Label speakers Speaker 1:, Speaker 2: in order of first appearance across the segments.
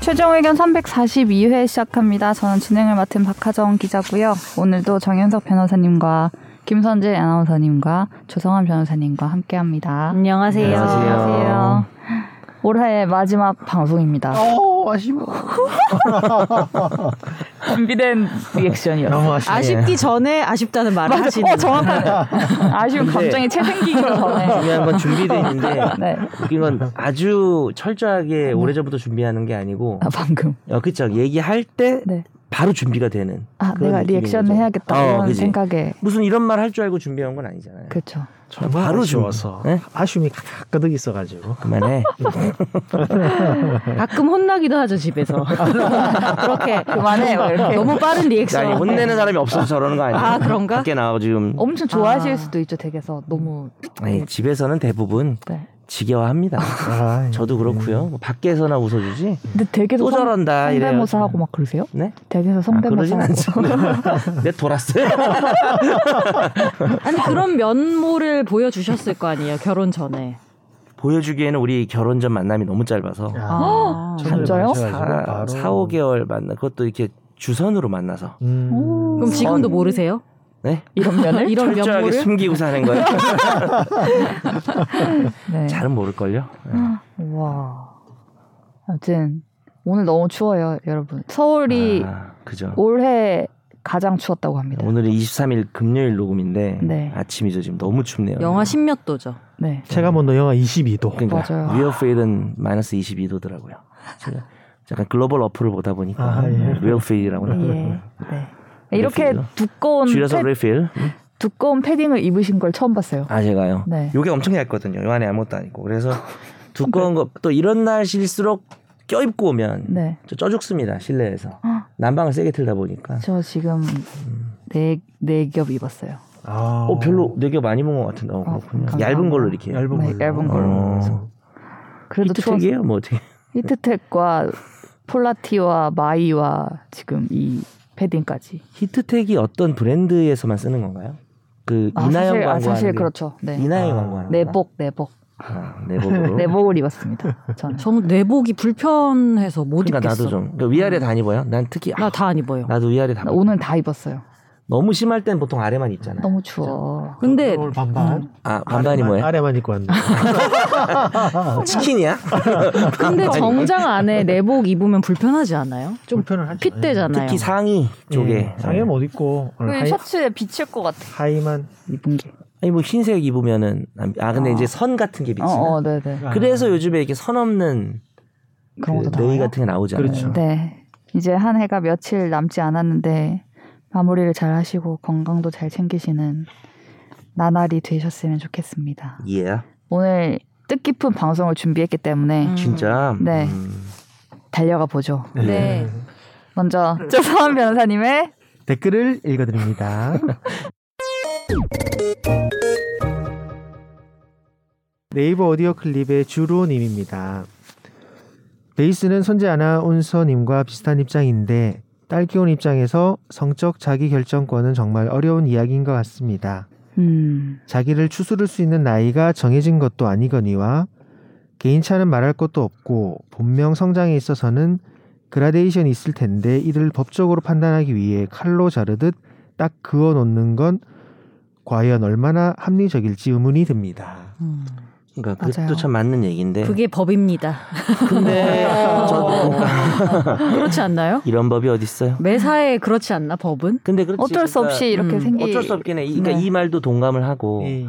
Speaker 1: 최종의견 342회 시작합니다. 저는 진행을 맡은 박하정 기자고요. 오늘도 정현석 변호사님과 김선재 아나운서님과 조성환 변호사님과 함께합니다.
Speaker 2: 안녕하세요.
Speaker 3: 안녕하세요.
Speaker 1: 안녕하세요. 올해의 마지막 방송입니다.
Speaker 3: 어, 아쉬워.
Speaker 1: 준비된 리액션이요.
Speaker 3: 너무 어, 아쉽네.
Speaker 2: 아쉽기 전에 아쉽다는 말을 하시는.
Speaker 1: 어, 정확하네. 아쉬운
Speaker 3: 근데-
Speaker 1: 감정이 채생기기 전에.
Speaker 3: 중요한 건 준비돼 있는데
Speaker 1: 네.
Speaker 3: 웃긴 건 아주 철저하게 오래전부터 준비하는 게 아니고
Speaker 1: 아, 방금.
Speaker 3: 어, 그쵸 얘기할 때
Speaker 1: 네.
Speaker 3: 바로 준비가 되는
Speaker 1: 아,
Speaker 3: 그런
Speaker 1: 내가
Speaker 3: 느낌인
Speaker 1: 리액션을
Speaker 3: 거죠.
Speaker 1: 해야겠다.
Speaker 3: 어,
Speaker 1: 이런
Speaker 3: 그치.
Speaker 1: 생각에.
Speaker 3: 무슨 이런 말 할 줄 알고 준비한 건 아니잖아요
Speaker 1: 그렇죠.
Speaker 4: 정말
Speaker 3: 바로
Speaker 4: 아쉬워서
Speaker 3: 좀, 예?
Speaker 4: 아쉬움이 가득 있어가지고
Speaker 3: 그만해
Speaker 2: 네. 가끔 혼나기도 하죠 집에서. 그렇게
Speaker 1: 그만해. 막 이렇게.
Speaker 2: 너무 빠른 리액션.
Speaker 3: 아, 네. 아니 혼내는 사람이 없어서 저러는 거 아니야
Speaker 2: 아, 그런가?
Speaker 3: 밖에 나와 지금
Speaker 1: 엄청 좋아하실
Speaker 2: 아.
Speaker 1: 수도 있죠, 댁에서. 너무.
Speaker 3: 아니, 집에서는 대부분
Speaker 1: 네.
Speaker 3: 지겨워합니다
Speaker 4: 아,
Speaker 3: 저도 그렇고요 뭐 밖에서나 웃어주지
Speaker 1: 근데 댁에서
Speaker 3: 또
Speaker 1: 성-
Speaker 3: 저런다 이래요
Speaker 1: 성대모사 하고 막 그러세요?
Speaker 3: 네?
Speaker 1: 댁에서
Speaker 3: 아,
Speaker 1: 성대모사
Speaker 3: 그러진
Speaker 1: 하고.
Speaker 3: 않죠 내 돌았어요
Speaker 2: 아니 그런 면모를 보여주셨을 거 아니에요 결혼 전에.
Speaker 3: 보여주기에는 우리 결혼 전 만남이 너무 짧아서
Speaker 2: 아,
Speaker 1: 진짜요?
Speaker 3: 아, 사, 4, 5개월 만나 그것도 이렇게 주선으로 만나서
Speaker 4: 음.
Speaker 2: 그럼 지금도
Speaker 3: 선.
Speaker 2: 모르세요?
Speaker 3: 어, 네?
Speaker 2: 이런 면을? 이런
Speaker 3: 철저하게
Speaker 2: 면모를?
Speaker 3: 숨기고 사는 거예요
Speaker 1: 네.
Speaker 3: 잘은 모를걸요 네.
Speaker 1: 와. 아무튼 오늘 너무 추워요, 여러분. 서울이
Speaker 3: 아, 그죠
Speaker 1: 올해 가장 추웠다고 합니다.
Speaker 3: 오늘은 23일 금요일 녹음인데
Speaker 1: 네.
Speaker 3: 아침이죠 지금 너무 춥네요
Speaker 2: 영하 10몇 도죠.
Speaker 1: 네.
Speaker 4: 체감 온도 영하 22도.
Speaker 3: 그러니까
Speaker 1: 맞아요.
Speaker 3: 리어페일은 마이너스 22도더라고요 제가 약간 글로벌 어플을 보다 보니까 네,
Speaker 4: 아, 예.
Speaker 3: 리어페일이라고
Speaker 1: 예.
Speaker 3: 나와요
Speaker 1: 네. 이렇게
Speaker 3: 리필이요?
Speaker 1: 두꺼운
Speaker 3: 줄여서
Speaker 1: 패-
Speaker 3: 리필
Speaker 1: 두꺼운 패딩을 입으신 걸 처음 봤어요.
Speaker 3: 음? 아 제가요.
Speaker 1: 네.
Speaker 3: 요게 엄청 얇거든요. 요 안에 아무것도 아니고. 그래서 두꺼운 거 또 이런 날일수록 껴입고 오면
Speaker 1: 네.
Speaker 3: 저 쪄죽습니다 실내에서
Speaker 1: 헉.
Speaker 3: 난방을 세게 틀다 보니까.
Speaker 1: 저 지금
Speaker 3: 음.
Speaker 1: 네네겹 입었어요.
Speaker 4: 아.
Speaker 3: 어 별로 되게 많이 먹은 것 같은데. 어, 그렇군요.
Speaker 1: 아, 감사합니다.
Speaker 3: 얇은 걸로 이렇게.
Speaker 4: 얇은
Speaker 1: 네,
Speaker 4: 걸로.
Speaker 1: 얇은 걸로.
Speaker 3: 어.
Speaker 1: 그래도 추웠
Speaker 3: 히트텍이에요? 뭐 어떻게?
Speaker 1: 히트텍과 폴라티와 마이와 지금 이 패딩까지.
Speaker 3: 히트텍이 어떤 브랜드에서만 쓰는 건가요? 그
Speaker 1: 아,
Speaker 3: 이나영
Speaker 1: 사실,
Speaker 3: 광고
Speaker 1: 아, 사실
Speaker 3: 하는 게-
Speaker 1: 그렇죠. 네.
Speaker 3: 이나영
Speaker 4: 아,
Speaker 3: 광고 하는
Speaker 1: 내복 네 내복 네
Speaker 3: 아, 내복으로.
Speaker 1: 내복을 입었습니다. 저는.
Speaker 2: 저는 내복이 불편해서 못
Speaker 3: 그러니까
Speaker 2: 입겠어.
Speaker 3: 나도 좀 그러니까 위아래 다 입어요. 난 특히 아,
Speaker 2: 나다 안 입어요.
Speaker 3: 나도 위아래 다.
Speaker 1: 음. 나
Speaker 3: 입어요.
Speaker 1: 오늘 다 입었어요.
Speaker 3: 너무 심할 땐 보통 아래만 입잖아요.
Speaker 1: 너무 추워.
Speaker 2: 근데
Speaker 4: 오늘 반반.
Speaker 3: 아 반반이
Speaker 4: 아래만-
Speaker 3: 뭐예요?
Speaker 4: 아래만 입고 왔네.
Speaker 3: 치킨이야?
Speaker 1: 네.
Speaker 2: 근데 정장 안에 내복 입으면 불편하지 않아요? 좀
Speaker 4: 불편을 하죠.
Speaker 2: 핏대잖아요.
Speaker 3: 특히 상의 쪽에
Speaker 4: 예, 상의 못 입고 오늘 하이,
Speaker 1: 그 네, 셔츠에 비칠 것 같아.
Speaker 4: 하이만.
Speaker 1: 입은 게.
Speaker 3: 아니 뭐 흰색 입으면은 안- 아 근데
Speaker 1: 아.
Speaker 3: 이제 선 같은 게 비치나
Speaker 1: 어, 어, 네, 네.
Speaker 3: 그래서 요즘에 이렇게 선 없는 그
Speaker 1: 그런 것도
Speaker 3: 네이
Speaker 1: 나와요?
Speaker 3: 같은 게 나오잖아요.
Speaker 4: 그렇죠.
Speaker 1: 네. 이제 한 해가 며칠 남지 않았는데 마무리를 잘 하시고 건강도 잘 챙기시는 나날이 되셨으면 좋겠습니다.
Speaker 3: 예.
Speaker 1: 오늘 뜻깊은 방송을 준비했기 때문에
Speaker 2: 음.
Speaker 3: 진짜.
Speaker 1: 네.
Speaker 3: 음.
Speaker 1: 달려가 보죠.
Speaker 2: 네.
Speaker 1: 먼저 조선 변호사님의
Speaker 4: 댓글을 읽어드립니다. 네이버 오디오 클립의 주로님입니다. 베이스는 손재 아나운서님과 비슷한 입장인데 딸기온 입장에서 성적 자기 결정권은 정말 어려운 이야기인 것 같습니다.
Speaker 1: 음,
Speaker 4: 자기를 추스를 수 있는 나이가 정해진 것도 아니거니와 개인차는 말할 것도 없고 본명 성장에 있어서는 그라데이션이 있을 텐데 이를 법적으로 판단하기 위해 칼로 자르듯 딱 그어 놓는 건 과연 얼마나 합리적일지 의문이 듭니다.
Speaker 2: 음.
Speaker 3: 그러니까
Speaker 1: 맞아요.
Speaker 3: 그것도 참 맞는 얘기인데.
Speaker 2: 그게 법입니다.
Speaker 3: 네.
Speaker 2: 네.
Speaker 3: 근데 저도
Speaker 2: 그렇지 않나요?
Speaker 3: 이런 법이 어디 있어요?
Speaker 2: 매사에 그렇지 않나 법은?
Speaker 3: 근데 그렇지.
Speaker 1: 어쩔 수
Speaker 3: 그러니까
Speaker 1: 없이 이렇게
Speaker 2: 음,
Speaker 1: 생기
Speaker 3: 어쩔 수 없긴 해. 그러니까
Speaker 1: 네.
Speaker 3: 이 말도 동감을 하고.
Speaker 1: 예.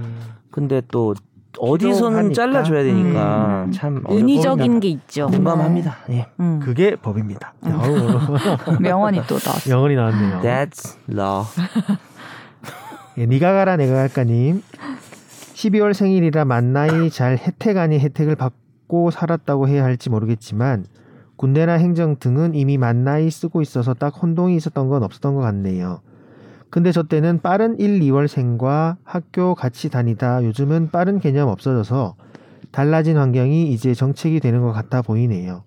Speaker 3: 근데 또 어디서는
Speaker 4: 필요하니까.
Speaker 3: 잘라줘야 되니까
Speaker 1: 음. 네.
Speaker 3: 참 어렵고
Speaker 2: 인위적인 게 있죠.
Speaker 3: 공감합니다. 예.
Speaker 2: 음.
Speaker 4: 그게 법입니다. 아우,
Speaker 1: 명언이 또 나왔어요.
Speaker 4: 영원히 나왔네요.
Speaker 3: That's law.
Speaker 4: 예, 니가 가라 내가 갈까님 12월 생일이라 만나이 잘 혜택 아닌 혜택을 받고 살았다고 해야 할지 모르겠지만 군대나 행정 등은 이미 만나이 쓰고 있어서 딱 혼동이 있었던 건 없었던 것 같네요. 근데 저 때는 빠른 1, 2월 생과 학교 같이 다니다 요즘은 빠른 개념 없어져서 달라진 환경이 이제 정책이 되는 것 같아 보이네요.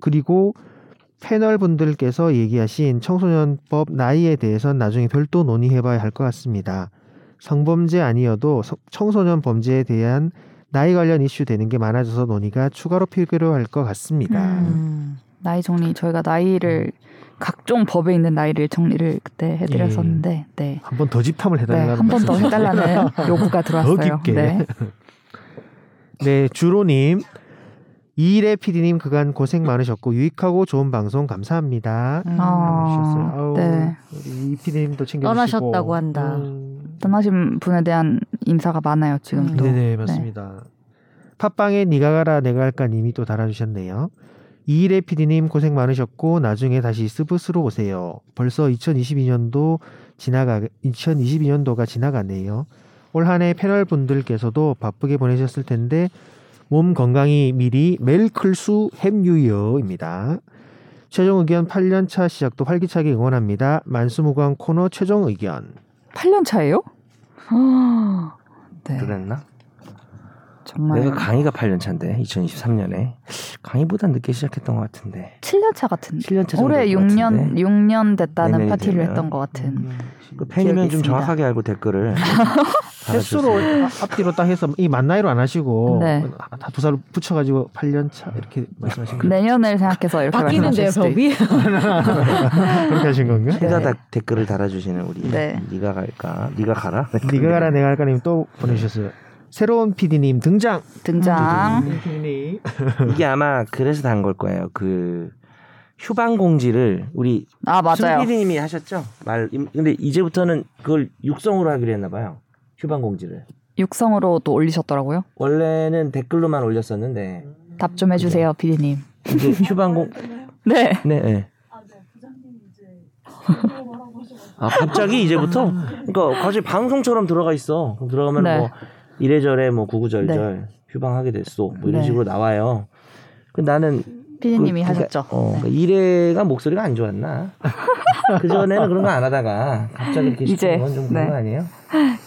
Speaker 4: 그리고 패널 분들께서 얘기하신 청소년법 나이에 대해선 나중에 별도 논의해봐야 할 것 같습니다. 성범죄 아니어도 서- 청소년 범죄에 대한 나이 관련 이슈 되는 게 많아져서 논의가 추가로 필요할 것 같습니다.
Speaker 2: 음.
Speaker 1: 나이 정리 저희가 나이를 각종 법에 있는 나이를 정리를 그때
Speaker 3: 예.
Speaker 1: 해드렸었는데 네.
Speaker 4: 한 번 더 집탐을
Speaker 1: 네,
Speaker 4: 해달라는
Speaker 1: 한 번 더 해달라는 요구가 들어왔어요.
Speaker 4: 깊게.
Speaker 1: 네.
Speaker 4: 네, 주로님. 이일의 PD님 그간 고생 많으셨고 유익하고 좋은 방송 감사합니다.
Speaker 2: 음.
Speaker 1: 어.
Speaker 4: 해주셨어요. 아우,
Speaker 1: 네.
Speaker 4: 우리 이 PD님도 챙겨주시고
Speaker 2: 떠나셨다고 한다.
Speaker 4: 음.
Speaker 1: 떠나신 분에 대한 인사가 많아요
Speaker 3: 음.
Speaker 1: 지금도.
Speaker 4: 네네 맞습니다. 팟빵에 니가 가라 내가 할까 님이 또 달아주셨네요. 이일의 PD님 고생 많으셨고 나중에 다시 스브스로 오세요. 벌써 2022년도 지나가 2022년도가 지나가네요. 올 한 해 패널 분들께서도 바쁘게 보내셨을 텐데 몸 건강히 미리 멜클수 햄유이어입니다. 최종 의견 8년차 시작도 활기차게 응원합니다. 만수무강 코너 최종 의견.
Speaker 1: 8년 차예요? 네.
Speaker 3: 그랬나?
Speaker 1: 정말
Speaker 3: 내가 강의가 8년 차인데 2023년에 강의보다 늦게 시작했던 것 같은데
Speaker 1: 7년 차 같은.
Speaker 3: 7년 차 정도
Speaker 1: 올해
Speaker 3: 될것
Speaker 1: 6년
Speaker 3: 같은데.
Speaker 1: 6년 됐다는
Speaker 3: 내년이
Speaker 1: 파티를
Speaker 3: 되면.
Speaker 1: 했던 것 같은.
Speaker 3: 그 팬이면 좀
Speaker 1: 있습니다.
Speaker 3: 정확하게 알고 댓글을
Speaker 4: 횟수로
Speaker 3: 달아주세요.
Speaker 4: 앞뒤로 딱 해서 이 만나이로 안 하시고
Speaker 1: 네.
Speaker 4: 다 두 살로 붙여가지고 8년 차 이렇게 말씀하신 거
Speaker 1: 내년을 생각해서 이렇게
Speaker 2: 바뀌는데요,
Speaker 1: 말씀하실 수도
Speaker 2: 법이?
Speaker 4: 그렇게 하신 건가?
Speaker 3: 최다
Speaker 1: 네.
Speaker 3: 다 댓글을 달아주시는 우리
Speaker 1: 네.
Speaker 3: 네가 갈까 네가 가라
Speaker 4: 네가 가라 내가 할까님 또 보내주셨어요. 새로운 PD님 등장.
Speaker 1: 있- 등장.
Speaker 3: 음.
Speaker 4: PD님.
Speaker 3: 이게 아마 그래서 단 걸 거예요 그 휴방 공지를 우리
Speaker 1: 아
Speaker 3: 순
Speaker 1: 맞아요.
Speaker 3: PD님이 하셨죠 말 임- 근데 이제부터는 그걸 육성으로 하기로 했나 봐요 휴방 공지를
Speaker 1: 육성으로 또 올리셨더라고요.
Speaker 3: 원래는 댓글로만 올렸었는데
Speaker 1: 답 좀
Speaker 3: 네.
Speaker 1: 해주세요, 피디님.
Speaker 3: 이제 휴방 공
Speaker 1: 네.
Speaker 3: 네, 네. 아, 갑자기 이제부터? 그러니까 갑자기 방송처럼 들어가 있어. 그럼 들어가면
Speaker 1: 네.
Speaker 3: 뭐 이래저래 뭐 구구절절 휴방하게 됐어. 뭐 이런
Speaker 1: 네.
Speaker 3: 식으로 나와요. 그 나는
Speaker 1: 피디님이
Speaker 3: 그-
Speaker 1: 하셨죠. 네.
Speaker 3: 그러니까, 어, 그러니까 이래가 목소리가 안 좋았나? 그 전에는 그런 거 안 하다가 갑자기 이렇게
Speaker 1: 이제,
Speaker 3: 시키는 건좀 그런
Speaker 1: 네.
Speaker 3: 거 아니에요?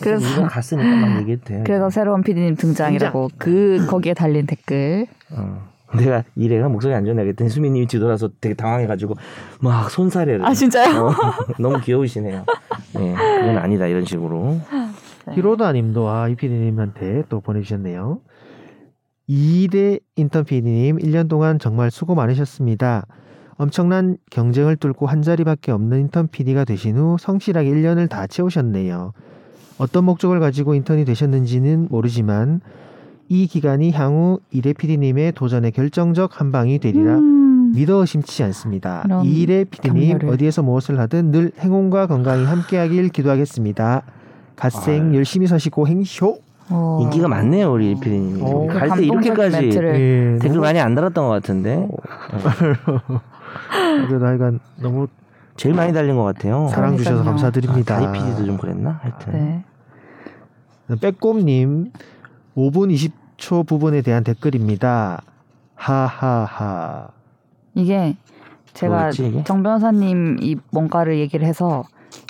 Speaker 1: 그래서-
Speaker 3: 이건 갔으니까 막 얘기해도 돼요.
Speaker 1: 그래서 새로운 피디님 등장이라고 그 거기에 달린 댓글.
Speaker 3: 어. 내가 이래가 목소리 안 좋네 그랬더니 수민님이 뒤돌아서 되게 당황해가지고 막 손사래를
Speaker 1: 아 진짜요?
Speaker 3: 어, 너무 귀여우시네요. 네, 그건 아니다 이런 식으로.
Speaker 4: 히로다님도 아, 이 PD님한테 또 보내주셨네요. 2대 인턴 PD님 1년 동안 정말 수고 많으셨습니다. 엄청난 경쟁을 뚫고 한 자리밖에 없는 인턴 PD가 되신 후 성실하게 1년을 다 채우셨네요. 어떤 목적을 가지고 인턴이 되셨는지는 모르지만 이 기간이 향후 2대 PD님의 도전의 결정적 한 방이 되리라
Speaker 1: 음.
Speaker 4: 믿어 의심치 않습니다.
Speaker 1: 그럼
Speaker 4: 이일의 PD님
Speaker 1: 격려를.
Speaker 4: 어디에서 무엇을 하든 늘 행운과 건강이 함께하길 기도하겠습니다. 갓생
Speaker 3: 아유.
Speaker 4: 열심히 사시고 행쇼.
Speaker 1: 어.
Speaker 3: 인기가 많네요 우리 피디님.
Speaker 4: 어.
Speaker 3: 갈 때
Speaker 1: 감동적인
Speaker 3: 이렇게까지
Speaker 1: 멘트를.
Speaker 4: 예,
Speaker 3: 댓글 많이 안 달았던 것 같은데
Speaker 4: 그래도 하여간 너무
Speaker 3: 제일 많이 달린 것 같아요. 아,
Speaker 4: 사랑 주셔서
Speaker 1: 그러니까요.
Speaker 4: 감사드립니다.
Speaker 3: 다이 피디도 좀 그랬나? 하여튼
Speaker 1: 네.
Speaker 4: 빼꼼님 5분 20초 부분에 대한 댓글입니다. 하하하.
Speaker 1: 이게 제가
Speaker 3: 뭐였지, 이게?
Speaker 1: 정 변호사님 이 뭔가를 얘기를 해서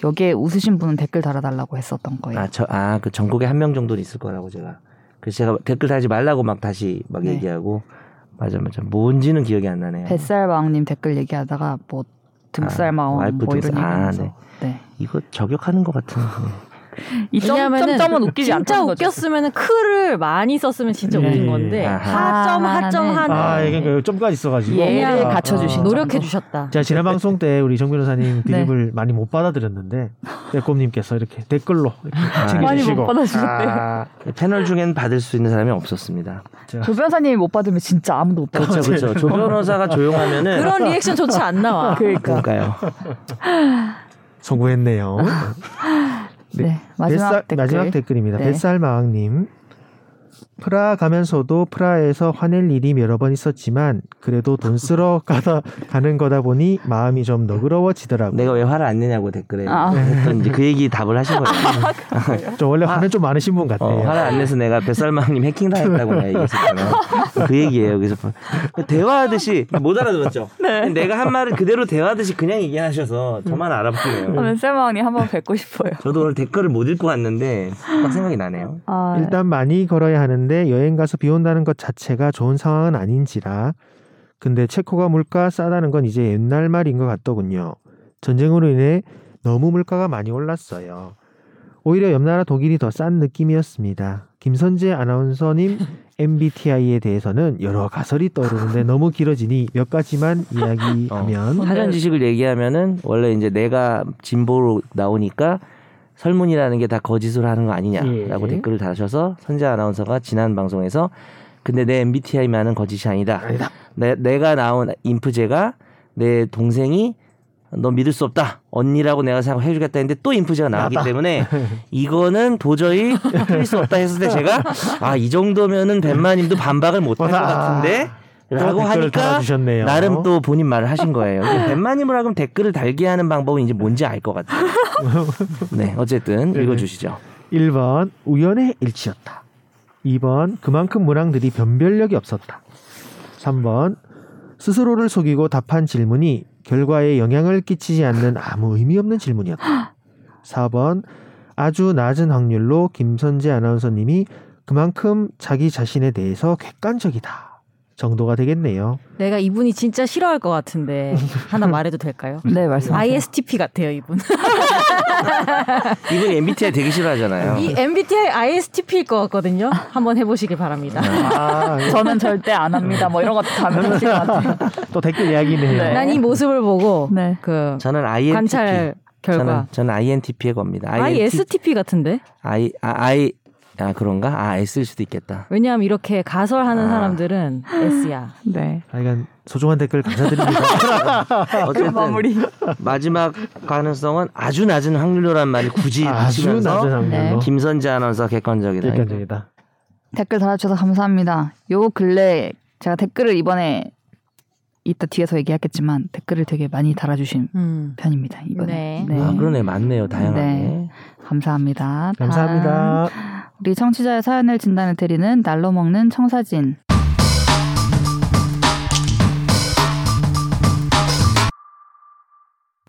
Speaker 1: 여기에 웃으신 분은 댓글 달아달라고 했었던 거예요.
Speaker 3: 아저아그 전국에 한 명 정도는 있을 거라고 제가 그래서 제가 댓글 달지 말라고 막 다시 막
Speaker 1: 네.
Speaker 3: 얘기하고 맞아 맞아 뭔지는 기억이 안 나네요.
Speaker 1: 뱃살마왕님 댓글 얘기하다가 뭐
Speaker 3: 아,
Speaker 1: 등살마왕
Speaker 3: 와이프
Speaker 1: 뭐 이런
Speaker 3: 등살. 아,
Speaker 1: 얘기하면서
Speaker 3: 네.
Speaker 1: 네.
Speaker 3: 이거 저격하는 것 같은.
Speaker 1: 이 점,
Speaker 2: 왜냐면은
Speaker 1: 점점은 웃기지
Speaker 2: 진짜
Speaker 1: 않다는 거죠.
Speaker 2: 웃겼으면 크를 많이 썼으면 진짜
Speaker 4: 예.
Speaker 2: 웃긴 건데
Speaker 3: 아하.
Speaker 2: 하점 하점
Speaker 1: 아,
Speaker 2: 한
Speaker 4: 아, 이게 그 점까지 있어가지고.
Speaker 1: 예를
Speaker 4: 아,
Speaker 1: 갖춰주신
Speaker 4: 아.
Speaker 1: 노력.
Speaker 2: 노력해 주셨다.
Speaker 4: 제가 지난 방송 때 우리 정
Speaker 1: 네.
Speaker 4: 변호사님 드립을 많이 못 받아드렸는데 빼꼼님께서 이렇게 댓글로 이렇게
Speaker 3: 아,
Speaker 1: 많이
Speaker 4: 챙겨주시고.
Speaker 1: 못 받아주셨대요.
Speaker 4: 아,
Speaker 3: 그 패널 중엔 받을 수 있는 사람이 없었습니다.
Speaker 1: 조 변사님이 못 받으면 진짜 아무도 못 받아요. 그러니까.
Speaker 3: 그렇죠, 그렇죠. 조 변호사가 조용하면은
Speaker 2: 그런 리액션 조차 안 나와.
Speaker 3: 그러니까요.
Speaker 4: 성공했네요.
Speaker 1: 네. 아, 마지막
Speaker 4: 뱃살-
Speaker 1: 댓글.
Speaker 4: 마지막 댓글입니다.
Speaker 1: 네.
Speaker 4: 뱃살마왕님. 프라 가면서도 프라에서 화낼 일이 여러 번 있었지만 그래도 돈 쓰러 가다 가는 거다 보니 마음이 좀 너그러워지더라고요.
Speaker 3: 내가 왜 화를 안 내냐고 댓글에
Speaker 1: 아.
Speaker 3: 했던 이제 그 얘기 답을 하신 거예요.
Speaker 4: 저 원래 화는 좀 많으신 분
Speaker 3: 어,
Speaker 4: 같아요.
Speaker 3: 화를 안 내서 내가 뱃살망님 해킹 당했다고 내가 얘기했었잖아요. 그 얘기예요. 그래서 대화하듯이 못 알아들었죠.
Speaker 1: 네.
Speaker 3: 내가 한 말을 그대로 대화하듯이 그냥 얘기하셔서 저만
Speaker 1: 음.
Speaker 3: 알아보네요.
Speaker 1: 뱃살마왕님 한번 뵙고 싶어요.
Speaker 3: 저도 오늘 댓글을 못 읽고 왔는데 딱 생각이 나네요.
Speaker 1: 아,
Speaker 4: 일단 많이 걸어야 하는데 여행 가서 비 온다는 것 자체가 좋은 상황은 아닌지라. 근데 체코가 물가 싸다는 건 이제 옛날 말인 것 같더군요. 전쟁으로 인해 너무 물가가 많이 올랐어요. 오히려 옆나라 독일이 더 싼 느낌이었습니다. 김선재 아나운서님 MBTI에 대해서는 여러 가설이 떠오르는데 너무 길어지니 몇 가지만 이야기하면
Speaker 3: 사전 뭐 지식을 얘기하면은 원래 이제 내가 진보로 나오니까 설문이라는 게 다 거짓으로 하는 거 아니냐라고
Speaker 4: 예.
Speaker 3: 댓글을 다셔서 선재 아나운서가 지난 방송에서 근데 내 MBTI만은 거짓이 아니다.
Speaker 4: 아니다.
Speaker 3: 내, 내가 나온 인프제가 내 동생이 너 믿을 수 없다. 언니라고 내가 생각해 주겠다 했는데 또 인프제가 나왔기 때문에 이거는 도저히 틀릴 수 없다 했을 때 제가 아 이 정도면은 벤마님도 반박을 못 할 것
Speaker 4: 와다.
Speaker 3: 같은데 라고
Speaker 4: 또 댓글을
Speaker 3: 하니까
Speaker 4: 달아주셨네요.
Speaker 3: 나름 또 본인 말을 하신 거예요. 근데 벤마님을 하면 댓글을 달게 하는 방법은 이제 뭔지 알 것 같아요. 네, 어쨌든 읽어주시죠.
Speaker 4: 1번 우연의 일치였다. 2번 그만큼 문항들이 변별력이 없었다. 3번 스스로를 속이고 답한 질문이 결과에 영향을 끼치지 않는 아무 의미 없는 질문이었다. 4번 아주 낮은 확률로 김선재 아나운서님이 그만큼 자기 자신에 대해서 객관적이다 정도가 되겠네요.
Speaker 2: 내가 이분이 진짜 싫어할 것 같은데 하나 말해도 될까요?
Speaker 1: 네, 말씀하세요.
Speaker 2: ISTP 같아요 이분.
Speaker 3: 이분이 MBTI 되게 싫어하잖아요.
Speaker 2: 이 MBTI ISTP일 것 같거든요. 한번 해보시길 바랍니다.
Speaker 4: 아,
Speaker 1: 저는 절대 안 합니다. 뭐 이런 것도 다 믿으실 것 같아요.
Speaker 4: 또 댓글 이야기네요.
Speaker 1: 네.
Speaker 2: 난 이 모습을 보고
Speaker 1: 네.
Speaker 2: 그
Speaker 3: 저는 INTP.
Speaker 2: 관찰 결과
Speaker 3: 저는, 저는 INTP의 겁니다.
Speaker 2: ISTP 같은데?
Speaker 3: I, 아, I, 아, 그런가? 아, S일 수도 있겠다.
Speaker 2: 왜냐하면 이렇게 가설하는
Speaker 3: 아.
Speaker 2: 사람들은 S야.
Speaker 1: 네.
Speaker 4: 하여간 소중한 댓글 감사드립니다.
Speaker 3: 어쨌든
Speaker 1: 마무리.
Speaker 3: 마지막 가능성은 아주 낮은 확률로란 말이 굳이
Speaker 4: 아주
Speaker 3: 붙이면서
Speaker 4: 낮은 확률로 네,
Speaker 3: 김선재 아나운서 객관적이다.
Speaker 4: 객관적이다.
Speaker 1: 댓글 달아주셔서 감사합니다. 요 근래 제가 댓글을 이번에 이따 뒤에서 얘기하겠지만 댓글을 되게 많이 달아주신
Speaker 2: 음.
Speaker 1: 편입니다. 이번에.
Speaker 2: 네.
Speaker 3: 아, 그러네. 맞네요. 다양하게.
Speaker 1: 네. 감사합니다. 다음
Speaker 4: 감사합니다.
Speaker 1: 우리 청취자의 사연을 진단해 드리는 날로 먹는 청사진.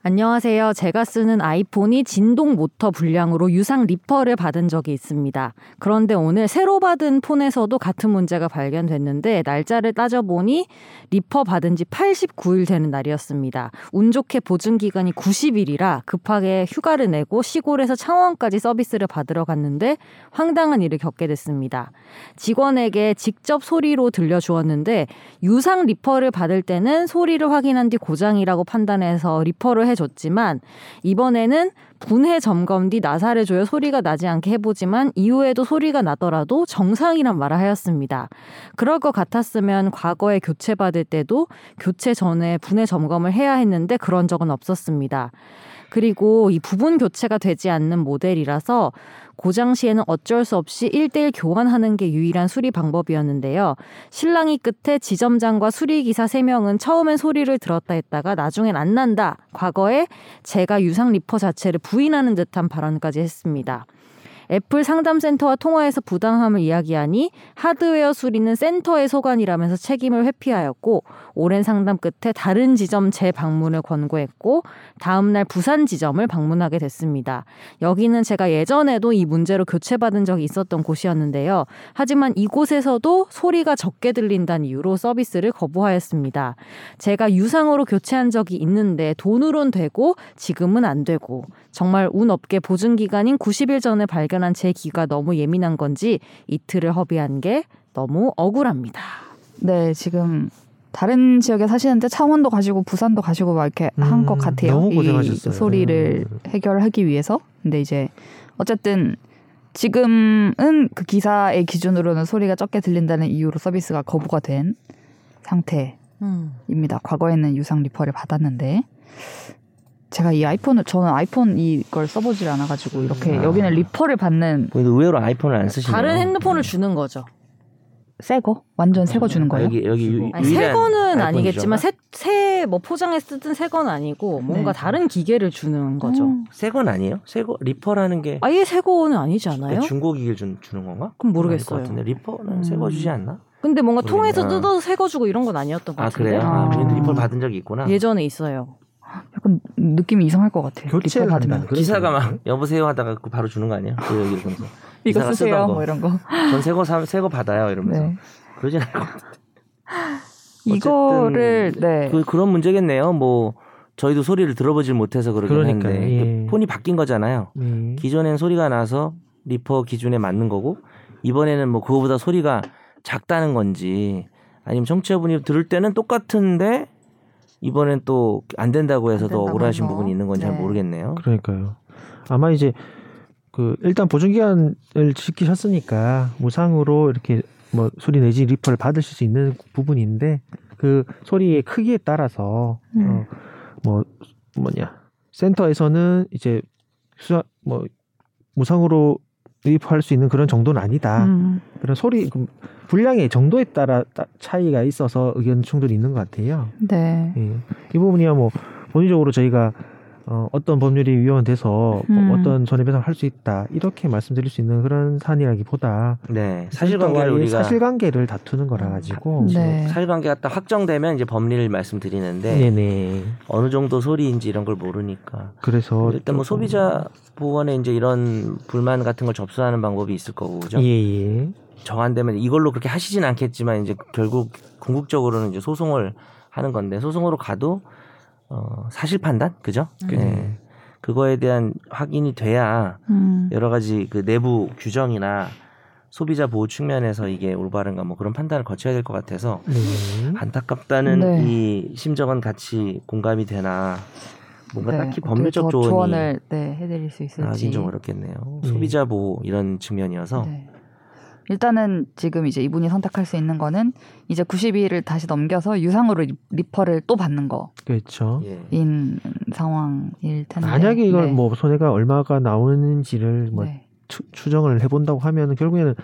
Speaker 2: 안녕하세요. 제가 쓰는 아이폰이 진동 모터 불량으로 유상 리퍼를 받은 적이 있습니다. 그런데 오늘 새로 받은 폰에서도 같은 문제가 발견됐는데 날짜를 따져보니 리퍼 받은 지 89일 되는 날이었습니다. 운 좋게 보증 기간이 90일이라 급하게 휴가를 내고 시골에서 창원까지 서비스를 받으러 갔는데 황당한 일을 겪게 됐습니다. 직원에게 직접 소리로 들려주었는데 유상 리퍼를 받을 때는 소리를 확인한 뒤 고장이라고 판단해서 리퍼를 해줬지만 이번에는 분해 점검 뒤 나사를 조여 소리가 나지 않게 해보지만 이후에도 소리가 나더라도 정상이란 말을 하였습니다. 그럴 것 같았으면 과거에 교체 받을 때도 교체 전에 분해 점검을 해야 했는데 그런 적은 없었습니다. 그리고 이 부분 교체가 되지 않는 모델이라서 고장 시에는 어쩔 수 없이 1대1 교환하는 게 유일한 수리 방법이었는데요. 신랑이 끝에 지점장과 수리기사 3명은 처음엔 소리를 들었다 했다가 나중엔 안 난다. 과거에 제가 유상 리퍼 자체를 부인하는 듯한 발언까지 했습니다. 애플 상담센터와 통화해서 부당함을 이야기하니 하드웨어 수리는 센터의 소관이라면서 책임을 회피하였고 오랜 상담 끝에 다른 지점 재방문을 권고했고 다음날 부산 지점을 방문하게 됐습니다. 여기는 제가 예전에도 이 문제로 교체받은 적이 있었던 곳이었는데요. 하지만 이곳에서도 소리가 적게 들린다는 이유로 서비스를 거부하였습니다. 제가 유상으로 교체한 적이 있는데 돈으론 되고 지금은 안 되고 정말 운 없게 보증기간인 90일 전에 발견한 제 귀가 너무 예민한 건지 이틀을 허비한 게 너무 억울합니다.
Speaker 1: 네, 지금 다른 지역에 사시는데 창원도 가시고 부산도 가시고 막 이렇게 한
Speaker 4: 음,
Speaker 1: 것 같아요.
Speaker 4: 너무
Speaker 1: 이
Speaker 4: 고생하셨어요. 네.
Speaker 1: 소리를 해결하기 위해서. 근데 이제 어쨌든 지금은 그 기사의 기준으로는 소리가 적게 들린다는 이유로 서비스가 거부가 된 상태입니다.
Speaker 2: 음.
Speaker 1: 과거에는 유상 리퍼를 받았는데 제가 이 아이폰을 저는 아이폰 이걸 써보질 않아가지고 이렇게
Speaker 3: 아.
Speaker 1: 여기는 리퍼를 받는
Speaker 3: 보니까 의외로 아이폰을 안 쓰시네요.
Speaker 2: 다른 핸드폰을 주는 거죠.
Speaker 1: 새거 완전 새거 주는 거예요.
Speaker 3: 여기 여기 유,
Speaker 2: 음. 아니, 새
Speaker 3: 유일한
Speaker 2: 거는
Speaker 3: 아이폰이죠.
Speaker 2: 아니겠지만 새새뭐 포장에 쓰든 새 건 아니고 뭔가
Speaker 1: 네.
Speaker 2: 다른 기계를 주는 거죠.
Speaker 1: 음.
Speaker 3: 새건 아니에요? 새거 리퍼라는 게그
Speaker 2: 아예 새 거는 아니지 않아요?
Speaker 3: 중고 기기를 준- 주는 건가?
Speaker 2: 그럼
Speaker 3: 아닐 것
Speaker 2: 모르겠어요.
Speaker 3: 같은데 리퍼는
Speaker 1: 음.
Speaker 3: 새거 주지 않나?
Speaker 2: 근데 뭔가
Speaker 3: 모르겠네.
Speaker 2: 통해서 뜯어서 새 거 주고 이런 건 아니었던 것
Speaker 3: 아
Speaker 2: 같은데.
Speaker 3: 그래요? 아,
Speaker 1: 아.
Speaker 3: 우리는 리퍼 받은 적이 있구나.
Speaker 2: 예전에 있어요.
Speaker 1: 약간 느낌이 이상할 것 같아요.
Speaker 4: 교체를
Speaker 1: 리퍼
Speaker 4: 한다는
Speaker 1: 받으면
Speaker 4: 거죠.
Speaker 3: 기사가 막 여보세요 하다가 그거 바로 주는 거 아니에요? 그 얘기를 보면서
Speaker 1: 이거
Speaker 3: 기사가
Speaker 1: 쓰세요
Speaker 3: 쓰던 거.
Speaker 1: 뭐 이런 거.
Speaker 3: 전 새거 사 새거 받아요 이러면서
Speaker 1: 네.
Speaker 3: 그러진 않을 것 같아요.
Speaker 1: 이거를
Speaker 3: 어쨌든
Speaker 1: 네.
Speaker 3: 그, 그런 문제겠네요. 뭐 저희도 소리를 들어보질 못해서 그러긴
Speaker 4: 그러니까요.
Speaker 3: 한데
Speaker 4: 예.
Speaker 3: 폰이 바뀐 거잖아요.
Speaker 4: 네.
Speaker 3: 기존엔 소리가 나서 리퍼 기준에 맞는 거고 이번에는 뭐 그거보다 소리가 작다는 건지 아니면 청취자분이 들을 때는 똑같은데 이번엔 또 안 된다고 해서
Speaker 1: 안
Speaker 3: 더
Speaker 1: 된다고
Speaker 3: 억울하신
Speaker 1: 해서.
Speaker 3: 부분이 있는 건 잘
Speaker 1: 네.
Speaker 3: 모르겠네요.
Speaker 4: 그러니까요. 아마 이제 그 일단 보증 기한을 지키셨으니까 무상으로 이렇게 뭐 소리 내지 리퍼를 받으실 수 있는 부분인데 그 소리의 크기에 따라서
Speaker 1: 음.
Speaker 4: 어, 뭐 뭐냐 센터에서는 이제 수사 뭐 무상으로 리퍼할 수 있는 그런 정도는 아니다.
Speaker 1: 음.
Speaker 4: 그런 소리 그 분량의 정도에 따라 따- 차이가 있어서 의견 충돌이 있는 것 같아요.
Speaker 1: 네.
Speaker 4: 예. 이 부분이야 뭐 본의적으로 저희가 어, 어떤 법률이 위헌돼서
Speaker 1: 음.
Speaker 4: 뭐 어떤 손해배상 을 할 수 있다 이렇게 말씀드릴 수 있는 그런 사안이라기보다
Speaker 3: 네, 사실관계를
Speaker 4: 센터와의
Speaker 3: 우리가 음.
Speaker 4: 사실관계를 다투는 거라
Speaker 3: 어,
Speaker 4: 가지고
Speaker 1: 네.
Speaker 3: 사실관계가 딱 확정되면 이제 법리를 말씀드리는데
Speaker 4: 네네
Speaker 3: 어느 정도 소리인지 이런 걸 모르니까
Speaker 4: 그래서
Speaker 1: 그렇죠.
Speaker 3: 일단 뭐 소비자 보호원에 이제 이런 불만 같은 걸 접수하는 방법이 있을 거고 그죠?
Speaker 4: 예예
Speaker 3: 정한되면 이걸로 그렇게 하시진 않겠지만 이제 결국 궁극적으로는 이제 소송을 하는 건데 소송으로 가도 어 사실 판단 그죠?
Speaker 2: 그죠.
Speaker 3: 예. 그거에 대한 확인이 돼야
Speaker 1: 음.
Speaker 3: 여러 가지 그 내부 규정이나 소비자 보호 측면에서 이게 올바른가 뭐 그런 판단을 거쳐야 될 것 같아서
Speaker 4: 네.
Speaker 3: 안타깝다는
Speaker 1: 네.
Speaker 3: 이 심정은 같이 공감이 되나 뭔가
Speaker 1: 네,
Speaker 3: 딱히
Speaker 1: 어떻게
Speaker 3: 법률적
Speaker 1: 더
Speaker 3: 조언이 아,
Speaker 1: 조언을 네, 해드릴 수 있을지.
Speaker 3: 나긴 좀 어렵겠네요.
Speaker 4: 음.
Speaker 3: 소비자 보호 이런 측면이어서
Speaker 1: 네. 일단은 지금 이제 이분이 선택할 수 있는 거는 이제 90일을 다시 넘겨서 유상으로 리- 리퍼를 또 받는
Speaker 4: 그렇죠
Speaker 3: 예.
Speaker 1: 거인 상황일 텐데.
Speaker 4: 만약에 이걸
Speaker 1: 네.
Speaker 4: 뭐 손해가 얼마가 나오는지를 뭐
Speaker 1: 네.
Speaker 4: 추, 추정을 해본다고 하면 결국에는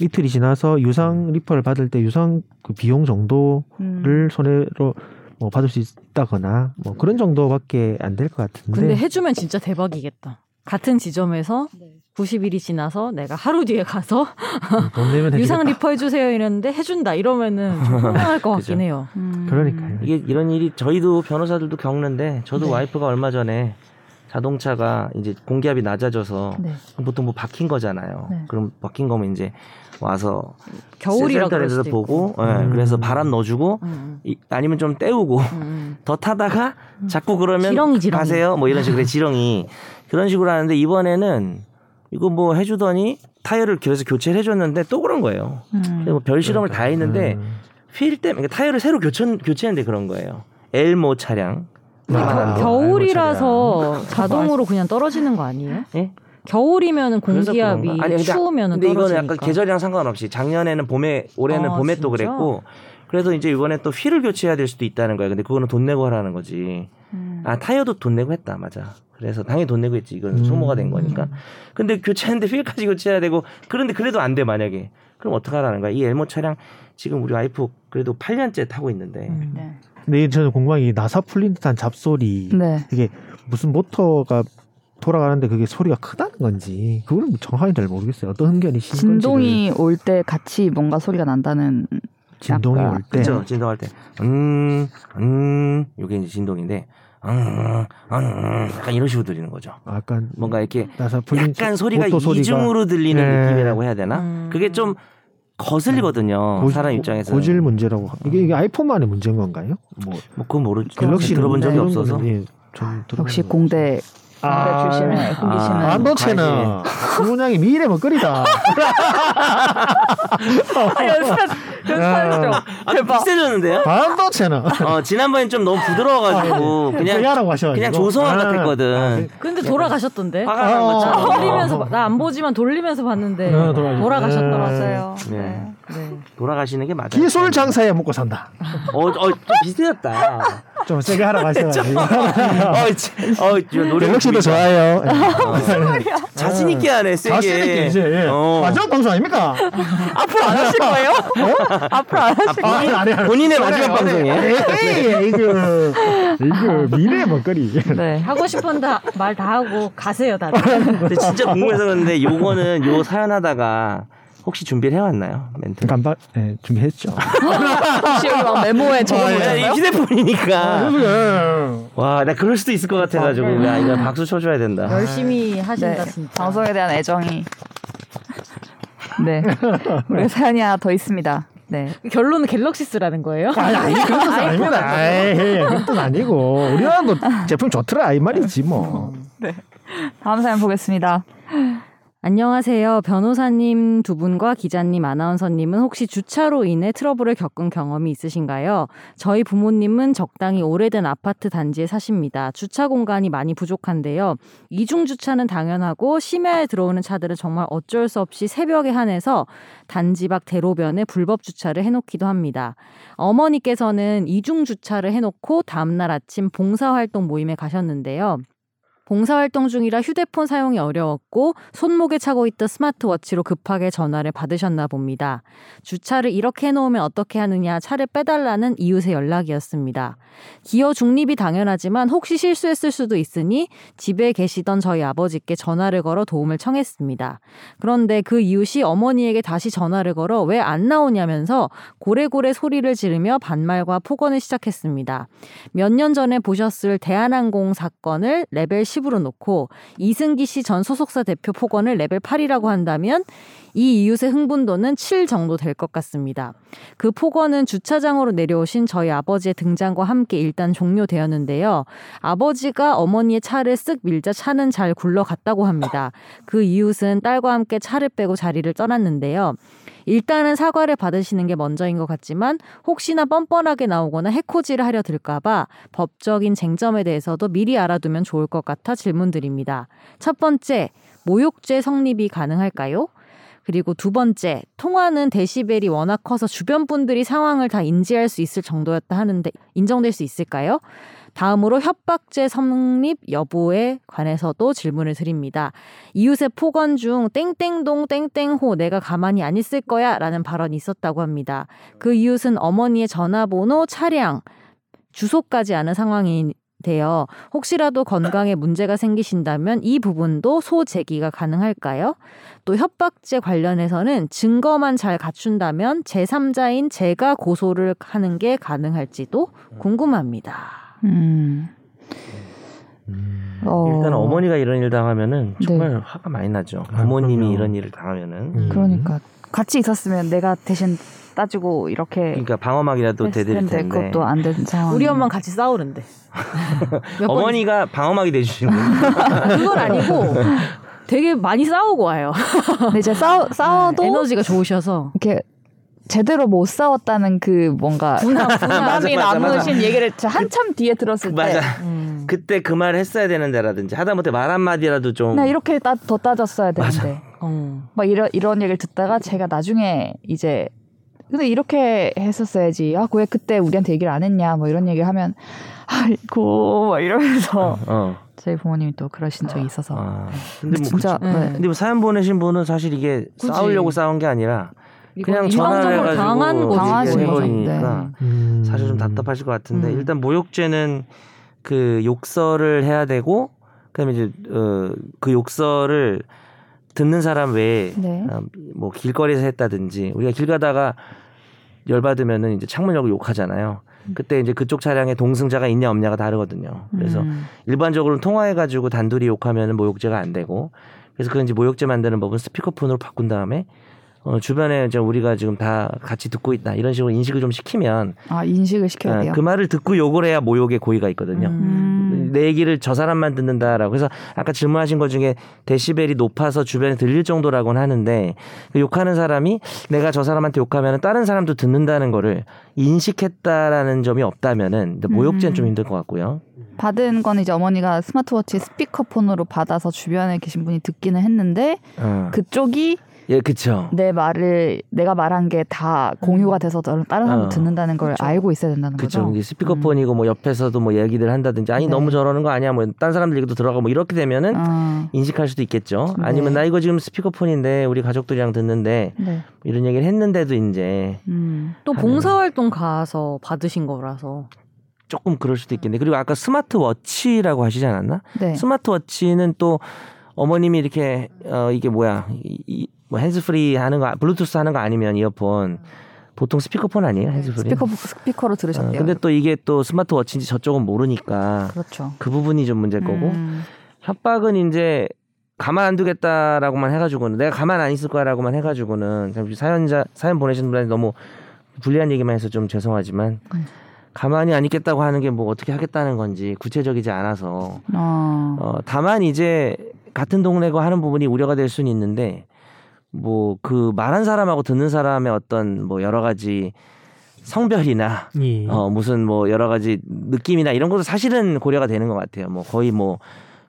Speaker 4: 이틀이 지나서
Speaker 3: 음.
Speaker 4: 유상 리퍼를 받을 때 유상 그 비용 정도
Speaker 3: 뭐
Speaker 1: 음.
Speaker 4: 를 손해로 뭐 받을 수 있다거나 뭐 그런 정도밖에 안 될 것
Speaker 2: 음.
Speaker 4: 같은데
Speaker 2: 근데 해주면 진짜 대박이겠다. 같은 지점에서 90일이 지나서 내가 하루 뒤에 가서
Speaker 4: 돈
Speaker 3: 네,
Speaker 4: 내면
Speaker 2: 유상
Speaker 4: 해주겠다.
Speaker 2: 리퍼 해주세요 이랬는데 해준다 이러면은 좀 황당할 것
Speaker 3: 그죠.
Speaker 2: 같긴 해요.
Speaker 1: 음.
Speaker 4: 그러니까요.
Speaker 3: 이게 이런 일이 저희도 변호사들도 겪는데 저도
Speaker 1: 네.
Speaker 3: 와이프가 얼마 전에 자동차가 이제 공기압이 낮아져서
Speaker 1: 네.
Speaker 2: 음.
Speaker 3: 보통 뭐 박힌 거잖아요.
Speaker 1: 네.
Speaker 3: 그럼 박힌 거면 이제 와서
Speaker 2: 겨울이라 그럴
Speaker 3: 센터에서
Speaker 2: 수도 있고.
Speaker 3: 보고 예,
Speaker 4: 음.
Speaker 3: 그래서 바람 넣어주고
Speaker 2: 음,
Speaker 3: 이- 아니면 좀 때우고
Speaker 2: 음, 음.
Speaker 3: 더 타다가 자꾸 그러면
Speaker 2: 지렁이, 지렁이.
Speaker 3: 가세요 뭐 이런 식으로 지렁이 그런 식으로 하는데 이번에는 이거 뭐 해주더니 타이어를 그래서 교체를 해줬는데 또 그런 거예요.
Speaker 1: 음.
Speaker 3: 그래서 뭐별 실험을 다
Speaker 2: 네.
Speaker 3: 했는데
Speaker 4: 음.
Speaker 3: 휠 때문에 그러니까 타이어를 새로 교체 교체했는데 그런 거예요. 엘모 차량.
Speaker 2: 근데 그
Speaker 4: 아,
Speaker 2: 겨-
Speaker 4: 알고
Speaker 2: 겨울이라서 자동으로 그냥 떨어지는 거 아니에요?
Speaker 3: 예?
Speaker 2: 겨울이면은
Speaker 3: 그래서
Speaker 2: 공기압이
Speaker 3: 그런가? 아니, 근데-
Speaker 2: 추우면은
Speaker 3: 근데 이거는
Speaker 2: 떨어지니까.
Speaker 3: 약간 계절이랑 상관없이 작년에는 봄에 올해는
Speaker 2: 아,
Speaker 3: 봄에 또
Speaker 2: 진짜?
Speaker 3: 그랬고 그래서 이제 이번에 또 휠을 교체해야 될 수도 있다는 거예요. 근데 그거는 돈 내고 하라는 거지.
Speaker 1: 음.
Speaker 3: 아 타이어도 돈 내고 했다 맞아. 그래서 당연히 돈 내고 했지. 이건
Speaker 4: 음.
Speaker 3: 소모가 된 거니까. 근데 교체하는데 휠까지 교체해야 되고 그런데 그래도 안 돼 만약에. 그럼 어떡하라는 거야? 이 엘모 차량 지금 우리 와이프 그래도 8년째 타고 있는데
Speaker 2: 음.
Speaker 1: 네.
Speaker 3: 아,
Speaker 4: 근데 저는 공방이 이 나사 풀린 듯한 잡소리
Speaker 1: 네.
Speaker 4: 무슨 모터가 돌아가는데 그게 소리가 크다는 건지 그걸 정확히 잘 모르겠어요 어떤 흥견이 신 건지를
Speaker 1: 진동이 올 때 같이 뭔가 소리가 난다는
Speaker 4: 진동이
Speaker 1: 약간-
Speaker 4: 올때
Speaker 3: 그렇죠 진동할 때 음, 음, 요게 이제 진동인데 음, 음, 약간 이런 식으로 들리는 거죠.
Speaker 4: 약간
Speaker 3: 뭔가 이렇게
Speaker 4: 나사 풀린
Speaker 3: 약간 소리가
Speaker 4: 모터 소리가-
Speaker 3: 이중으로 들리는
Speaker 4: 네.
Speaker 3: 느낌이라고 해야 되나?
Speaker 2: 음.
Speaker 3: 그게 좀 거슬리거든요.
Speaker 4: 네. 고-
Speaker 3: 사람 입장에서
Speaker 4: 고질 문제라고 이게, 이게 아이폰만의 문제인 건가요? 뭐
Speaker 2: 그렇죠.
Speaker 3: 뭐 그건 모르죠.
Speaker 4: 갤럭시
Speaker 3: 들어본 적이
Speaker 1: 네.
Speaker 3: 없어서.
Speaker 4: 예, 좀 들어본
Speaker 1: 아, 역시
Speaker 4: 적이
Speaker 1: 공대 공대
Speaker 4: 아,
Speaker 1: 출신의 호기심은
Speaker 3: 아, 예.
Speaker 4: 안도체나 문양이 미래 먹거리다.
Speaker 1: 연습
Speaker 3: 네.
Speaker 1: 연습하시죠.
Speaker 3: 아, 좀 비싸졌는데요?
Speaker 4: 안도체나
Speaker 3: 어, 지난번엔 좀 너무 부드러워가지고 그냥
Speaker 4: 야라고 아, 네. 하셔.
Speaker 3: 그냥 조성아 같았거든.
Speaker 2: 근데 돌아가셨던데.
Speaker 3: 화가 난 것처럼.
Speaker 4: 네. 아,
Speaker 2: 돌리면서 나 안 보지만 돌리면서 봤는데
Speaker 4: 네, 돌아가셨-
Speaker 2: 돌아가셨더라.
Speaker 4: 네.
Speaker 1: 맞아요.
Speaker 3: 네.
Speaker 1: 네. 네.
Speaker 3: 돌아가시는 게 맞아요. 네.
Speaker 4: 기술 장사에 먹고 산다.
Speaker 3: 어, 어, 좀 비슷해졌다.
Speaker 4: 좀 세게 하라고 하셔.
Speaker 3: 어, 지- 어, 저 노래 어,
Speaker 4: 갤럭시도 좋아해요. 예.
Speaker 3: 네. 자신 있게 하네, 세게.
Speaker 4: 자신 있게 이제 예.
Speaker 3: 어.
Speaker 4: 마지막 방송 아닙니까?
Speaker 1: 앞으로 안 하실 거예요? 앞으로 안 하실
Speaker 4: 아, 아니 아니. 아니. 예,
Speaker 3: 본인의 마지막
Speaker 4: 에이,
Speaker 3: 방송이에요.
Speaker 4: 에이, 이거 이거 미래 먹거리. 예,
Speaker 1: 네.
Speaker 2: 하고 싶은데 말 다 하고 가세요 다들.
Speaker 4: 네.
Speaker 3: 근데 진짜 궁금해서 그런데 요거는 요 사연하다가 혹시 준비를 해왔나요 멘트?
Speaker 4: 간발 예, 준비했죠.
Speaker 1: 지금 아, 막
Speaker 3: 아,
Speaker 1: 메모에
Speaker 3: 왜냐,
Speaker 1: 적어보셨어요?
Speaker 3: 이 예. 아, 휴대폰이니까.
Speaker 4: 예.
Speaker 3: 와, 나 그럴 수도 있을 것 뭐- 같아가지고 아, 야 이거 박수 쳐줘야 된다.
Speaker 2: 열심히 하신다
Speaker 1: 네.
Speaker 2: 진짜.
Speaker 1: 방송에 대한 애정이. 네. 우리 사연이 하나 더 있습니다. 네.
Speaker 2: 결론은 갤럭시스라는 거예요?
Speaker 4: 아니, 아니 그런 뜻은 아닙니다. 아이, 그런 뜻 아니고 우리나라 뭐 제품 좋더라 이 말이지 뭐.
Speaker 1: 다음 사연 보겠습니다.
Speaker 2: 안녕하세요. 변호사님 두 분과 기자님, 아나운서님은 혹시 주차로 인해 트러블을 겪은 경험이 있으신가요? 저희 부모님은 적당히 오래된 아파트 단지에 사십니다. 주차 공간이 많이 부족한데요. 이중 주차는 당연하고 심야에 들어오는 차들은 정말 어쩔 수 없이 새벽에 한해서 단지 밖 대로변에 불법 주차를 해놓기도 합니다. 어머니께서는 이중 주차를 해놓고 다음날 아침 봉사활동 모임에 가셨는데요. 봉사활동 중이라 휴대폰 사용이 어려웠고 손목에 차고 있던 스마트워치로 급하게 전화를 받으셨나 봅니다. 주차를 이렇게 해놓으면 어떻게 하느냐 차를 빼달라는 이웃의 연락이었습니다. 기어 중립이 당연하지만 혹시 실수했을 수도 있으니 집에 계시던 저희 아버지께 전화를 걸어 도움을 청했습니다. 그런데 그 이웃이 어머니에게 다시 전화를 걸어 왜 안 나오냐면서 고래고래 소리를 지르며 반말과 폭언을 시작했습니다. 몇 년 전에 보셨을 대한항공 사건을 레벨 10으로 놓고 이승기 씨 전 소속사 대표 폭언을 레벨 8이라고 한다면 이 이웃의 흥분도는 7 정도 될 것 같습니다. 그 폭언은 주차장으로 내려오신 저희 아버지의 등장과 함께 일단 종료되었는데요. 아버지가 어머니의 차를 쓱 밀자 차는 잘 굴러갔다고 합니다. 그 이웃은 딸과 함께 차를 빼고 자리를 떠났는데요. 일단은 사과를 받으시는 게 먼저인 것 같지만 혹시나 뻔뻔하게 나오거나 해코지를 하려 들까봐 법적인 쟁점에 대해서도 미리 알아두면 좋을 것 같아 질문드립니다. 첫 번째, 모욕죄 성립이 가능할까요? 그리고 두 번째, 통화는 데시벨이 워낙 커서 주변 분들이 상황을 다 인지할 수 있을 정도였다 하는데 인정될 수 있을까요? 다음으로 협박죄 성립 여부에 관해서도 질문을 드립니다. 이웃의 폭언 중 땡땡동 땡땡호 내가 가만히 안 있을 거야라는 발언이 있었다고 합니다. 그 이웃은 어머니의 전화번호, 차량, 주소까지 아는 상황인 돼요. 혹시라도 건강에 문제가 생기신다면 이 부분도 소 제기가 가능할까요? 또 협박죄 관련해서는 증거만 잘 갖춘다면 제3자인 제가 고소를 하는 게 가능할지도 궁금합니다.
Speaker 1: 음. 어,
Speaker 3: 일단 어머니가 이런 일 당하면은
Speaker 1: 네.
Speaker 3: 정말 화가 많이 나죠.
Speaker 4: 아,
Speaker 3: 부모님이
Speaker 4: 그럼요.
Speaker 3: 이런 일을 당하면은
Speaker 4: 음.
Speaker 1: 그러니까 같이 있었으면 내가 대신 따지고 이렇게
Speaker 3: 그러니까 방어막이라도 대드릴
Speaker 1: 했을 텐데
Speaker 3: 텐데
Speaker 1: 그것도 안 된 상황.
Speaker 2: 아, 우리 엄마랑 같이 싸우는데. 몇 번-
Speaker 3: 어머니가 방어막이 돼주시는
Speaker 2: 그건 아니고 되게 많이 싸우고 와요.
Speaker 1: 근데 이제 싸우
Speaker 2: 아,
Speaker 1: 싸워도
Speaker 2: 네. 에너지가 좋으셔서
Speaker 1: 이렇게 제대로 못 싸웠다는 그 뭔가
Speaker 2: 분함, 분함.
Speaker 1: 부담이
Speaker 3: 맞아, 맞아.
Speaker 1: 남으신 얘기를 저 한참 뒤에 들었을 때
Speaker 3: 맞아.
Speaker 2: 음.
Speaker 3: 그때 그 말을 했어야 되는데라든지 하다못해 말 한마디라도 좀
Speaker 1: 나 이렇게 따, 더 따졌어야
Speaker 3: 맞아.
Speaker 1: 되는데
Speaker 2: 어.
Speaker 1: 막 이런 이런 얘기를 듣다가 제가 나중에 이제 근데 이렇게 했었어야지 아 왜 그때 우리한테 얘기를 안 했냐 뭐 이런 얘기를 하면 아이고 막 이러면서
Speaker 3: 어.
Speaker 1: 저희 부모님이 또 그러신 적이 있어서
Speaker 3: 아.
Speaker 1: 근데
Speaker 3: 근데 뭐
Speaker 1: 진짜 네.
Speaker 3: 그치.
Speaker 2: 네.
Speaker 3: 근데 뭐 사연 보내신 분은 사실 이게
Speaker 2: 그치.
Speaker 3: 싸우려고 싸운 게 아니라 그냥
Speaker 2: 이건
Speaker 3: 전화를
Speaker 2: 일방적으로
Speaker 3: 해가지고
Speaker 2: 당한 거지.
Speaker 1: 당하신
Speaker 3: 이렇게
Speaker 1: 거죠.
Speaker 3: 해버리니까
Speaker 4: 음.
Speaker 3: 사실 좀 답답하실 것 같은데
Speaker 1: 음.
Speaker 3: 일단 모욕죄는 그 욕설을 해야 되고 그다음에 이제 어, 그 욕설을 듣는 사람 외에
Speaker 1: 네.
Speaker 3: 아, 뭐 길거리에서 했다든지 우리가 길 가다가 열받으면은 이제 창문 열고 욕하잖아요.
Speaker 1: 음.
Speaker 3: 그때 이제 그쪽 차량에 동승자가 있냐 없냐가 다르거든요. 그래서
Speaker 1: 음.
Speaker 3: 일반적으로는 통화해가지고 단둘이 욕하면은 모욕죄가 안 되고 그래서 그 이제 모욕죄 만드는 법은 스피커폰으로 바꾼 다음에 어, 주변에 이제 우리가 지금 다 같이 듣고 있다 이런 식으로 인식을 좀 시키면
Speaker 1: 아 인식을 시켜야
Speaker 3: 어,
Speaker 1: 돼요.
Speaker 3: 그 말을 듣고 욕을 해야 모욕의 고의가 있거든요.
Speaker 1: 음.
Speaker 3: 내 얘기를 저 사람만 듣는다라고 그래서 아까 질문하신 것 중에 데시벨이 높아서 주변에 들릴 정도라고는 하는데 그 욕하는 사람이 내가 저 사람한테 욕하면 다른 사람도 듣는다는 거를 인식했다라는 점이 없다면은 근데 모욕죄는
Speaker 1: 음.
Speaker 3: 좀 힘들 것 같고요.
Speaker 1: 받은 건 이제 어머니가 스마트워치 스피커폰으로 받아서 주변에 계신 분이 듣기는 했는데
Speaker 3: 어.
Speaker 1: 그쪽이
Speaker 3: 예, 그쵸.
Speaker 1: 내 말을 내가 말한 게 다 공유가 돼서 다른 사람도
Speaker 3: 어.
Speaker 1: 듣는다는 걸
Speaker 2: 그쵸.
Speaker 1: 알고 있어야 된다는
Speaker 3: 그쵸.
Speaker 1: 거죠.
Speaker 3: 이게 스피커폰이고 뭐 옆에서도 뭐 얘기들 한다든지 아니
Speaker 1: 음. 네.
Speaker 3: 너무 저러는 거 아니야 뭐 다른 사람들 얘기도 들어가고 뭐 이렇게 되면은
Speaker 1: 아,
Speaker 3: 인식할 수도 있겠죠.
Speaker 1: 네.
Speaker 3: 아니면 나 이거 지금 스피커폰인데 우리 가족들이랑 듣는데
Speaker 1: 네.
Speaker 3: 이런 얘기를 했는데도 이제
Speaker 1: 음.
Speaker 2: 또 봉사활동 가서 받으신 거라서
Speaker 3: 조금 그럴 수도 있겠네. 그리고 아까 스마트워치라고 하시지 않았나?
Speaker 1: 네.
Speaker 3: 스마트워치는 또 어머님이 이렇게 어 이게 뭐야 이, 이- 뭐 핸즈프리 하는 거 블루투스 하는 거 아니면 이어폰 보통 스피커폰 아니에요 핸즈프리?
Speaker 1: 네, 스피커 스피커로
Speaker 3: 어,
Speaker 1: 들으셨대요.
Speaker 3: 근데 또 이게 또 스마트워치인지 저쪽은 모르니까
Speaker 1: 그렇죠.
Speaker 3: 그 부분이 좀 문제일 거고
Speaker 1: 음.
Speaker 3: 협박은 이제 가만 안 두겠다라고만 해가지고는 내가 가만 안 있을 거야라고만 해가지고는 참 사연자 사연 보내신 분한테 너무 불리한 얘기만 해서 좀 죄송하지만
Speaker 1: 음.
Speaker 3: 가만히 안 있겠다고 하는 게 뭐 어떻게 하겠다는 건지 구체적이지 않아서
Speaker 1: 어.
Speaker 3: 어, 다만 이제 같은 동네고 하는 부분이 우려가 될 수는 있는데 뭐 그 말한 사람하고 듣는 사람의 어떤 뭐 여러 가지 성별이나
Speaker 4: 예.
Speaker 3: 어 무슨 뭐 여러 가지 느낌이나 이런 것도 사실은 고려가 되는 것 같아요. 뭐 거의 뭐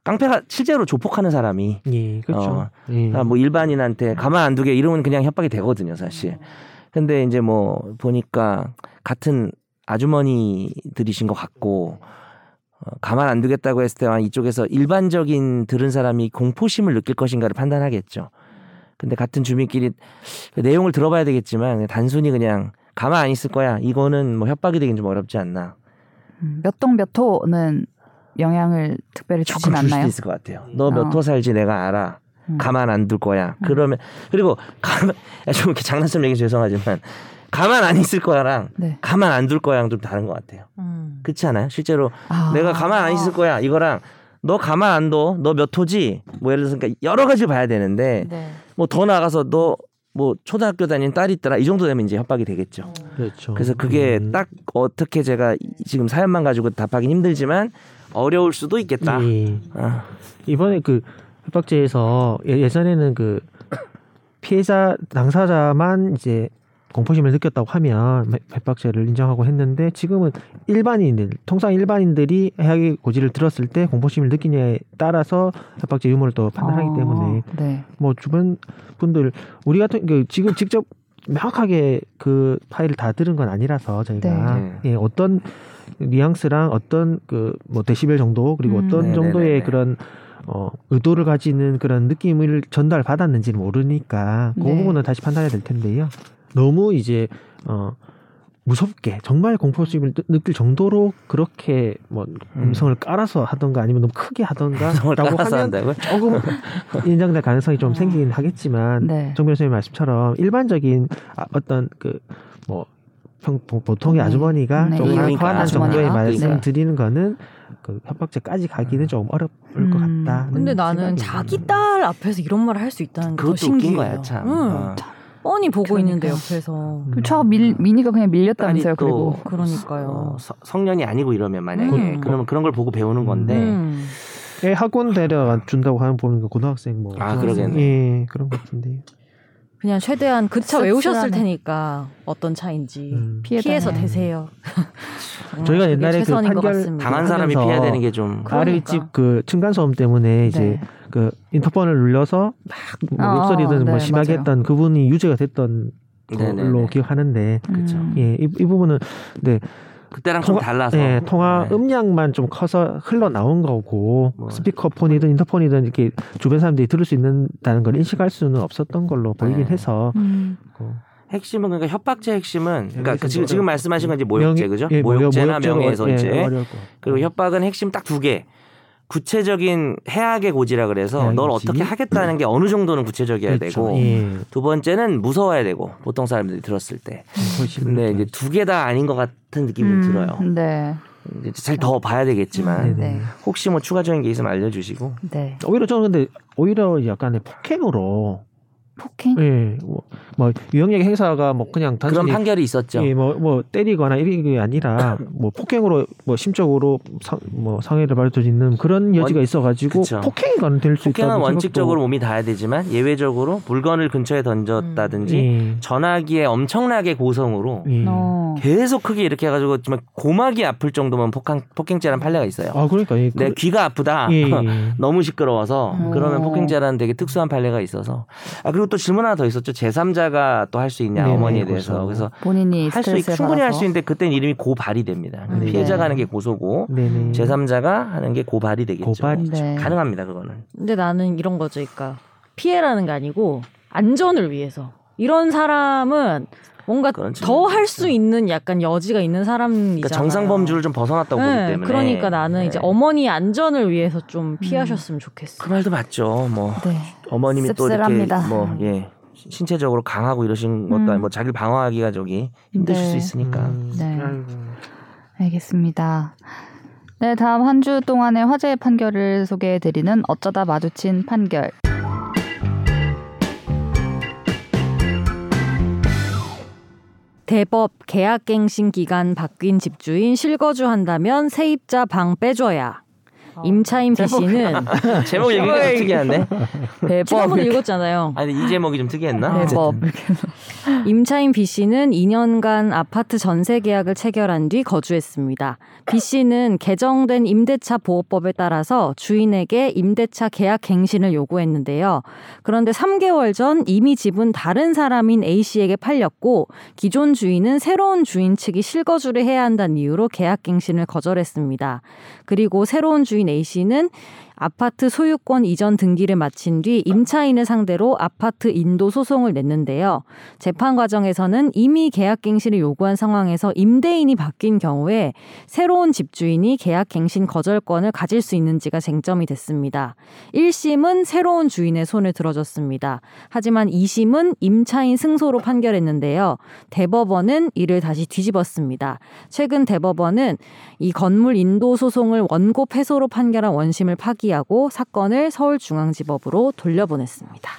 Speaker 3: 깡패가 실제로 조폭하는 사람이
Speaker 4: 예, 그렇죠.
Speaker 3: 어,
Speaker 5: 예.
Speaker 3: 아, 뭐 일반인한테 가만 안 두게 이러면 그냥 협박이 되거든요, 사실. 근데 이제 뭐 보니까 같은 아주머니들이신 것 같고 어, 가만 안 두겠다고 했을 때와 이쪽에서 일반적인 들은 사람이 공포심을 느낄 것인가를 판단하겠죠. 근데 같은 주민끼리 그 내용을 들어봐야 되겠지만 단순히 그냥 가만 안 있을 거야 이거는 뭐 협박이 되긴 좀 어렵지 않나
Speaker 1: 음. 몇 동 몇 호는 영향을 특별히 주진
Speaker 3: 조금 줄 수도
Speaker 1: 않나요?
Speaker 3: 있을 것 같아요. 너 몇 호 살지 내가 알아.
Speaker 1: 음.
Speaker 3: 가만 안 둘 거야. 그러면 그리고 가만 아, 좀 이렇게 장난처럼 얘기 죄송하지만 가만 안 있을 거야랑
Speaker 1: 네.
Speaker 3: 가만 안 둘 거야랑 좀 다른 것 같아요.
Speaker 1: 음.
Speaker 3: 그렇지 않아요? 실제로
Speaker 1: 아.
Speaker 3: 내가 가만 안 있을 거야 이거랑 너 가만 안 둬. 너 몇 호지? 뭐 예를 들어서 그러니까 여러 가지 봐야 되는데
Speaker 1: 네.
Speaker 3: 뭐 더 나가서 너 뭐 초등학교 다니는 딸이 있더라 이 정도 되면 이제 협박이 되겠죠.
Speaker 4: 그렇죠.
Speaker 3: 그래서 그게
Speaker 4: 음.
Speaker 3: 딱 어떻게 제가 이- 지금 사연만 가지고 답하기 힘들지만 어려울 수도 있겠다.
Speaker 4: 예.
Speaker 3: 아.
Speaker 4: 이번에 그 협박죄에서 예- 예전에는 그 피해자 당사자만 이제 공포심을 느꼈다고 하면 협- 협박죄를 인정하고 했는데 지금은 일반인들 통상 일반인들이 해악의 고지를 들었을 때 공포심을 느끼냐에 따라서 협박죄 유무를 또 판단하기
Speaker 1: 어,
Speaker 4: 때문에
Speaker 1: 네.
Speaker 4: 뭐 주변 분들 우리 같은 그 지금 직접 명확하게 그 파일을 다 들은 건 아니라서 저희가
Speaker 3: 네.
Speaker 4: 예, 어떤 뉘앙스랑 어떤 그 뭐 데시벨 정도 그리고
Speaker 1: 음.
Speaker 4: 어떤
Speaker 3: 네네네네.
Speaker 4: 정도의 그런 어 의도를 가지는 그런 느낌을 전달 받았는지는 모르니까 그
Speaker 1: 네.
Speaker 4: 부분은 다시 판단해야 될 텐데요. 너무 이제 어 무섭게 정말 공포심을 느- 느낄 정도로 그렇게 뭐
Speaker 3: 음.
Speaker 4: 음성을 깔아서 하던가 아니면 너무 크게
Speaker 3: 성을
Speaker 4: 하던가라고
Speaker 3: 따라서
Speaker 4: 하면
Speaker 3: 한다고요?
Speaker 4: 조금 인정될 가능성이 좀 생기긴 하겠지만
Speaker 1: 네.
Speaker 4: 정 변호사님 말씀처럼 일반적인 아, 어떤 그 뭐 보통의
Speaker 1: 네.
Speaker 4: 아주머니가
Speaker 1: 네.
Speaker 4: 조금
Speaker 3: 그러니까,
Speaker 4: 허한한 정도의
Speaker 1: 아주머니가.
Speaker 4: 말씀
Speaker 3: 그러니까.
Speaker 4: 드리는 거는 그 협박죄까지 가기는 조금 어려울 것
Speaker 1: 음.
Speaker 4: 같다.
Speaker 2: 근데 나는 자기 딸 앞에서 이런 말을 할 수 있다는 게
Speaker 3: 그것도
Speaker 2: 더 신기해요.
Speaker 3: 웃긴 거야 참.
Speaker 2: 응.
Speaker 3: 어.
Speaker 2: 뻔히 보고 있는데
Speaker 1: 그러니까요.
Speaker 2: 옆에서.
Speaker 4: 음.
Speaker 1: 그차 밀, 미니가 그냥 밀렸다면서요.
Speaker 3: 딸이 음. 또
Speaker 4: 뭐
Speaker 1: 그리고
Speaker 2: 그러니까요.
Speaker 3: 어, 서- 성년이 아니고 이러면 만약에
Speaker 2: 음.
Speaker 3: 그러면 그런 걸 보고 배우는 건데
Speaker 2: 음.
Speaker 4: 애 학원 데려 준다고 하는 보니까 고등학생 뭐
Speaker 3: 아,
Speaker 4: 고등학생,
Speaker 3: 그러겠네.
Speaker 4: 예 그런 것 같은데요.
Speaker 2: 그냥 최대한 그 차 외우셨을
Speaker 1: 씁쓸하네.
Speaker 2: 테니까 어떤 차인지
Speaker 4: 음.
Speaker 1: 피해
Speaker 2: 예, 피해서
Speaker 3: 네.
Speaker 1: 다녀요.
Speaker 2: 되세요. 정말
Speaker 4: 저희가
Speaker 2: 그게
Speaker 4: 옛날에 그
Speaker 2: 최선인 것
Speaker 4: 판결
Speaker 2: 같습니다.
Speaker 3: 당한 사람이
Speaker 4: 하면서
Speaker 3: 피해야 되는 게좀
Speaker 2: 그러니까.
Speaker 4: 아래 집그 층간 소음 때문에 이제
Speaker 1: 네.
Speaker 4: 그 인터폰을 눌러서 막뭐
Speaker 1: 어,
Speaker 4: 욕설이든 뭐
Speaker 1: 네,
Speaker 4: 심하게
Speaker 1: 맞아요.
Speaker 4: 했던 그분이 유죄가 됐던
Speaker 3: 네네네.
Speaker 4: 걸로 기억하는데
Speaker 3: 그쵸.
Speaker 1: 음.
Speaker 4: 예, 이, 이 부분은 네,
Speaker 3: 그때랑 좀
Speaker 4: 통화-
Speaker 3: 달라서
Speaker 4: 예, 통화
Speaker 3: 네.
Speaker 4: 음량만 좀 커서 흘러 나온 거고
Speaker 3: 뭐.
Speaker 4: 스피커폰이든 인터폰이든 이렇게 주변 사람들이 들을 수 있는다는 걸 인식할 수는 없었던 걸로 보이긴
Speaker 3: 네. 그
Speaker 4: 해서
Speaker 1: 음.
Speaker 4: 어,
Speaker 3: 핵심은 그러니까 협박죄 핵심은 그러니까 그 지금
Speaker 4: 여기서
Speaker 3: 지금
Speaker 4: 뭐-
Speaker 3: 말씀하신 건 이제 모욕죄
Speaker 4: 명예-
Speaker 3: 그죠?
Speaker 4: 예, 모욕-
Speaker 3: 모욕죄나
Speaker 4: 모욕죄가
Speaker 3: 명예훼손죄
Speaker 4: 어- 예, 어려울 것 같고.
Speaker 3: 그리고 협박은 핵심 딱 두 개. 구체적인 해악의 고지라 그래서
Speaker 4: 해악의
Speaker 3: 널
Speaker 4: 고지.
Speaker 3: 어떻게 하겠다는 게 어느 정도는 구체적이어야
Speaker 4: 네, 그렇죠.
Speaker 3: 되고
Speaker 4: 예,
Speaker 3: 두 번째는 무서워야 되고 보통 사람들이 들었을 때
Speaker 4: 훨씬
Speaker 3: 근데 이제 두 개 다 아닌 것 같은 느낌이 들어요.
Speaker 1: 네.
Speaker 3: 잘 더 봐야 되겠지만
Speaker 1: 네. 네.
Speaker 3: 혹시 뭐 추가적인 게 있으면 알려주시고
Speaker 1: 네.
Speaker 4: 오히려 저는 근데 오히려 약간의 폭행으로
Speaker 1: 폭행?
Speaker 4: 예, 뭐, 뭐 유형력 행사가 뭐 그냥
Speaker 3: 그런
Speaker 4: 단순히
Speaker 3: 판결이 있었죠.
Speaker 4: 예, 뭐, 뭐 때리거나 이런 게 아니라 뭐 폭행으로 뭐 심적으로 상, 뭐 상해를 받을 수 있는 그런 여지가
Speaker 3: 원-
Speaker 4: 있어가지고
Speaker 3: 그쵸.
Speaker 4: 폭행이 가능될 수 있다는
Speaker 3: 폭행은
Speaker 4: 생각도-
Speaker 3: 원칙적으로 몸이 닿아야 되지만 예외적으로 물건을 근처에 던졌다든지
Speaker 4: 예,
Speaker 3: 전화기에 엄청나게 고성으로
Speaker 4: 예.
Speaker 1: 어.
Speaker 3: 계속 크게 이렇게 해가지고 정말 고막이 아플 정도면 폭행 폭행죄라는 판례가 있어요.
Speaker 4: 아 그러니까 예,
Speaker 3: 내
Speaker 4: 그-
Speaker 3: 귀가 아프다.
Speaker 4: 예, 예.
Speaker 3: 너무 시끄러워서
Speaker 1: 음.
Speaker 3: 그러면
Speaker 1: 오.
Speaker 3: 폭행죄라는 되게 특수한 판례가 있어서 아 그리고 또 질문 하나 더 있었죠 제3자가 또 할 수 있냐
Speaker 4: 네네,
Speaker 3: 어머니에
Speaker 4: 그렇죠.
Speaker 3: 대해서 그래서
Speaker 1: 본인이
Speaker 3: 할 수
Speaker 1: 스트레스에
Speaker 3: 충분히 할 수
Speaker 1: 받아서. 음.
Speaker 3: 있는데 그때는 이름이 고발이 됩니다 근데
Speaker 2: 네.
Speaker 3: 피해자가 하는 게 고소고
Speaker 4: 네네
Speaker 3: 제3자가 하는 게 고발이 되겠죠
Speaker 4: 고발이-
Speaker 1: 네.
Speaker 3: 가능합니다 그거는 그러니까
Speaker 2: 근데 나는 이런 거죠, 그러니까 피해라는 게 아니고 안전을 위해서 이런 사람은 뭔가
Speaker 3: 그건
Speaker 2: 더 할 수
Speaker 3: 그렇죠.
Speaker 2: 있는 약간 여지가 있는 사람이잖아요.
Speaker 3: 그러니까 정상 범주를 좀 벗어났다고 보기 때문에
Speaker 2: 그러니까 나는
Speaker 3: 네. 음.
Speaker 2: 이제 어머니 안전을 위해서 좀 피하셨으면 좋겠어.
Speaker 3: 그 말도 맞죠 뭐
Speaker 1: 네.
Speaker 3: 어머님이
Speaker 1: 씁쓸합니다.
Speaker 3: 또 이렇게 뭐예 신체적으로 강하고 이러신 것도
Speaker 1: 음.
Speaker 3: 아니고 뭐 자기를 방어하기가 저기 힘드실
Speaker 1: 네.
Speaker 3: 수 있으니까
Speaker 2: 음.
Speaker 4: 음.
Speaker 1: 네.
Speaker 4: 아이고.
Speaker 1: 알겠습니다. 네, 다음 한 주 동안의 화제의 판결을 소개해드리는 어쩌다 마주친 판결.
Speaker 2: 대법 계약갱신 기간 바뀐 집주인 실거주한다면 세입자 방 빼줘야. 임차인 B 씨는
Speaker 3: 제목 읽기가 좀 특이한데.
Speaker 1: 대법
Speaker 2: 지난번에 읽었잖아요.
Speaker 3: 아니 이 제목이 좀
Speaker 2: 네,
Speaker 3: 특이했나?
Speaker 1: 대법
Speaker 3: 어쨌든.
Speaker 2: 임차인 B 씨는 2년간 아파트 전세 계약을 체결한 뒤 거주했습니다. B 씨는 개정된 임대차 보호법에 따라서 주인에게 임대차 계약 갱신을 요구했는데요. 그런데 3개월 전 이미 집은 다른 사람인 A 씨에게 팔렸고 기존 주인은 새로운 주인 측이 실거주를 해야 한다는 이유로 계약 갱신을 거절했습니다. 그리고 새로운 주인 A 씨는 아파트 소유권 이전 등기를 마친 뒤 임차인을 상대로 아파트 인도 소송을 냈는데요. 재판 과정에서는 이미 계약갱신을 요구한 상황에서 임대인이 바뀐 경우에 새로운 집주인이 계약갱신 거절권을 가질 수 있는지가 쟁점이 됐습니다. 1심은 새로운 주인의 손을 들어줬습니다. 하지만 2심은 임차인 승소로 판결했는데요. 대법원은 이를 다시 뒤집었습니다. 최근 대법원은 이 건물 인도 소송을 원고 패소로 판결한 원심을 파기하고 사건을 서울중앙지법으로 돌려보냈습니다.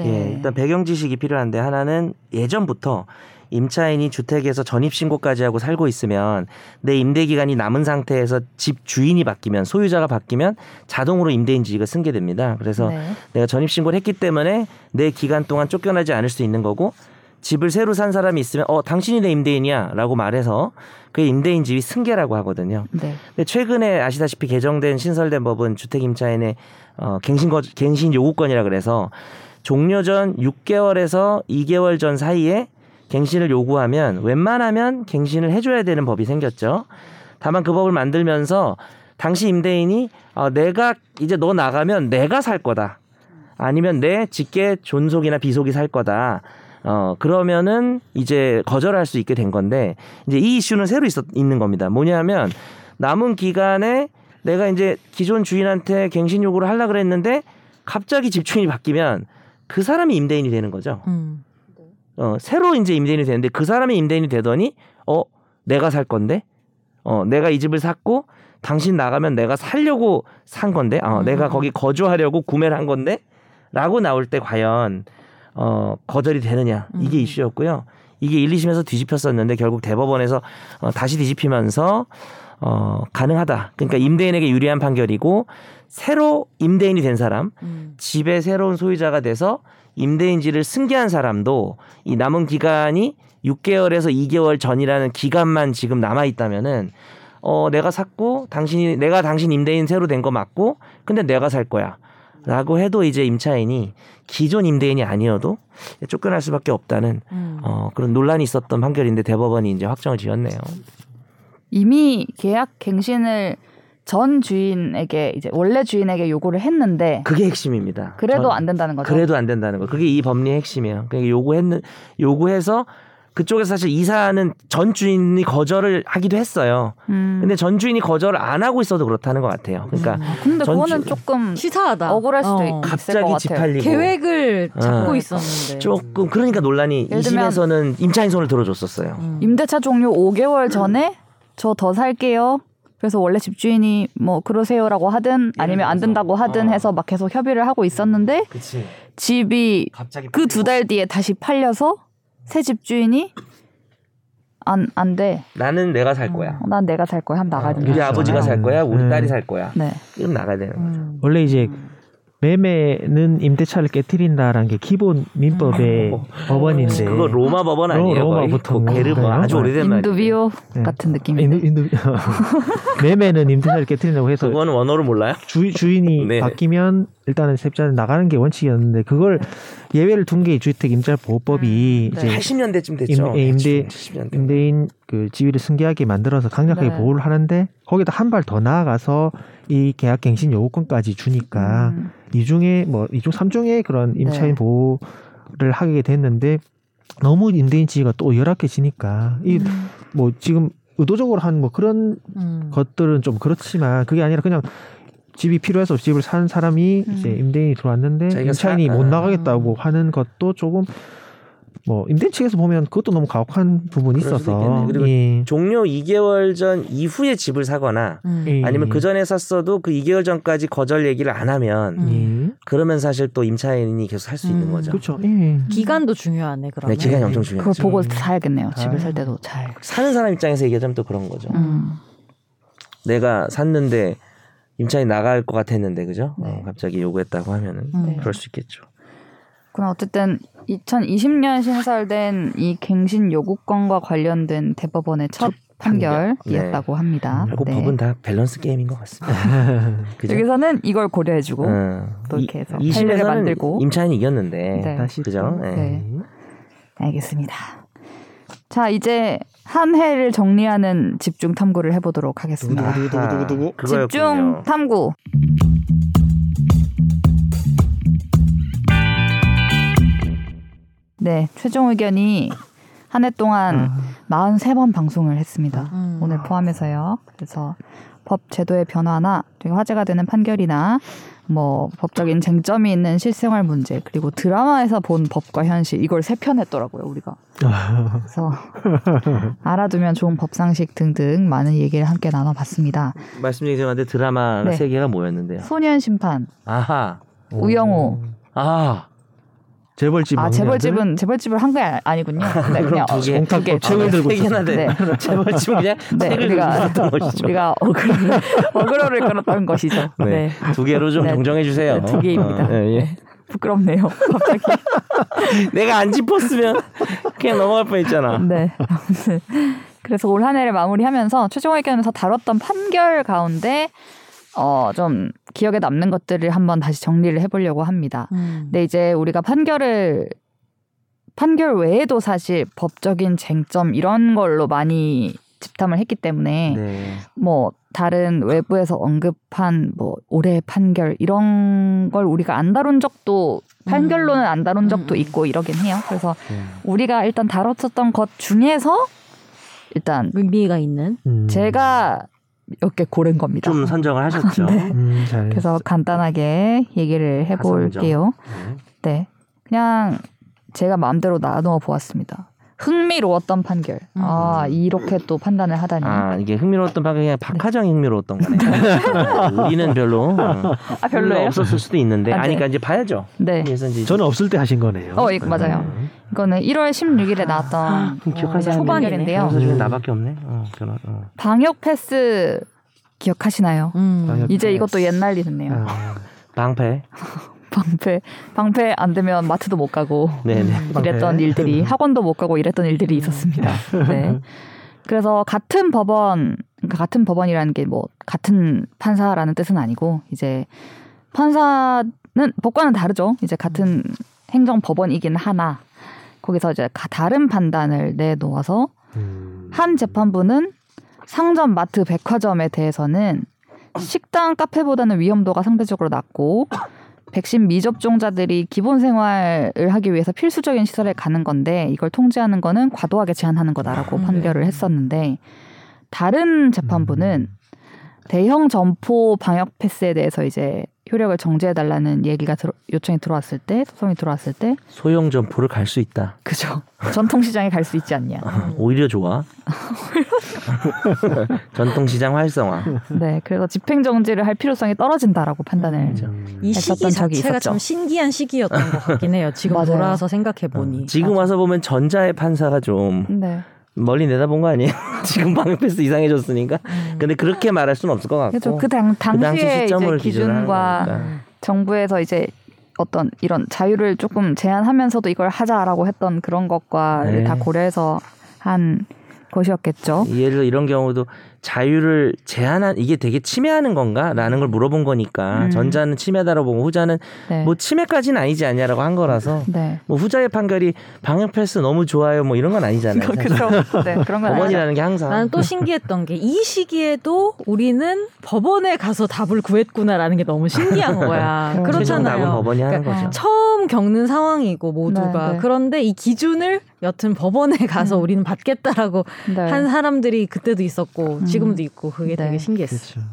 Speaker 3: 예,
Speaker 1: 네.
Speaker 3: 일단 배경 지식이 필요한데 하나는 예전부터 임차인이 주택에서 전입신고까지 하고 살고 있으면 내 임대 기간이 남은 상태에서 집 주인이 바뀌면 소유자가 바뀌면 자동으로 임대인 지위가 승계됩니다. 그래서
Speaker 1: 네.
Speaker 3: 내가 전입신고를 했기 때문에 내 기간 동안 쫓겨나지 않을 수 있는 거고 집을 새로 산 사람이 있으면 어 당신이 내 임대인이야 라고 말해서 그게 임대인 지위 승계라고 하거든요.
Speaker 1: 네.
Speaker 3: 근데 최근에 아시다시피 개정된 신설된 법은 주택 임차인의 어, 갱신 거, 갱신 요구권이라 그래서 종료 전 6개월에서 2개월 전 사이에 갱신을 요구하면 웬만하면 갱신을 해줘야 되는 법이 생겼죠. 다만 그 법을 만들면서 당시 임대인이 어, 내가 이제 너 나가면 내가 살 거다. 아니면 내 직계 존속이나 비속이 살 거다. 어 그러면은 이제 거절할 수 있게 된 건데 이제 이 이슈는 새로 있었 있는 겁니다. 뭐냐면 남은 기간에 내가 이제 기존 주인한테 갱신 요구를 하려 그랬는데 갑자기 집주인이 바뀌면 그 사람이 임대인이 되는 거죠.
Speaker 2: 음.
Speaker 3: 어, 새로 이제 임대인이 되는데 그 사람이 임대인이 되더니 어 내가 살 건데 어 내가 이 집을 샀고 당신 나가면 내가 살려고 산 건데 어
Speaker 2: 음.
Speaker 3: 내가 거기 거주하려고 구매를 한 건데라고 나올 때 과연 어 거절이 되느냐 이게
Speaker 2: 음.
Speaker 3: 이슈였고요. 이게 1, 2심에서 뒤집혔었는데 결국 대법원에서 어, 다시 뒤집히면서 어 가능하다. 그러니까 임대인에게 유리한 판결이고 새로 임대인이 된 사람
Speaker 2: 음.
Speaker 3: 집의 새로운 소유자가 돼서 임대인지를 승계한 사람도 이 남은 기간이 6개월에서 2개월 전이라는 기간만 지금 남아 있다면은 어 내가 샀고 당신이 내가 당신 임대인 새로 된 거 맞고 근데 내가 살 거야라고 해도 이제 임차인이 기존 임대인이 아니어도 쫓겨날 수밖에 없다는
Speaker 2: 음.
Speaker 3: 어 그런 논란이 있었던 판결인데 대법원이 이제 확정을 지었네요.
Speaker 1: 이미 계약 갱신을 전 주인에게 이제 원래 주인에게 요구를 했는데
Speaker 3: 그게 핵심입니다.
Speaker 1: 그래도
Speaker 3: 전-
Speaker 1: 안 된다는 거죠.
Speaker 3: 그래도 안 된다는 거. 그게 이 법리의 핵심이에요. 그러니까 요구했는 요구해서 그쪽에서 사실 이사는 전 주인이 거절을 하기도 했어요.
Speaker 1: 음.
Speaker 3: 근데 전 주인이 거절을 안 하고 있어도 그렇다는 것 같아요. 그러니까
Speaker 2: 음.
Speaker 1: 근데
Speaker 3: 전
Speaker 1: 그거는
Speaker 3: 주-
Speaker 1: 조금
Speaker 2: 치사하다.
Speaker 1: 억울할 수도
Speaker 2: 어.
Speaker 1: 있고. 있을 것
Speaker 3: 갑자기
Speaker 1: 같아요.
Speaker 3: 집팔리고
Speaker 2: 계획을 잡고
Speaker 1: 어.
Speaker 2: 있었는데.
Speaker 3: 조금 그러니까 논란이
Speaker 1: 예를 들면-
Speaker 3: 이심에서는 임차인 손을 들어줬었어요.
Speaker 2: 음.
Speaker 1: 임대차 종료 5개월 전에 저 더 살게요. 그래서 원래 집주인이 뭐 그러세요라고 하든 아니면 안
Speaker 3: 들어서.
Speaker 1: 된다고 하든
Speaker 3: 어.
Speaker 1: 해서 막 계속 협의를 하고 있었는데
Speaker 3: 그치.
Speaker 1: 집이
Speaker 4: 음.
Speaker 3: 갑자기
Speaker 1: 그 두 달 뒤에 다시 팔려서 새 집주인이 안 안 돼.
Speaker 3: 나는 내가 살 거야.
Speaker 1: 어, 난 내가 살 거야. 하면 나가야
Speaker 3: 우리
Speaker 1: 되는 거죠.
Speaker 3: 아버지가 살 거야. 우리
Speaker 6: 음.
Speaker 3: 딸이 살 거야.
Speaker 1: 네.
Speaker 3: 그럼 나가야 되는 거죠.
Speaker 2: 음.
Speaker 6: 원래 이제 매매는 임대차를 깨뜨린다라는 게 기본 민법의
Speaker 3: 음.
Speaker 6: 법원인데
Speaker 3: 그거 로마 법원
Speaker 6: 네. 로-
Speaker 3: 아니에요?
Speaker 6: 로마 네.
Speaker 3: 거의?
Speaker 6: 보통
Speaker 3: 게르마
Speaker 6: 그런가요?
Speaker 3: 아주 오래된 말이에요. 아,
Speaker 1: 인두비오
Speaker 6: 네.
Speaker 1: 같은
Speaker 6: 인도,
Speaker 4: 아,
Speaker 1: 느낌인데.
Speaker 6: 인도, 매매는 임대차를 깨뜨린다고 해서
Speaker 3: 그건 원어를 몰라요?
Speaker 6: 주, 주인이
Speaker 3: 네.
Speaker 6: 바뀌면 일단은 세입자는 나가는 게 원칙이었는데 그걸 예외를 둔 게 주택 임차 보호법이
Speaker 1: 음, 네.
Speaker 6: 이제
Speaker 3: 80년대쯤 됐죠.
Speaker 6: 임- 예, 임대-
Speaker 3: 70년대.
Speaker 6: 임대인 그 지위를 승계하게 만들어서 강력하게
Speaker 1: 네.
Speaker 6: 보호를 하는데 거기다 한 발 더 나아가서 이 계약 갱신 요구권까지
Speaker 3: 아.
Speaker 6: 주니까
Speaker 1: 음.
Speaker 6: 이 중에 뭐 이중 삼중의 그런 임차인
Speaker 1: 네.
Speaker 6: 보호를 하게 됐는데 너무 임대인 지위가 또 열악해지니까
Speaker 1: 음.
Speaker 6: 이 뭐 지금 의도적으로 한 뭐 그런
Speaker 2: 음.
Speaker 6: 것들은 좀 그렇지만 그게 아니라 그냥 집이 필요해서 집을 산 사람이
Speaker 1: 음.
Speaker 6: 이제 임대인이 들어왔는데
Speaker 3: 자기가
Speaker 6: 임차인이
Speaker 3: 사-
Speaker 6: 못
Speaker 3: 아.
Speaker 6: 나가겠다고 하는 것도 조금 뭐 임대인 측에서 보면 그것도 너무 가혹한 부분이
Speaker 3: 그럴 수도
Speaker 6: 있어서
Speaker 3: 있겠네. 그리고
Speaker 6: 예.
Speaker 3: 종료 2개월 전 이후에 집을 사거나
Speaker 2: 음.
Speaker 6: 예.
Speaker 3: 아니면 그 전에 샀어도 그 2개월 전까지 거절 얘기를 안 하면
Speaker 2: 음.
Speaker 6: 예.
Speaker 3: 그러면 사실 또 임차인이 계속 살 수 있는
Speaker 2: 음.
Speaker 3: 거죠.
Speaker 6: 그렇죠. 예.
Speaker 2: 기간도 중요하네 그러면.
Speaker 3: 네, 기간이 엄청 중요해요.
Speaker 1: 그걸
Speaker 6: 그렇죠.
Speaker 1: 보고 사야겠네요. 집을
Speaker 6: 아.
Speaker 1: 살 때도 잘.
Speaker 3: 사는 사람 입장에서 얘기하자면 또 그런 거죠.
Speaker 1: 음.
Speaker 3: 내가 샀는데 임차인 나갈 것 같았는데 그죠?
Speaker 1: 네.
Speaker 3: 어, 갑자기 요구했다고 하면은
Speaker 2: 음.
Speaker 3: 그럴 수 있겠죠.
Speaker 1: 그럼 어쨌든 2020년 신설된 이 갱신 요구권과 관련된 대법원의 첫,
Speaker 3: 판결.
Speaker 1: 판결이었다고 합니다.
Speaker 3: 결국
Speaker 1: 네.
Speaker 3: 법은 다 밸런스 게임인 것 같습니다. 그죠?
Speaker 1: 여기서는 이걸 고려해주고
Speaker 3: 어,
Speaker 1: 또 이렇게 해서
Speaker 3: 이-
Speaker 1: 판례를
Speaker 3: 20에서는
Speaker 1: 만들고.
Speaker 3: 임차인이 이겼는데
Speaker 1: 네.
Speaker 6: 다시
Speaker 3: 그죠? 예.
Speaker 1: 네. 알겠습니다. 자 이제 한 해를 정리하는 집중 탐구를 해보도록 하겠습니다.
Speaker 3: 두구두구두구두구두구. 그거였군요.
Speaker 1: 집중 탐구. 네, 최종 의견이 한 해 동안
Speaker 3: 아.
Speaker 1: 43번 방송을 했습니다.
Speaker 2: 음.
Speaker 1: 오늘 포함해서요. 그래서 법 제도의 변화나 그리고 화제가 되는 판결이나 뭐 법적인 쟁점이 있는 실생활 문제 그리고 드라마에서 본 법과 현실 이걸 세 편 했더라고요 우리가. 그래서 알아두면 좋은 법상식 등등 많은 얘기를 함께 나눠봤습니다.
Speaker 3: 말씀드리기 전에 드라마
Speaker 1: 네.
Speaker 3: 세 개가 뭐였는데요?
Speaker 1: 소년 심판
Speaker 3: 아하.
Speaker 1: 우영호.
Speaker 3: 아.
Speaker 6: 음. 재벌집
Speaker 1: 아 재벌집은 재벌집을 한 게 아니군요. 네, 그냥
Speaker 3: 두 개.
Speaker 1: 두 개.
Speaker 6: 공탁법 책을 들고
Speaker 3: 세 개나
Speaker 6: 있었어요.
Speaker 3: 돼.
Speaker 1: 네.
Speaker 3: 제발 지금 그냥
Speaker 1: 네,
Speaker 3: 책을
Speaker 1: 우리가-
Speaker 3: 읽었던 것이죠.
Speaker 1: 우리가 어그로를 어그로를 끌었던 것이죠.
Speaker 3: 네.
Speaker 1: 네.
Speaker 3: 두 개로 좀
Speaker 1: 네.
Speaker 3: 정정해 주세요.
Speaker 1: 네, 두 개입니다.
Speaker 3: 어, 예, 예.
Speaker 1: 부끄럽네요. 갑자기.
Speaker 3: 내가 안 짚었으면 그냥 넘어갈 뻔했잖아.
Speaker 1: 네. 아무튼 그래서 올 한 해를 마무리하면서 최종 의견에서 다뤘던 판결 가운데 어, 좀 기억에 남는 것들을 한번 다시 정리를 해보려고 합니다.
Speaker 2: 음.
Speaker 1: 근데 이제 우리가 판결을 판결 외에도 사실 법적인 쟁점 이런 걸로 많이 집탐을 했기 때문에
Speaker 3: 네.
Speaker 1: 뭐 다른 외부에서 언급한 뭐 올해 판결 이런 걸 우리가 안 다룬 적도 판결로는 안 다룬 적도
Speaker 2: 음, 음.
Speaker 1: 있고 이러긴 해요. 그래서
Speaker 3: 네.
Speaker 1: 우리가 일단 다뤘었던 것 중에서 일단
Speaker 2: 의미가 있는.
Speaker 6: 음.
Speaker 1: 제가 몇 개 고른 겁니다.
Speaker 3: 좀 선정을 하셨죠.
Speaker 6: 음, 잘.
Speaker 1: 그래서 간단하게 얘기를 해볼게요.
Speaker 3: 네.
Speaker 1: 네, 그냥 제가 마음대로 나누어 보았습니다. 흥미로웠던 판결. 아 이렇게 또 판단을 하다니. 아,
Speaker 3: 아 이게 흥미로웠던 방금 그냥 박하정이 흥미로웠던 거네. 우리는 별로 어, 흥미가
Speaker 1: 아, 별로예요?
Speaker 3: 없었을 수도 있는데
Speaker 1: 아, 네.
Speaker 3: 아니까 그러니까 이제 봐야죠.
Speaker 1: 네.
Speaker 3: 그래서 이제
Speaker 6: 저는 없을 때 하신 거네요.
Speaker 1: 어, 예, 맞아요.
Speaker 6: 음.
Speaker 1: 이거는 1월 16일에 나왔던
Speaker 3: 그럼 기억할 사람이
Speaker 2: 초반이네.
Speaker 1: 판결인데요.
Speaker 3: 변호사 중에
Speaker 6: 음.
Speaker 3: 나밖에 없네. 어, 변호, 어.
Speaker 1: 방역 패스 기억하시나요?
Speaker 2: 음.
Speaker 6: 방역-
Speaker 1: 이제 이것도 옛날 일이네요.
Speaker 6: 아,
Speaker 3: 방패.
Speaker 1: 방패 방패 안 되면 마트도 못 가고.
Speaker 3: 네네.
Speaker 6: 방패.
Speaker 1: 이랬던 일들이 학원도 못 가고 이랬던 일들이 있었습니다. 네. 그래서 같은 법원 그러니까 같은 법원이라는 게 뭐 같은 판사라는 뜻은 아니고 이제 판사는 법과는 다르죠. 이제 같은 행정 법원이긴 하나 거기서 이제 가- 다른 판단을 내놓아서
Speaker 6: 음.
Speaker 1: 한 재판부는 상점, 마트, 백화점에 대해서는 식당, 카페보다는 위험도가 상대적으로 낮고 백신 미접종자들이 기본 생활을 하기 위해서 필수적인 시설에 가는 건데 이걸 통제하는 거는 과도하게 제한하는 거다라고
Speaker 2: 음, 네.
Speaker 1: 판결을 했었는데 다른 재판부는
Speaker 4: 음.
Speaker 1: 대형 점포 방역 패스에 대해서 이제 효력을 정지해 달라는 얘기가 들어- 요청이 들어왔을 때 소송이 들어왔을 때
Speaker 3: 소형 점포를 갈 수 있다.
Speaker 1: 그죠 전통시장에 갈 수 있지 않냐
Speaker 3: 음. 오히려 좋아. 전통시장 활성화.
Speaker 1: 네, 그래서 집행 정지를 할 필요성이 떨어진다라고 판단을
Speaker 3: 음.
Speaker 6: 음.
Speaker 2: 이
Speaker 1: 했었던
Speaker 2: 시기
Speaker 1: 적이
Speaker 2: 자체가
Speaker 1: 있었죠.
Speaker 2: 참 신기한 시기였던 것 같긴 해요. 지금
Speaker 1: 맞아요.
Speaker 2: 돌아와서 생각해 보니.
Speaker 3: 어, 지금 와서 보면 전자의 판사가 좀
Speaker 1: 네.
Speaker 3: 멀리 내다본 거 아니에요? 지금 방패스 이상해졌으니까. 근데 그렇게 말할 수는 없을 것 같고.
Speaker 1: 음. 그렇죠. 그 당,
Speaker 3: 그
Speaker 1: 당시에 이제
Speaker 3: 시점을 기준으로 하는
Speaker 1: 기준과
Speaker 3: 거니까.
Speaker 1: 정부에서 이제 어떤 이런 자유를 조금 제한하면서도 이걸 하자라고 했던 그런 것과
Speaker 3: 네.
Speaker 1: 다 고려해서 한 것이었겠죠.
Speaker 3: 예를 들어 이런 경우도 자유를 제한한 이게 되게 침해하는 건가라는 걸 물어본 거니까
Speaker 1: 음.
Speaker 3: 전자는 침해다라고 보고 후자는
Speaker 1: 네.
Speaker 3: 뭐 침해까지는 아니지 않냐라고 한 거라서
Speaker 1: 네.
Speaker 3: 뭐 후자의 판결이 방역 패스 너무 좋아요 뭐 이런 건 아니잖아요. 사실.
Speaker 1: 그렇죠. 네, 그런 건 아니죠.
Speaker 3: 법원이라는 게 항상
Speaker 2: 나는 또 신기했던 게 이 시기에도 우리는 법원에 가서 답을 구했구나라는 게 너무 신기한 거야.
Speaker 1: 그럼
Speaker 3: 어, 최종 답은
Speaker 2: 그렇잖아요.
Speaker 3: 법원이 하는
Speaker 1: 그러니까
Speaker 3: 거죠.
Speaker 2: 처음 겪는 상황이고 모두가
Speaker 1: 네, 네.
Speaker 2: 그런데 이 기준을 여튼 법원에 가서
Speaker 1: 음.
Speaker 2: 우리는 받겠다라고
Speaker 1: 네.
Speaker 2: 한 사람들이 그때도 있었고
Speaker 1: 음.
Speaker 2: 지금도 있고 그게
Speaker 1: 네.
Speaker 2: 되게 신기했어.
Speaker 6: 그렇죠.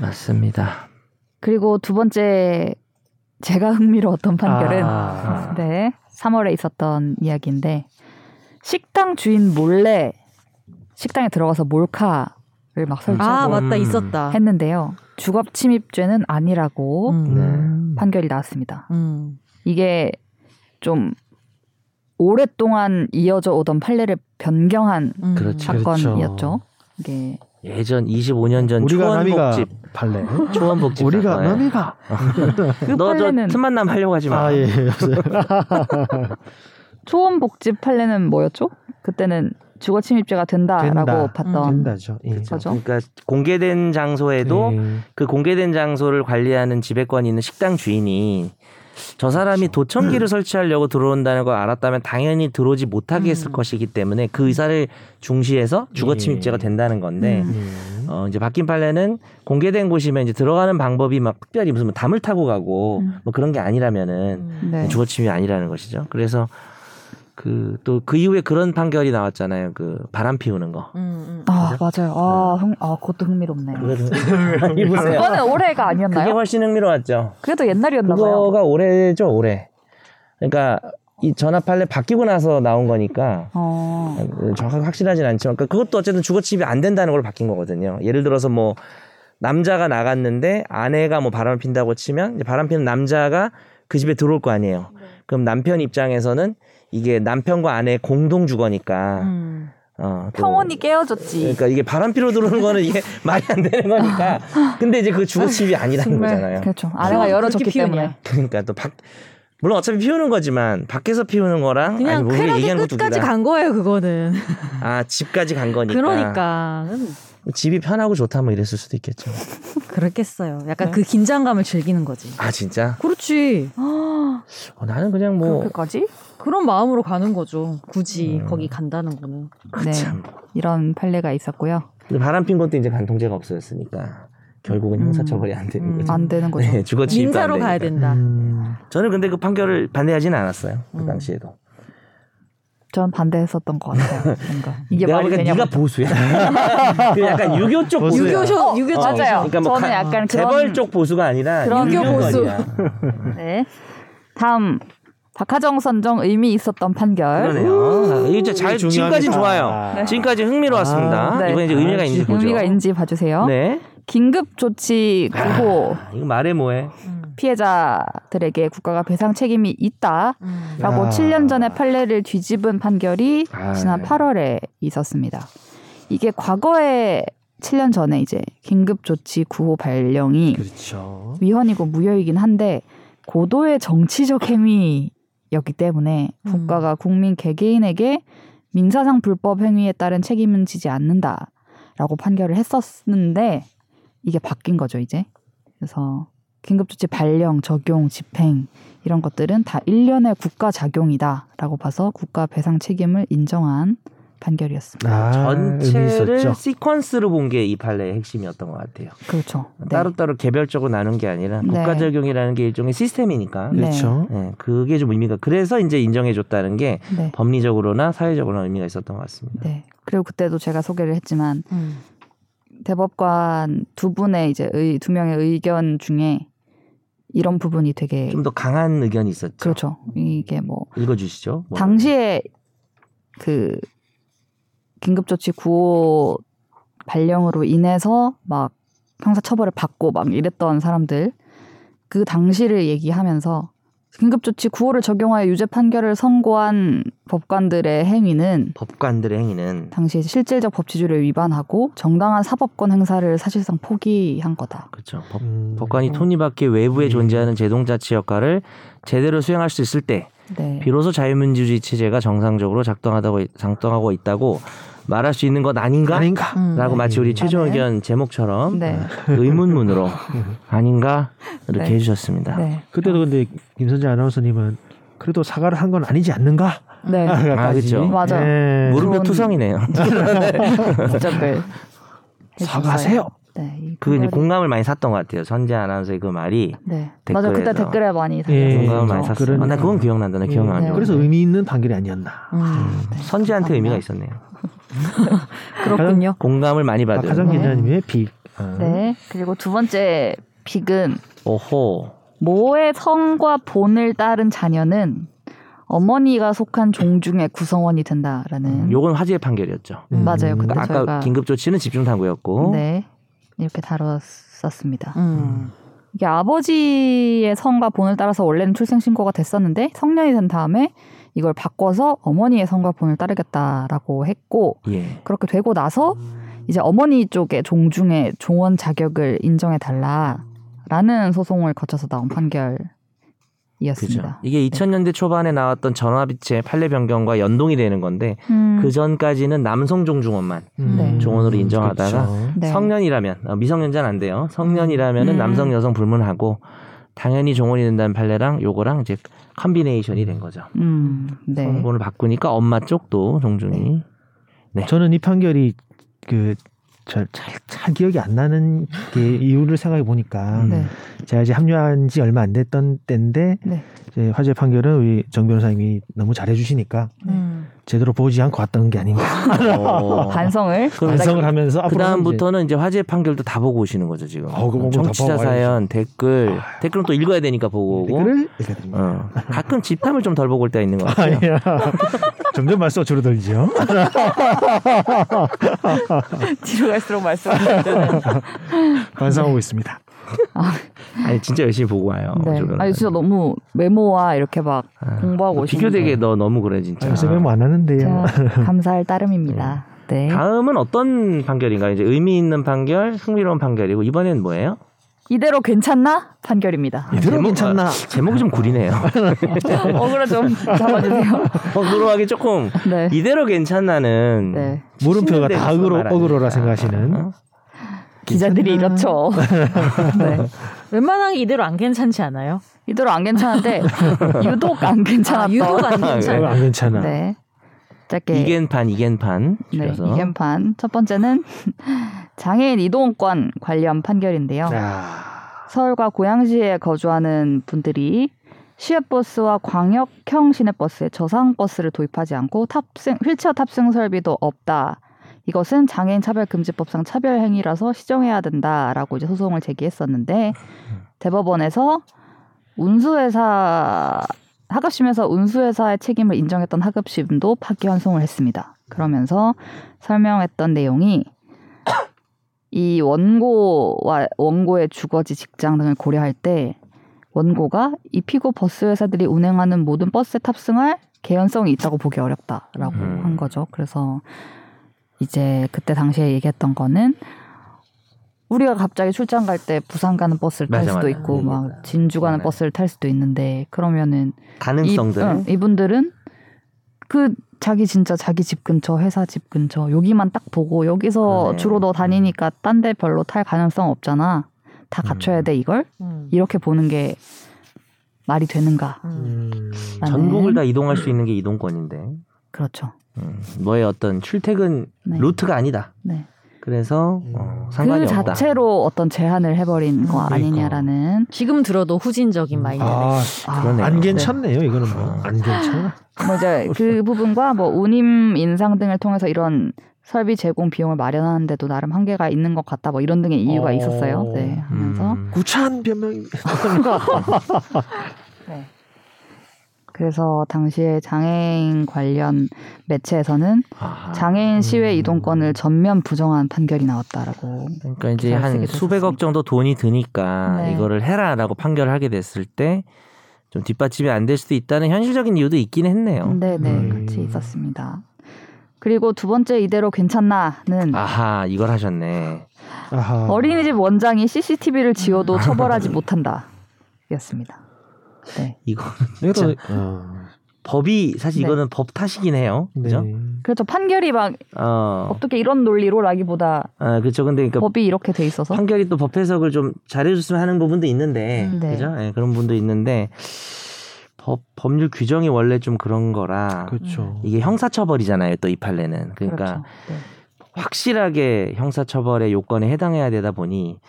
Speaker 3: 맞습니다.
Speaker 1: 그리고 두 번째 제가 흥미로웠던 판결은
Speaker 6: 아.
Speaker 1: 네 3월에 있었던 이야기인데 식당 주인 몰래 식당에 들어가서 몰카를 막
Speaker 2: 아
Speaker 1: 설치하고
Speaker 2: 맞다
Speaker 3: 음.
Speaker 2: 있었다.
Speaker 1: 했는데요. 주거 침입죄는 아니라고
Speaker 4: 네.
Speaker 3: 네.
Speaker 2: 음.
Speaker 1: 판결이 나왔습니다.
Speaker 2: 음.
Speaker 1: 이게 좀 오랫동안 이어져 오던 판례를 변경한
Speaker 2: 음.
Speaker 3: 그렇죠.
Speaker 1: 사건이었죠. 이게
Speaker 3: 예전 25년 전
Speaker 4: 우리가 남이가
Speaker 3: 그렇죠. 초원복집
Speaker 4: 발레.
Speaker 3: 초원복집
Speaker 4: 우리가
Speaker 3: 사건에.
Speaker 4: 남이가.
Speaker 1: 그
Speaker 3: 너저
Speaker 1: 판례는
Speaker 3: 틈만 나면 하려고 하지 마.
Speaker 4: 아
Speaker 3: 음.
Speaker 4: 예.
Speaker 1: 초원 복집 판례는 뭐였죠? 그때는 주거 침입죄가 된다라고
Speaker 4: 된다.
Speaker 1: 봤던
Speaker 4: 된다죠. 예. 네.
Speaker 1: 그쵸. 거죠.
Speaker 3: 그러니까 공개된 장소에도 그 공개된 장소를 관리하는 지배권이 있는 식당 주인이 저 사람이
Speaker 4: 그렇죠.
Speaker 3: 도청기를 설치하려고 들어온다는 걸 알았다면 당연히 들어오지 못하게 했을
Speaker 2: 음.
Speaker 3: 것이기 때문에 그 의사를 중시해서 주거
Speaker 6: 예.
Speaker 3: 침입죄가 된다는 건데
Speaker 2: 음.
Speaker 1: 네.
Speaker 3: 어 이제 바뀐 판례는 공개된 곳이면 이제 들어가는 방법이 막 특별히 무슨 뭐 담을 타고 가고
Speaker 1: 음.
Speaker 3: 뭐 그런 게
Speaker 2: 음.
Speaker 3: 아니라면은
Speaker 1: 네.
Speaker 3: 주거 침입이 아니라는 것이죠. 그래서 그 또 그 이후에 그런 판결이 나왔잖아요. 그 바람 피우는 거.
Speaker 2: 음, 음.
Speaker 1: 아 맞아요. 아, 흥, 아 그것도 흥미롭네.
Speaker 3: 보세요.
Speaker 1: 그거는 올해가
Speaker 3: 그게
Speaker 1: 아니었나요?
Speaker 3: 훨씬 흥미로웠죠.
Speaker 1: 그래도 옛날이었나 봐요.
Speaker 3: 그거가 올해죠 올해. 그러니까 이 전화판례 바뀌고 나서 나온 거니까
Speaker 1: 어.
Speaker 3: 음, 정확하게 확실하진 않지만 그러니까 그것도 어쨌든 주거침입이 안 된다는 걸로 바뀐 거거든요. 예를 들어서 뭐 남자가 나갔는데 아내가 뭐 바람을 핀다고 치면 이제 바람 피는 남자가 그 집에 들어올 거 아니에요.
Speaker 1: 네.
Speaker 3: 그럼 남편 입장에서는 이게 남편과 아내의 공동 주거니까
Speaker 2: 음.
Speaker 3: 어, 또
Speaker 1: 평온이 깨어졌지.
Speaker 3: 그러니까 이게 바람 피로 들어오는 거는 이게 말이 안 되는 거니까. 근데 이제 그 주거침입이 아니라는 거잖아요.
Speaker 1: 그렇죠. 아내가 열어줬기
Speaker 2: 그렇게 피우냐.
Speaker 1: 때문에.
Speaker 3: 그러니까 또 밖, 물론 어차피 피우는 거지만 밖에서 피우는 거랑 아니
Speaker 2: 그냥
Speaker 3: 뭐 우리가
Speaker 2: 쾌락의
Speaker 3: 얘기하는 것도
Speaker 2: 끝까지
Speaker 3: 웃기다.
Speaker 2: 간 거예요 그거는.
Speaker 3: 아 집까지 간 거니까.
Speaker 2: 그러니까
Speaker 3: 집이 편하고 좋다 뭐 이랬을 수도 있겠죠.
Speaker 2: 그렇겠어요. 약간 그 긴장감을 즐기는 거지.
Speaker 3: 아 진짜?
Speaker 2: 그렇지.
Speaker 1: 아,
Speaker 3: 어, 나는 그냥 뭐
Speaker 1: 그렇게까지?
Speaker 2: 그런 마음으로 가는 거죠. 굳이
Speaker 3: 음.
Speaker 2: 거기 간다는 거는.
Speaker 1: 네.
Speaker 3: 참.
Speaker 1: 이런 판례가 있었고요.
Speaker 3: 근데 바람 핀 것도 이제 간통죄가 없어졌으니까 결국은
Speaker 1: 그러니까. 음.
Speaker 3: 형사처벌이 안 되는
Speaker 2: 음.
Speaker 3: 거죠.
Speaker 1: 안 되는 거죠.
Speaker 3: 네, 주거 침입도 안
Speaker 2: 민사로
Speaker 3: 되니까. 음.
Speaker 2: 가야 된다.
Speaker 4: 음.
Speaker 3: 저는 근데 그 판결을 반대하지는 않았어요. 그
Speaker 2: 음.
Speaker 3: 당시에도.
Speaker 1: 전 반대했었던 것 같아요. 뭔가. 이게
Speaker 3: 내가
Speaker 1: 말이
Speaker 3: 보니까
Speaker 1: 되냐?
Speaker 3: 네가 보수야. 그 약간 유교 쪽 보수야.
Speaker 2: 유교쇼 유교
Speaker 1: 맞아요.
Speaker 3: 그러니까 뭐
Speaker 1: 저는
Speaker 3: 가-
Speaker 1: 약간
Speaker 3: 재벌
Speaker 1: 그런
Speaker 3: 쪽 보수가 아니라
Speaker 1: 그런
Speaker 3: 유교
Speaker 2: 유교 보수.
Speaker 3: 보수야.
Speaker 1: 네. 다음 박하정 선정 의미 있었던 판결.
Speaker 3: 그러네요. 이제 잘
Speaker 4: 중요합니다.
Speaker 3: 지금까지는 좋아요.
Speaker 4: 아.
Speaker 1: 음. 네.
Speaker 3: 지금까지 흥미로웠습니다.
Speaker 1: 아, 네.
Speaker 3: 이번 이제 의미가
Speaker 4: 아,
Speaker 3: 있는지 보죠.
Speaker 1: 의미가 있는지 봐주세요.
Speaker 3: 네.
Speaker 1: 긴급 조치 그리고
Speaker 3: 아, 이거 말해 뭐해?
Speaker 2: 음.
Speaker 1: 피해자들에게 국가가 배상 책임이 있다라고
Speaker 2: 음.
Speaker 4: 야. 예.
Speaker 1: 7년 전의 판례를 뒤집은 판결이
Speaker 3: 아,
Speaker 1: 지난
Speaker 3: 네.
Speaker 1: 8월에 있었습니다. 이게 과거에 7년 전에 이제 긴급 조치 구호 발령이
Speaker 4: 그렇죠.
Speaker 1: 위헌이고 무효이긴 한데 고도의 정치적 행위였기 때문에
Speaker 2: 음.
Speaker 1: 국가가 국민 개개인에게 민사상 불법 행위에 따른 책임은 지지 않는다라고 판결을 했었는데 이게 바뀐 거죠 이제 그래서 긴급조치 발령 적용 집행 이런 것들은 다 일련의 국가 작용이다라고 봐서 국가 배상 책임을 인정한 판결이었습니다.
Speaker 4: 아, 의미
Speaker 3: 음. 전체를
Speaker 4: 있었죠.
Speaker 3: 시퀀스로 본 게 이 판례의 핵심이었던 것 같아요.
Speaker 1: 그렇죠. 네.
Speaker 3: 따로따로 개별적으로 나눈 게 아니라
Speaker 1: 네.
Speaker 3: 국가 적용이라는 게 일종의 시스템이니까.
Speaker 1: 네.
Speaker 4: 그렇죠.
Speaker 3: 네, 그게 좀 의미가 그래서 이제 인정해 줬다는 게
Speaker 1: 네.
Speaker 3: 법리적으로나 사회적으로나 의미가 있었던 것 같습니다.
Speaker 1: 네. 그리고 그때도 제가 소개를 했지만
Speaker 2: 음.
Speaker 1: 대법관 두 분의 이제 의, 두 명의 의견 중에 이런 부분이 되게
Speaker 3: 좀 더 강한 의견이 있었죠.
Speaker 1: 그렇죠. 이게 뭐
Speaker 3: 읽어주시죠. 뭐.
Speaker 1: 당시에 그 긴급조치 구호 발령으로 인해서 막 형사 처벌을 받고 막 이랬던 사람들 그 당시를 얘기하면서 긴급조치 구호를 적용하여 유죄 판결을 선고한 법관들의 행위는
Speaker 3: 법관들의 행위는
Speaker 1: 당시 실질적 법치주의를 위반하고 정당한 사법권 행사를 사실상 포기한 거다.
Speaker 3: 그렇죠.
Speaker 1: 네.
Speaker 3: 법,
Speaker 4: 음.
Speaker 3: 법관이 톱니바퀴 외부에
Speaker 4: 음.
Speaker 3: 존재하는 제동 자치 역할을 제대로 수행할 수 있을 때
Speaker 1: 네.
Speaker 3: 비로소 자유민주주의 체제가 정상적으로 작동하다고 작동하고 있다고 말할 수 있는 것 아닌가라고
Speaker 4: 아닌가?
Speaker 2: 음.
Speaker 3: 마치 우리 최종
Speaker 1: 아, 네.
Speaker 3: 의견 제목처럼
Speaker 1: 네.
Speaker 3: 의문문으로 아닌가 이렇게
Speaker 1: 네.
Speaker 3: 해주셨습니다. 아,
Speaker 1: 네.
Speaker 4: 그때도 근데 김선재 아나운서님은 그래도 사과를 한 건 아니지 않는가?
Speaker 1: 네.
Speaker 4: 아,
Speaker 3: 그렇죠.
Speaker 1: 맞아요.
Speaker 4: 예.
Speaker 3: 무릎표
Speaker 1: 그건-
Speaker 3: 투성이네요.
Speaker 1: 부적을
Speaker 4: 사과하세요.
Speaker 1: 네. 이
Speaker 3: 그 이제
Speaker 1: 판결이-
Speaker 3: 공감을 많이 샀던 것 같아요. 선재 아나운서의 그 말이
Speaker 1: 네.
Speaker 3: 댓글에서-
Speaker 1: 맞아. 그때 댓글에 많이 달렸어요. 그러니까.
Speaker 4: 예,
Speaker 3: 공감을 많이
Speaker 4: 어,
Speaker 3: 샀어요. 아, 나 그건 기억난다. 나 기억나는
Speaker 1: 네.
Speaker 3: 거.
Speaker 4: 그래서 의미 있는 판결이 아니었나.
Speaker 2: 음.
Speaker 1: 아,
Speaker 3: 선재한테 의미가 있었네요.
Speaker 2: 그렇군요.
Speaker 3: 공감을 많이
Speaker 4: 아,
Speaker 3: 받은.
Speaker 4: 박하정
Speaker 1: 네.
Speaker 4: 기자님의 비. 아.
Speaker 1: 네. 그리고 두 번째 빅은
Speaker 3: 오호.
Speaker 1: 모의 성과 본을 따른 자녀는 어머니가 속한 종중의 구성원이 된다라는
Speaker 3: 음, 요건 화제의 판결이었죠.
Speaker 6: 음.
Speaker 1: 맞아요. 그때
Speaker 3: 그러니까 아까
Speaker 1: 네. 저희가
Speaker 3: 긴급 조치는 집중 탐구였고
Speaker 1: 네 이렇게 다뤘었습니다.
Speaker 2: 음.
Speaker 1: 이게 아버지의 성과 본을 따라서 원래는 출생 신고가 됐었는데 성년이 된 다음에 이걸 바꿔서 어머니의 성과 본을 따르겠다라고 했고
Speaker 3: 예.
Speaker 1: 그렇게 되고 나서 이제 어머니 쪽의 종중의 종원 자격을 인정해 달라라는 소송을 거쳐서 나온
Speaker 3: 그죠.
Speaker 1: 판결이었습니다.
Speaker 3: 이게 2000년대 초반에 나왔던 전화비체 판례 변경과 연동이 되는 건데
Speaker 1: 음,
Speaker 3: 그 전까지는 남성 종중원만
Speaker 4: 음.
Speaker 1: 네.
Speaker 3: 종원으로 인정하다가
Speaker 4: 그렇죠.
Speaker 1: 네.
Speaker 3: 성년이라면 어, 미성년자는 안 돼요. 성년이라면은
Speaker 2: 음.
Speaker 3: 남성 여성 불문하고 당연히 종원이 된다는 판례랑 요거랑 이제 컨비네이션이 된 거죠.
Speaker 1: 음, 네.
Speaker 3: 성분을 바꾸니까 엄마 쪽도 종중이 네.
Speaker 6: 저는 이 판결이 그 잘 잘 기억이 안 나는 게 이유를 생각해 보니까
Speaker 3: 음.
Speaker 1: 네.
Speaker 6: 제가 이제 합류한 지 얼마 안 됐던 때인데
Speaker 1: 네.
Speaker 6: 이제 화재 판결은 우리 정 변호사님이 너무 잘해 주시니까
Speaker 2: 음.
Speaker 6: 제대로 보지 않고 왔던 게 아닌가
Speaker 3: 어.
Speaker 1: 반성을
Speaker 6: 반성을 하면서
Speaker 3: 그
Speaker 6: 앞으로
Speaker 3: 다음부터는 이제 화재 판결도 다 보고 오시는 거죠 지금.
Speaker 6: 어, 그거 보고 다
Speaker 3: 청취자
Speaker 6: 봐봐야죠. 아. 네,
Speaker 3: 사연 댓글 댓글은 또 읽어야 되니까 보고 오고.
Speaker 6: 댓글을 읽어드립니다.
Speaker 3: 어. 가끔 집탐을 좀 덜 보고 올 때가 있는 것 같아요.
Speaker 6: 아니야. 점점 말수가 줄어들죠.
Speaker 1: 뒤로 갈수록 말씀하셨잖아요.
Speaker 6: 반성하고 있습니다. 예.
Speaker 3: 아니 진짜 열심히 보고 와요.
Speaker 1: 네.
Speaker 3: 저는.
Speaker 1: 아니 진짜 너무 메모와 이렇게 막
Speaker 3: 아,
Speaker 1: 공부하고
Speaker 3: 너
Speaker 1: 오시는데.
Speaker 3: 비교되게 너 너무 그래 진짜.
Speaker 6: 아, 요새 메모 안 하는데요.
Speaker 1: 제가 감사할 따름입니다. 네.
Speaker 3: 다음은 어떤 판결인가요? 이제 의미 있는 판결, 흥미로운 판결이고 이번엔 뭐예요?
Speaker 1: 이대로 괜찮나? 판결입니다.
Speaker 6: 이대로
Speaker 3: 제목,
Speaker 6: 괜찮나?
Speaker 3: 아, 제목이 좀 아, 구리네요. 어,
Speaker 1: 어그로 좀 잡아주세요.
Speaker 3: 어그로하기 조금
Speaker 1: 네.
Speaker 3: 이대로 괜찮나는
Speaker 1: 네.
Speaker 6: 물음표가
Speaker 3: 70년대
Speaker 6: 다
Speaker 3: 무슨
Speaker 6: 어그로-
Speaker 3: 말 아닙니까?
Speaker 6: 어그로라 생각하시는.
Speaker 3: 어?
Speaker 1: 기자들이 이렇죠. 네.
Speaker 2: 웬만한 게 이대로 안 괜찮지 않아요?
Speaker 1: 이대로 안 괜찮은데 유독 안 괜찮았던.
Speaker 2: 아, 유독
Speaker 3: 음.
Speaker 6: 제가
Speaker 2: 안 괜찮아.
Speaker 6: 어, 안 괜찮아.
Speaker 1: 네. 짧게
Speaker 3: 이겐판 이겐판
Speaker 1: 네,
Speaker 3: 줄여서
Speaker 1: 이견판 첫 번째는 장애인 이동권 관련 판결인데요.
Speaker 3: 네.
Speaker 1: 서울과 고양시에 거주하는 분들이 시외버스와 광역형 시내버스에 저상버스를 도입하지 않고 탑승 휠체어 탑승 설비도 없다. 이것은 장애인 차별금지법상 차별행위라서 시정해야 된다라고 이제 소송을 제기했었는데 대법원에서 운수회사 학업심에서 운수회사의 책임을 인정했던 학업심도 파기환송을 했습니다. 그러면서 설명했던 내용이 이 원고와 원고의 주거지 직장 등을 고려할 때 원고가 이 피고 버스 회사들이 운행하는 모든 버스에 탑승할 개연성이 있다고 보기 어렵다라고
Speaker 3: 음.
Speaker 1: 한 거죠. 그래서 이제 그때 당시에 얘기했던 거는 우리가 갑자기 출장 갈 때 부산 가는 버스를 탈
Speaker 3: 맞아,
Speaker 1: 수도
Speaker 3: 맞아.
Speaker 1: 있고
Speaker 3: 얘기했다.
Speaker 1: 막 진주 가는
Speaker 3: 맞아요.
Speaker 1: 버스를 탈 수도 있는데 그러면은
Speaker 3: 가능성들.
Speaker 6: 어.
Speaker 3: 음.
Speaker 1: 이, 분들은그 자기 진짜 자기 집 근처 회사 집 근처 여기만 딱 보고 여기서
Speaker 3: 그러네.
Speaker 1: 주로 너 다니니까 딴 데 별로 탈 가능성 없잖아. 다 갖춰야 돼 이걸
Speaker 2: 음.
Speaker 1: 이렇게 보는 게 말이 되는가?
Speaker 2: 음.
Speaker 6: 음,
Speaker 3: 전국을 다 이동할 수 있는 게 이동권인데
Speaker 1: 그렇죠.
Speaker 3: 음, 너의 어떤 출퇴근
Speaker 1: 네.
Speaker 3: 루트가 아니다.
Speaker 1: 네.
Speaker 3: 그래서
Speaker 6: 음.
Speaker 3: 어, 상관이
Speaker 1: 그
Speaker 3: 없다.
Speaker 1: 자체로 어떤 제한을 해버린 거
Speaker 6: 그러니까.
Speaker 1: 아니냐라는
Speaker 2: 지금 들어도 후진적인
Speaker 3: 음.
Speaker 2: 마인드.
Speaker 6: 아,
Speaker 1: 아,
Speaker 3: 그러네요.
Speaker 6: 안 괜찮네요. 이거는 뭐
Speaker 3: 아.
Speaker 6: 안 괜찮아.
Speaker 1: 뭐 이제 그 부분과 뭐 운임 인상 등을 통해서 이런 설비 제공 비용을 마련하는데도 나름 한계가 있는 것 같다. 뭐 이런 등의 이유가
Speaker 6: 어.
Speaker 1: 있었어요. 네 하면서
Speaker 3: 음.
Speaker 6: 구차한 변명이
Speaker 1: 네. 그래서 당시에 장애인 관련 매체에서는
Speaker 3: 아하. 음.
Speaker 1: 장애인 시외 이동권을 전면 부정한 판결이 나왔다라고.
Speaker 3: 그러니까 이제
Speaker 1: 기사를
Speaker 3: 한
Speaker 1: 쓰게
Speaker 3: 수백억
Speaker 1: 됐었습니다.
Speaker 3: 정도 돈이 드니까
Speaker 1: 네.
Speaker 3: 이거를 해라라고 판결을 하게 됐을 때 좀 뒷받침이 안 될 수도 있다는 현실적인 이유도 있긴 했네요.
Speaker 1: 네네
Speaker 6: 음.
Speaker 1: 같이 있었습니다. 그리고 두 번째 이대로 괜찮나는
Speaker 3: 아하 이걸 하셨네.
Speaker 6: 아하.
Speaker 1: 어린이집 원장이 CCTV를
Speaker 3: 아.
Speaker 1: 지워도 처벌하지 못한다였습니다. 네.
Speaker 3: 이거는
Speaker 6: 이것도-
Speaker 3: 진짜
Speaker 6: 어,
Speaker 3: 법이 사실
Speaker 1: 네.
Speaker 3: 이거는 법 탓이긴 해요. 그죠?
Speaker 6: 네.
Speaker 1: 그렇죠 판결이 막
Speaker 3: 어,
Speaker 1: 어떻게 이런 논리로라기보다
Speaker 3: 아, 그렇죠. 근데 그러니까
Speaker 1: 법이 이렇게 돼 있어서
Speaker 3: 판결이 또 법 해석을 좀 잘해줬으면 하는 부분도 있는데,
Speaker 1: 음, 네.
Speaker 3: 그죠? 예, 그런 분도 있는데 법 법률 규정이 원래 좀 그런 거라
Speaker 6: 그렇죠.
Speaker 3: 이게 형사처벌이잖아요. 또 이 판례는 그러니까
Speaker 1: 그렇죠. 네.
Speaker 3: 확실하게 형사처벌의 요건에 해당해야 되다 보니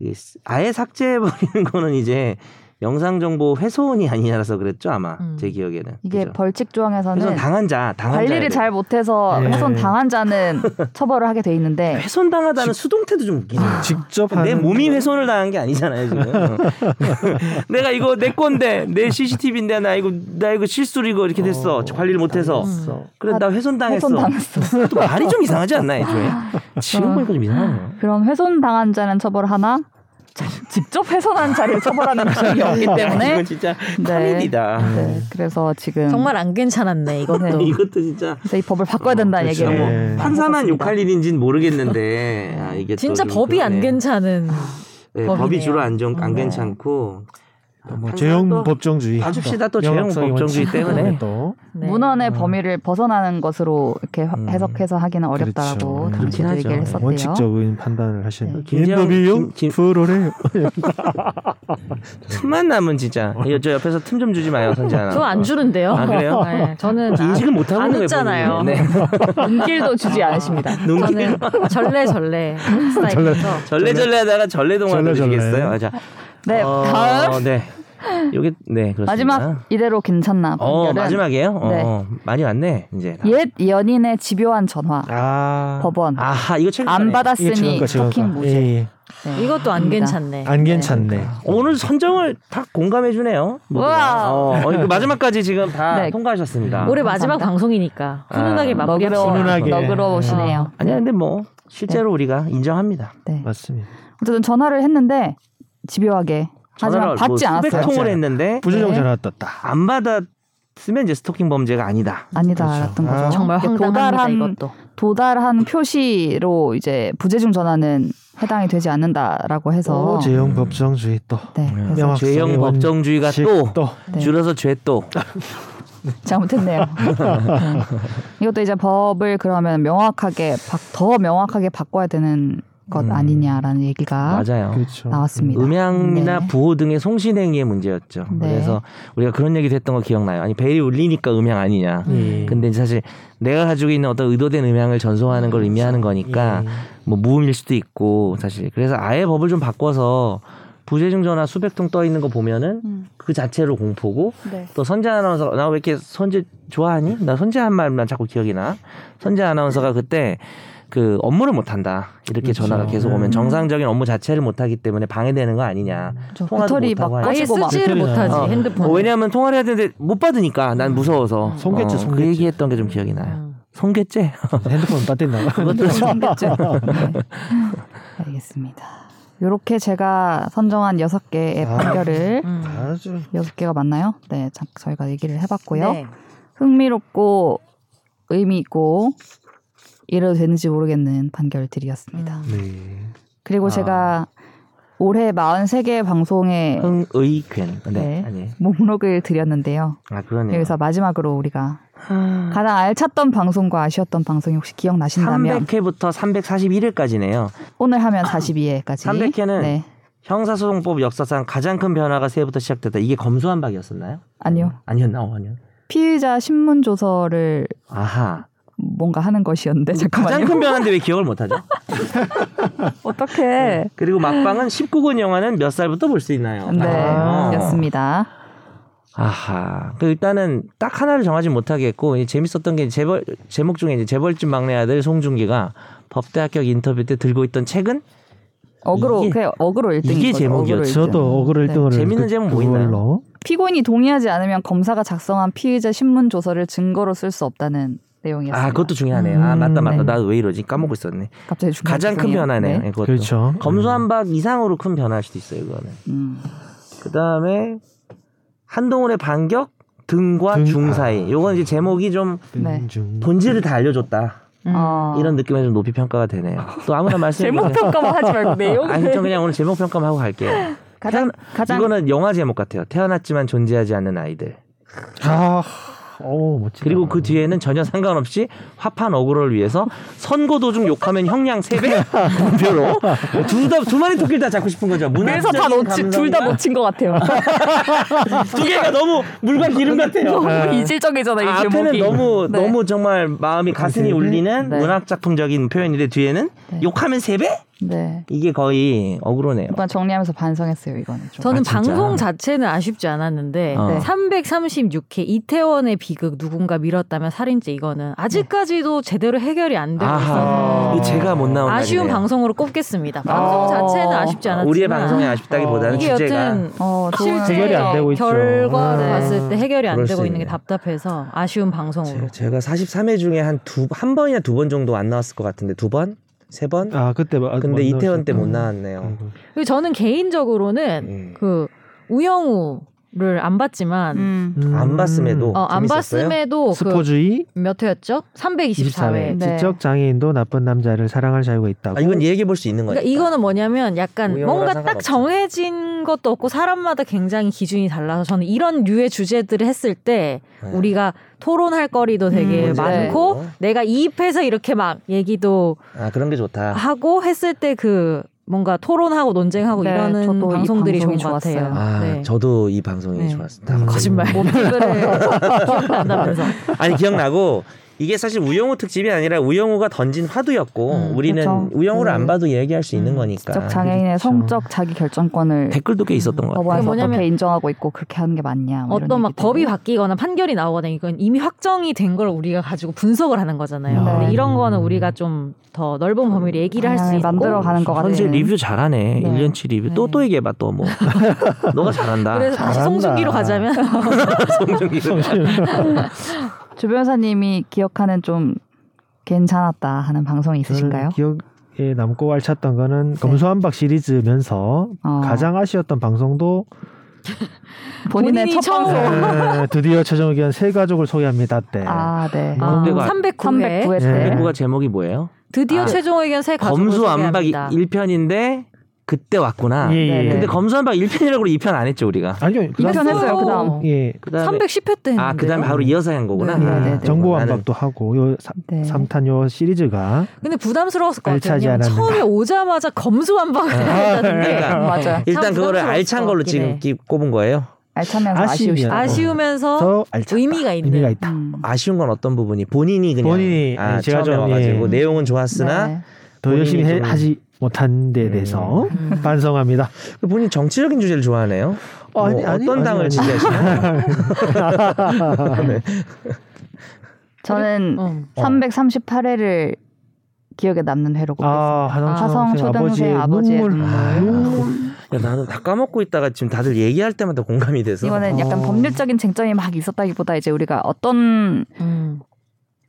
Speaker 3: 이 아예 삭제해버리는 거는 이제 영상 정보 훼손이 아니라서 그랬죠 아마
Speaker 2: 음.
Speaker 3: 제 기억에는
Speaker 1: 이게
Speaker 3: 그죠?
Speaker 1: 벌칙
Speaker 3: 훼손
Speaker 1: 조항에서는
Speaker 3: 당한 예. 자 당한
Speaker 1: 관리를
Speaker 3: 자에
Speaker 1: 잘 못해서
Speaker 6: 네.
Speaker 1: 훼손 당한 자는 처벌을 하게 돼 있는데
Speaker 3: 대해. 훼손 당하다는 수동태도 좀 웃기네요.
Speaker 1: 아,
Speaker 6: 직접
Speaker 3: 내
Speaker 6: 하는
Speaker 3: 몸이 훼손을 당한 게 아니잖아요 지금. 내가 이거 내 건데 내 CCTV인데 나 이거 나 이거 실수로 이거 이렇게 됐어
Speaker 6: 어,
Speaker 3: 관리를 못해서.
Speaker 6: 당했어.
Speaker 3: 그래 나 훼손 당했어.
Speaker 1: 훼손 당했어.
Speaker 3: 또 말이 좀 이상하지 않나 애초에. 지금 보니까 좀 이상하네요.
Speaker 1: 그럼 훼손 당한 자는 처벌하나 자- 직접 훼손한 자를 처벌하는 규정이 없기
Speaker 3: 야,
Speaker 1: 때문에
Speaker 3: 아, 이건 진짜
Speaker 1: 네.
Speaker 3: 코미디다.
Speaker 1: 네, 그래서 지금
Speaker 7: 정말 안 괜찮았네
Speaker 2: 음.
Speaker 7: 이것도.
Speaker 1: 네.
Speaker 3: 이것도 진짜
Speaker 1: 그래서 이 법을 바꿔야
Speaker 3: 어,
Speaker 1: 된다는
Speaker 6: 그렇죠.
Speaker 1: 얘기를
Speaker 6: 뭐
Speaker 1: 많이
Speaker 3: 판사만
Speaker 1: 했었습니다.
Speaker 3: 욕할 일인지는 모르겠는데 아, 이게 또
Speaker 7: 진짜
Speaker 3: 좀
Speaker 7: 법이 안
Speaker 3: 그러네.
Speaker 7: 괜찮은.
Speaker 3: 네,
Speaker 7: 법이네요.
Speaker 3: 법이 주로 안, 정, 안
Speaker 7: 네.
Speaker 3: 괜찮고
Speaker 6: 뭐
Speaker 3: 항상
Speaker 6: 제형
Speaker 3: 또
Speaker 6: 법정주의.
Speaker 3: 봐줍시다, 또 제형
Speaker 6: 영합성의
Speaker 3: 법정주의
Speaker 6: 원칙
Speaker 3: 때문에.
Speaker 6: 또
Speaker 7: 네.
Speaker 1: 문헌의
Speaker 6: 음.
Speaker 1: 범위를 벗어나는 것으로 이렇게 화-
Speaker 3: 음.
Speaker 1: 해석해서 하기는 어렵다라고
Speaker 6: 그렇죠.
Speaker 1: 당시에도
Speaker 3: 그렇긴
Speaker 1: 얘기를
Speaker 3: 하죠.
Speaker 1: 했었대요.
Speaker 6: 원칙적인 판단을 하시는
Speaker 1: 네.
Speaker 3: 김재형-
Speaker 6: 김법이용
Speaker 3: 김- 김-
Speaker 6: 프로를
Speaker 3: 틈만 남은 진짜 이거 저 옆에서 틈 좀 주지 마요 선재나.
Speaker 7: 저 안 주는데요.
Speaker 3: 아, 그래요? 아,
Speaker 7: 네, 저는
Speaker 3: 인식을 못 하고
Speaker 7: 안 웃잖아요.
Speaker 3: 네.
Speaker 1: 눈길도 주지 않으십니다.
Speaker 3: 눈길
Speaker 7: 저는 절레절레 스타일이어서
Speaker 3: 절레절레하다가 절레동화
Speaker 6: 절레, 절레.
Speaker 3: 되시겠어요? 아, 자.
Speaker 1: 네,
Speaker 3: 어,
Speaker 1: 다음
Speaker 3: 네. 요게 네, 그렇습니다.
Speaker 1: 마지막 이대로 괜찮나
Speaker 3: 어,
Speaker 1: 판결은
Speaker 3: 마지막이에요? 어,
Speaker 1: 네. 예.
Speaker 3: 어, 많이 왔네. 이제. 다.
Speaker 1: 옛 연인의 집요한 전화
Speaker 6: 아
Speaker 1: 법원
Speaker 3: 아하, 이거 네. 최근
Speaker 1: 안 받았으니
Speaker 6: 지금까
Speaker 1: 처킹
Speaker 6: 지금까
Speaker 1: 무죄.
Speaker 6: 예, 예.
Speaker 1: 네,
Speaker 7: 이것도 안
Speaker 1: 입니다.
Speaker 7: 괜찮네.
Speaker 3: 아,
Speaker 6: 안 괜찮네.
Speaker 3: 오늘 선정을 다 공감해 주네요. 모두가.
Speaker 1: 우와.
Speaker 3: 어, 어, 이거 마지막까지 지금 다
Speaker 1: 네.
Speaker 3: 통과하셨습니다.
Speaker 7: 올해 마지막
Speaker 1: 감사합니다.
Speaker 7: 방송이니까 훈훈하게
Speaker 3: 아,
Speaker 7: 마무리합시다.
Speaker 1: 그러니까. 너그러워,
Speaker 6: 훈훈하게.
Speaker 1: 너그러우시네요.
Speaker 3: 아니야, 근데 뭐 실제로 우리가 인정합니다.
Speaker 1: 네.
Speaker 6: 어, 맞습니다.
Speaker 1: 어쨌든 전화를 했는데 집요하게 하지만
Speaker 3: 전화를
Speaker 1: 받지
Speaker 3: 뭐 수백
Speaker 1: 않았어요.
Speaker 3: 통을 했는데
Speaker 6: 부조정
Speaker 1: 네.
Speaker 6: 전화 떴다.
Speaker 3: 안 받았으면 이제 스토킹 범죄가 아니다.
Speaker 1: 아니다였던
Speaker 6: 그렇죠.
Speaker 1: 거죠.
Speaker 6: 아.
Speaker 7: 정말
Speaker 1: 이게
Speaker 7: 황당합니다
Speaker 1: 도달한
Speaker 7: 이것도.
Speaker 1: 도달한 표시로 이제 부재중 전화는 해당이 되지 않는다라고 해서
Speaker 3: 어,
Speaker 6: 또 제형 법정주의 또
Speaker 1: 네, 그래서
Speaker 6: 명확성의 원칙
Speaker 3: 죄형 법정주의가 또,
Speaker 6: 또
Speaker 1: 네.
Speaker 3: 줄어서 죄또
Speaker 1: 잘못했네요. 네. 이것도 이제 법을 그러면 명확하게 바- 더 명확하게 바꿔야 되는 것
Speaker 3: 음.
Speaker 1: 아니냐라는 얘기가
Speaker 3: 맞아요.
Speaker 6: 그렇죠.
Speaker 1: 나왔습니다.
Speaker 3: 음향이나
Speaker 1: 네.
Speaker 3: 부호 등의 송신행위의 문제였죠.
Speaker 1: 네.
Speaker 3: 그래서 우리가 그런 얘기도 했던 거 기억나요. 아니 벨이 울리니까 음향 아니냐.
Speaker 6: 예.
Speaker 3: 근데 이제 사실 내가 가지고 있는 어떤 의도된 음향을 전송하는 걸 의미하는 거니까
Speaker 1: 예.
Speaker 3: 뭐 무음일 수도 있고 사실 그래서 아예 법을 좀 바꿔서 부재중 전화 수백 통 떠 있는 거 보면은
Speaker 1: 음,
Speaker 3: 그 자체로 공포고
Speaker 1: 네.
Speaker 3: 또 선재 아나운서 나 왜 이렇게 선재 좋아하니? 나 선재 한 말만 자꾸 기억이 나. 선재 아나운서가 그때 그 업무를 못 한다. 이렇게
Speaker 6: 그렇죠.
Speaker 3: 전화가 계속
Speaker 1: 음.
Speaker 3: 오면 정상적인 업무 자체를 못 하기 때문에 방해되는 거 아니냐.
Speaker 1: 좀
Speaker 3: 통화도
Speaker 1: 배터리
Speaker 3: 못하고
Speaker 1: 막
Speaker 3: 하니까.
Speaker 7: 아예
Speaker 1: 꺼지고 막
Speaker 7: 쓰지를
Speaker 6: 배터리
Speaker 7: 못하지
Speaker 3: 나요.
Speaker 7: 핸드폰.
Speaker 3: 어, 왜냐하면 통화를 해야 되는데 못 받으니까
Speaker 1: 음.
Speaker 3: 난 무서워서
Speaker 6: 손괴죄,
Speaker 3: 어, 그
Speaker 6: 손괴죄.
Speaker 3: 얘기했던 게 좀 기억이 나요.
Speaker 7: 음.
Speaker 3: 손괴죄?
Speaker 6: 핸드폰 빠뜨린다.
Speaker 1: 그것도 생겼죠. 네. 알겠습니다. 요렇게 제가 선정한 여섯 개의
Speaker 6: 아.
Speaker 1: 판결을
Speaker 7: 음.
Speaker 6: 아주
Speaker 1: 여섯 개가 맞나요? 네, 자- 저희가 얘기를 해봤고요.
Speaker 7: 네.
Speaker 1: 흥미롭고 의미 있고 이래도 되는지 모르겠는 판결들이었습니다.
Speaker 7: 음.
Speaker 6: 네.
Speaker 1: 그리고
Speaker 3: 아. 음.
Speaker 1: 제가 올해 43개 방송에
Speaker 3: 흥의권. 네.
Speaker 1: 네.
Speaker 3: 아니.
Speaker 1: 목록을 드렸는데요.
Speaker 3: 아 그러네요.
Speaker 1: 여기서 마지막으로 우리가
Speaker 7: 음.
Speaker 2: 아,
Speaker 1: 가장 알찼던 방송과 아쉬웠던 방송이 혹시 기억나신다면
Speaker 3: 300회부터 341회까지네요.
Speaker 1: 오늘 하면 42회까지
Speaker 3: 300 회는
Speaker 1: 네.
Speaker 3: 형사소송법 역사상 가장 큰 변화가 새해부터 시작됐다. 이게 검수한박이었었나요?
Speaker 1: 아니요.
Speaker 3: 아니었나? 어, 아니요.
Speaker 1: 피의자 신문 조서를
Speaker 3: 아하.
Speaker 1: 뭔가 하는 것이었는데 잠깐만요.
Speaker 3: 음, 가장 큰 변화인데 왜 기억을 못하죠?
Speaker 1: 어떻게
Speaker 3: 그리고 막방은 19금 영화는 몇 살부터 볼 수 있나요?
Speaker 1: 네,
Speaker 3: 아.
Speaker 1: 였습니다.
Speaker 3: 아하. 그 일단은 딱 하나를 정하지 못하겠고 이 재밌었던 게 재벌 제목 중에 이제 재벌집 막내 아들 송중기가 법대 합격 인터뷰 때 들고 있던 책은
Speaker 1: 어그로
Speaker 3: 이게-
Speaker 1: 그 어그로 1등인 거죠.
Speaker 3: 이게
Speaker 1: 어그로
Speaker 3: 제목이었죠.
Speaker 1: 일등.
Speaker 6: 저도 억울
Speaker 1: 네.
Speaker 6: 1등을
Speaker 4: 그
Speaker 3: 재밌는 제목 뭐 있나요?
Speaker 1: 피고인이 동의하지 않으면 검사가 작성한 피의자 신문 조서를 증거로 쓸 수 없다는 내용이었습니다.
Speaker 3: 아 그것도 중요하네요. 아
Speaker 6: 음,
Speaker 3: 맞다 맞다.
Speaker 1: 네.
Speaker 3: 나 왜 이러지? 까먹고 있었네.
Speaker 1: 갑자기 중간
Speaker 3: 가장 큰
Speaker 1: 중간이에요.
Speaker 3: 변화네요.
Speaker 1: 네.
Speaker 3: 그것도.
Speaker 6: 그렇죠.
Speaker 3: 검수한박 이상으로 큰 변화일 수도 있어요. 그거는.
Speaker 1: 음.
Speaker 3: 그 다음에 한동훈의 반격 등과
Speaker 6: 등,
Speaker 3: 중
Speaker 6: 아.
Speaker 3: 사이. 요건 이제 제목이 좀
Speaker 1: 네.
Speaker 6: 중
Speaker 3: 본질을 다 알려줬다.
Speaker 7: 음.
Speaker 1: 어.
Speaker 3: 이런 느낌에 좀 높이 평가가 되네요. 또 아무나 말씀.
Speaker 1: 제목 평가만 하지 말고 내용.
Speaker 3: 아니 좀 그냥 오늘 제목 평가만 하고 갈게요.
Speaker 1: 가장 가장
Speaker 3: 이거는 영화 제목 같아요. 태어났지만 존재하지 않는 아이들.
Speaker 6: 아,
Speaker 4: 어,
Speaker 6: 오 멋지다.
Speaker 3: 그리고 그 뒤에는 전혀 상관없이 화판 어그로를 위해서 선거 도중 욕하면 형량 3배 분표로 두두 마리 토끼를 다 잡고 싶은 거죠.
Speaker 1: 그래서 다 놓치 둘다 놓친 것 같아요.
Speaker 3: 두 개가 너무 물과 기름 같아요.
Speaker 1: 너무 이질적이잖아 이
Speaker 3: 아, 앞에는
Speaker 1: 제목이.
Speaker 3: 너무
Speaker 1: 네.
Speaker 3: 너무 정말 마음이 가슴이 울리는
Speaker 1: 네.
Speaker 3: 문학 작품적인 표현인데 뒤에는
Speaker 1: 네.
Speaker 3: 욕하면 세 배?
Speaker 1: 네.
Speaker 3: 이게 거의 억울하네요.
Speaker 1: 오빠 정리하면서 반성했어요 이거는 좀.
Speaker 2: 저는
Speaker 3: 아, 진짜?
Speaker 2: 방송 자체는 아쉽지 않았는데
Speaker 3: 어.
Speaker 1: 네.
Speaker 2: 336회 이태원의 비극 누군가 밀었다면 살인죄 이거는 아직까지도 제대로 해결이 안 되고
Speaker 3: 네. 아하,
Speaker 2: 있어서
Speaker 3: 이거 제가 못 나온
Speaker 2: 네. 아쉬운
Speaker 3: 날이네요.
Speaker 2: 방송으로 꼽겠습니다. 방송
Speaker 1: 어.
Speaker 2: 자체는 아쉽지 않았지만 어.
Speaker 3: 우리의 방송이 아쉽다기보다는
Speaker 2: 이게
Speaker 3: 주제가
Speaker 2: 여튼
Speaker 1: 어, 좋은-
Speaker 2: 실제
Speaker 4: 아, 해결이 안 되고 있죠.
Speaker 2: 결과로
Speaker 4: 네.
Speaker 2: 봤을 때 해결이 안
Speaker 3: 그럴
Speaker 2: 되고
Speaker 3: 수
Speaker 2: 있는 게
Speaker 3: 있네.
Speaker 2: 답답해서 아쉬운 방송으로
Speaker 3: 제- 제가 43회 중에 한 두 한 번이나 두 번 정도 안 나왔을 것 같은데 두 번, 세 번.
Speaker 4: 아 그때 막-
Speaker 3: 근데
Speaker 4: 만나서-
Speaker 3: 이태원 때 못
Speaker 4: 음.
Speaker 3: 나왔네요.
Speaker 2: 그리고 저는 개인적으로는
Speaker 3: 음.
Speaker 2: 그 우영우를 안 봤지만
Speaker 1: 음.
Speaker 4: 음.
Speaker 3: 안 봤음에도
Speaker 2: 어, 안
Speaker 3: 재밌었어요?
Speaker 2: 봤음에도
Speaker 4: 스포주의
Speaker 2: 그 몇 회였죠? 324회.
Speaker 1: 네.
Speaker 4: 24회 지적 장애인도 나쁜 남자를 사랑할 자유가 있다고.
Speaker 3: 아, 이건 얘기해 볼 수 있는 거예요.
Speaker 2: 그러니까 이거는 뭐냐면 약간
Speaker 3: 네. 우영우랑
Speaker 2: 뭔가 딱
Speaker 3: 상관없죠.
Speaker 2: 정해진 것도 없고 사람마다 굉장히 기준이 달라서 저는 이런 류의 주제들을 했을 때
Speaker 3: 네.
Speaker 2: 우리가 토론할 거리도 되게
Speaker 1: 음, 뭔지
Speaker 2: 많고
Speaker 3: 알고.
Speaker 2: 내가 이입해서 이렇게 막 얘기도
Speaker 3: 아 그런 게 좋다.
Speaker 2: 하고 했을 때 그 뭔가 토론하고 논쟁하고
Speaker 1: 네,
Speaker 2: 이러는
Speaker 1: 저도 이
Speaker 2: 방송들이 좋은
Speaker 1: 방송이
Speaker 2: 것 같아요.
Speaker 1: 좋았어요.
Speaker 3: 아
Speaker 2: 네.
Speaker 3: 저도 이 방송이
Speaker 2: 네.
Speaker 3: 좋았다.
Speaker 2: 거짓말. 기억난다면서.
Speaker 3: 아니 기억나고 이게 사실 우영우 특집이 아니라 우영우가 던진 화두였고
Speaker 2: 음,
Speaker 3: 우리는
Speaker 1: 그쵸.
Speaker 3: 우영우를 안
Speaker 1: 음.
Speaker 3: 봐도 얘기할 수 있는
Speaker 2: 음,
Speaker 3: 거니까.
Speaker 1: 지적 장애인의
Speaker 4: 그렇죠.
Speaker 1: 성적 자기 결정권을
Speaker 3: 댓글도 꽤 있었던 네, 것 같아요.
Speaker 1: 법안에서
Speaker 2: 그게 뭐냐면
Speaker 1: 어떻게 인정하고 있고 그렇게 하는 게 맞냐. 뭐 이런
Speaker 2: 어떤 막
Speaker 1: 얘기들.
Speaker 2: 법이 바뀌거나 판결이 나오거나 이건 이미 확정이 된 걸 우리가 가지고 분석을 하는 거잖아요.
Speaker 1: 네.
Speaker 2: 근데 이런
Speaker 3: 음.
Speaker 2: 거는 우리가 좀 더 넓은 범위로 얘기를 할 수
Speaker 1: 방향을
Speaker 2: 있고
Speaker 1: 만들어 가는 것 같은.
Speaker 3: 현재 리뷰 잘하네.
Speaker 1: 네.
Speaker 3: 1년치 리뷰 또 또 얘기해봐 또 뭐. 너가 잘한다. 음.
Speaker 2: 그래서 다시
Speaker 4: 잘한다.
Speaker 2: 송중기로 가자면
Speaker 4: 음,
Speaker 1: 조 변호사님이 기억하는 좀 괜찮았다 하는 방송이 있으신가요? 네.
Speaker 4: 저는 기억에 남고 알찼던 거는 검수한박 시리즈면서
Speaker 1: 어,
Speaker 4: 가장 아쉬웠던 방송도
Speaker 1: 본인의
Speaker 2: 본인이
Speaker 1: 첫
Speaker 2: 처음
Speaker 1: 방송.
Speaker 4: 에, 드디어 최종 의견 세 가족을 소개합니다 때.
Speaker 1: 아, 네.
Speaker 2: 아,
Speaker 3: 근데 그
Speaker 2: 309회
Speaker 1: 309회 때.
Speaker 4: 네.
Speaker 3: 그가 제목이 뭐예요?
Speaker 2: 드디어
Speaker 3: 아,
Speaker 2: 최종 의견 새 가족을
Speaker 3: 검수 안박
Speaker 2: 소개합니다.
Speaker 3: 1편인데 그때 왔구나.
Speaker 4: 예, 예.
Speaker 1: 네,
Speaker 3: 근데
Speaker 1: 네.
Speaker 3: 검수 안박 1편이라고 2편 안 했죠 우리가.
Speaker 4: 아니요. 그다음-
Speaker 1: 이편 했어요. 그다음.
Speaker 4: 예.
Speaker 3: 그다음에
Speaker 2: 310회 때
Speaker 3: 아 그다음 바로 이어서 한 거구나.
Speaker 1: 네, 네,
Speaker 4: 아,
Speaker 1: 네, 네.
Speaker 4: 정보
Speaker 3: 나는-
Speaker 4: 완박도 하고 요 사,
Speaker 1: 네.
Speaker 4: 삼탄 요 시리즈가
Speaker 2: 근데 부담스러웠을 것 같아요.
Speaker 4: 알차지
Speaker 2: 왜냐면
Speaker 4: 않았는데.
Speaker 2: 처음에 오자마자 검수 안박을 했다는데
Speaker 3: 아, 그러니까
Speaker 1: 맞아요.
Speaker 2: 참
Speaker 3: 일단 그거를
Speaker 2: 부담스러웠을
Speaker 3: 알찬
Speaker 2: 것
Speaker 3: 걸로
Speaker 2: 같긴
Speaker 3: 지금
Speaker 2: 해.
Speaker 3: 끼- 꼽은 거예요.
Speaker 1: 알차면서
Speaker 3: 어.
Speaker 1: 아쉬우시다.
Speaker 4: 아쉽다.
Speaker 2: 아쉬우면서
Speaker 4: 서 알차
Speaker 2: 의미가 어? 있는
Speaker 4: 의미가 있다.
Speaker 1: 음.
Speaker 3: 아쉬운 건 어떤 부분이 본인이 그냥
Speaker 4: 본인이,
Speaker 3: 아,
Speaker 4: 예, 제가
Speaker 3: 처음에
Speaker 4: 좀,
Speaker 3: 와가지고
Speaker 4: 예.
Speaker 3: 내용은 좋았으나
Speaker 1: 네.
Speaker 4: 더 열심히
Speaker 3: 본인이
Speaker 4: 해-
Speaker 3: 좀-
Speaker 4: 하지 못한 데에 대해서
Speaker 2: 음.
Speaker 3: 아.
Speaker 4: 반성합니다.
Speaker 3: 그 본인 정치적인 주제를 좋아하네요.
Speaker 4: 어, 아니,
Speaker 3: 뭐
Speaker 4: 아니,
Speaker 3: 어떤
Speaker 4: 아니,
Speaker 3: 당을
Speaker 4: 아니.
Speaker 3: 지지하시나요?
Speaker 1: 저는
Speaker 2: 어.
Speaker 1: 338회를 기억에 남는 회로 꼽겠습니다.
Speaker 4: 아,
Speaker 1: 화성
Speaker 4: 화성
Speaker 1: 초등생
Speaker 4: 초등생
Speaker 1: 아버지의
Speaker 4: 아버지의 눈물.
Speaker 1: 눈물.
Speaker 3: 아,
Speaker 4: 음.
Speaker 3: 야, 나는 다 까먹고 있다가 지금 다들 얘기할 때마다 공감이 돼서
Speaker 1: 이거는 약간
Speaker 4: 어.
Speaker 1: 법률적인 쟁점이 막 있었다기보다 이제 우리가 어떤
Speaker 2: 음.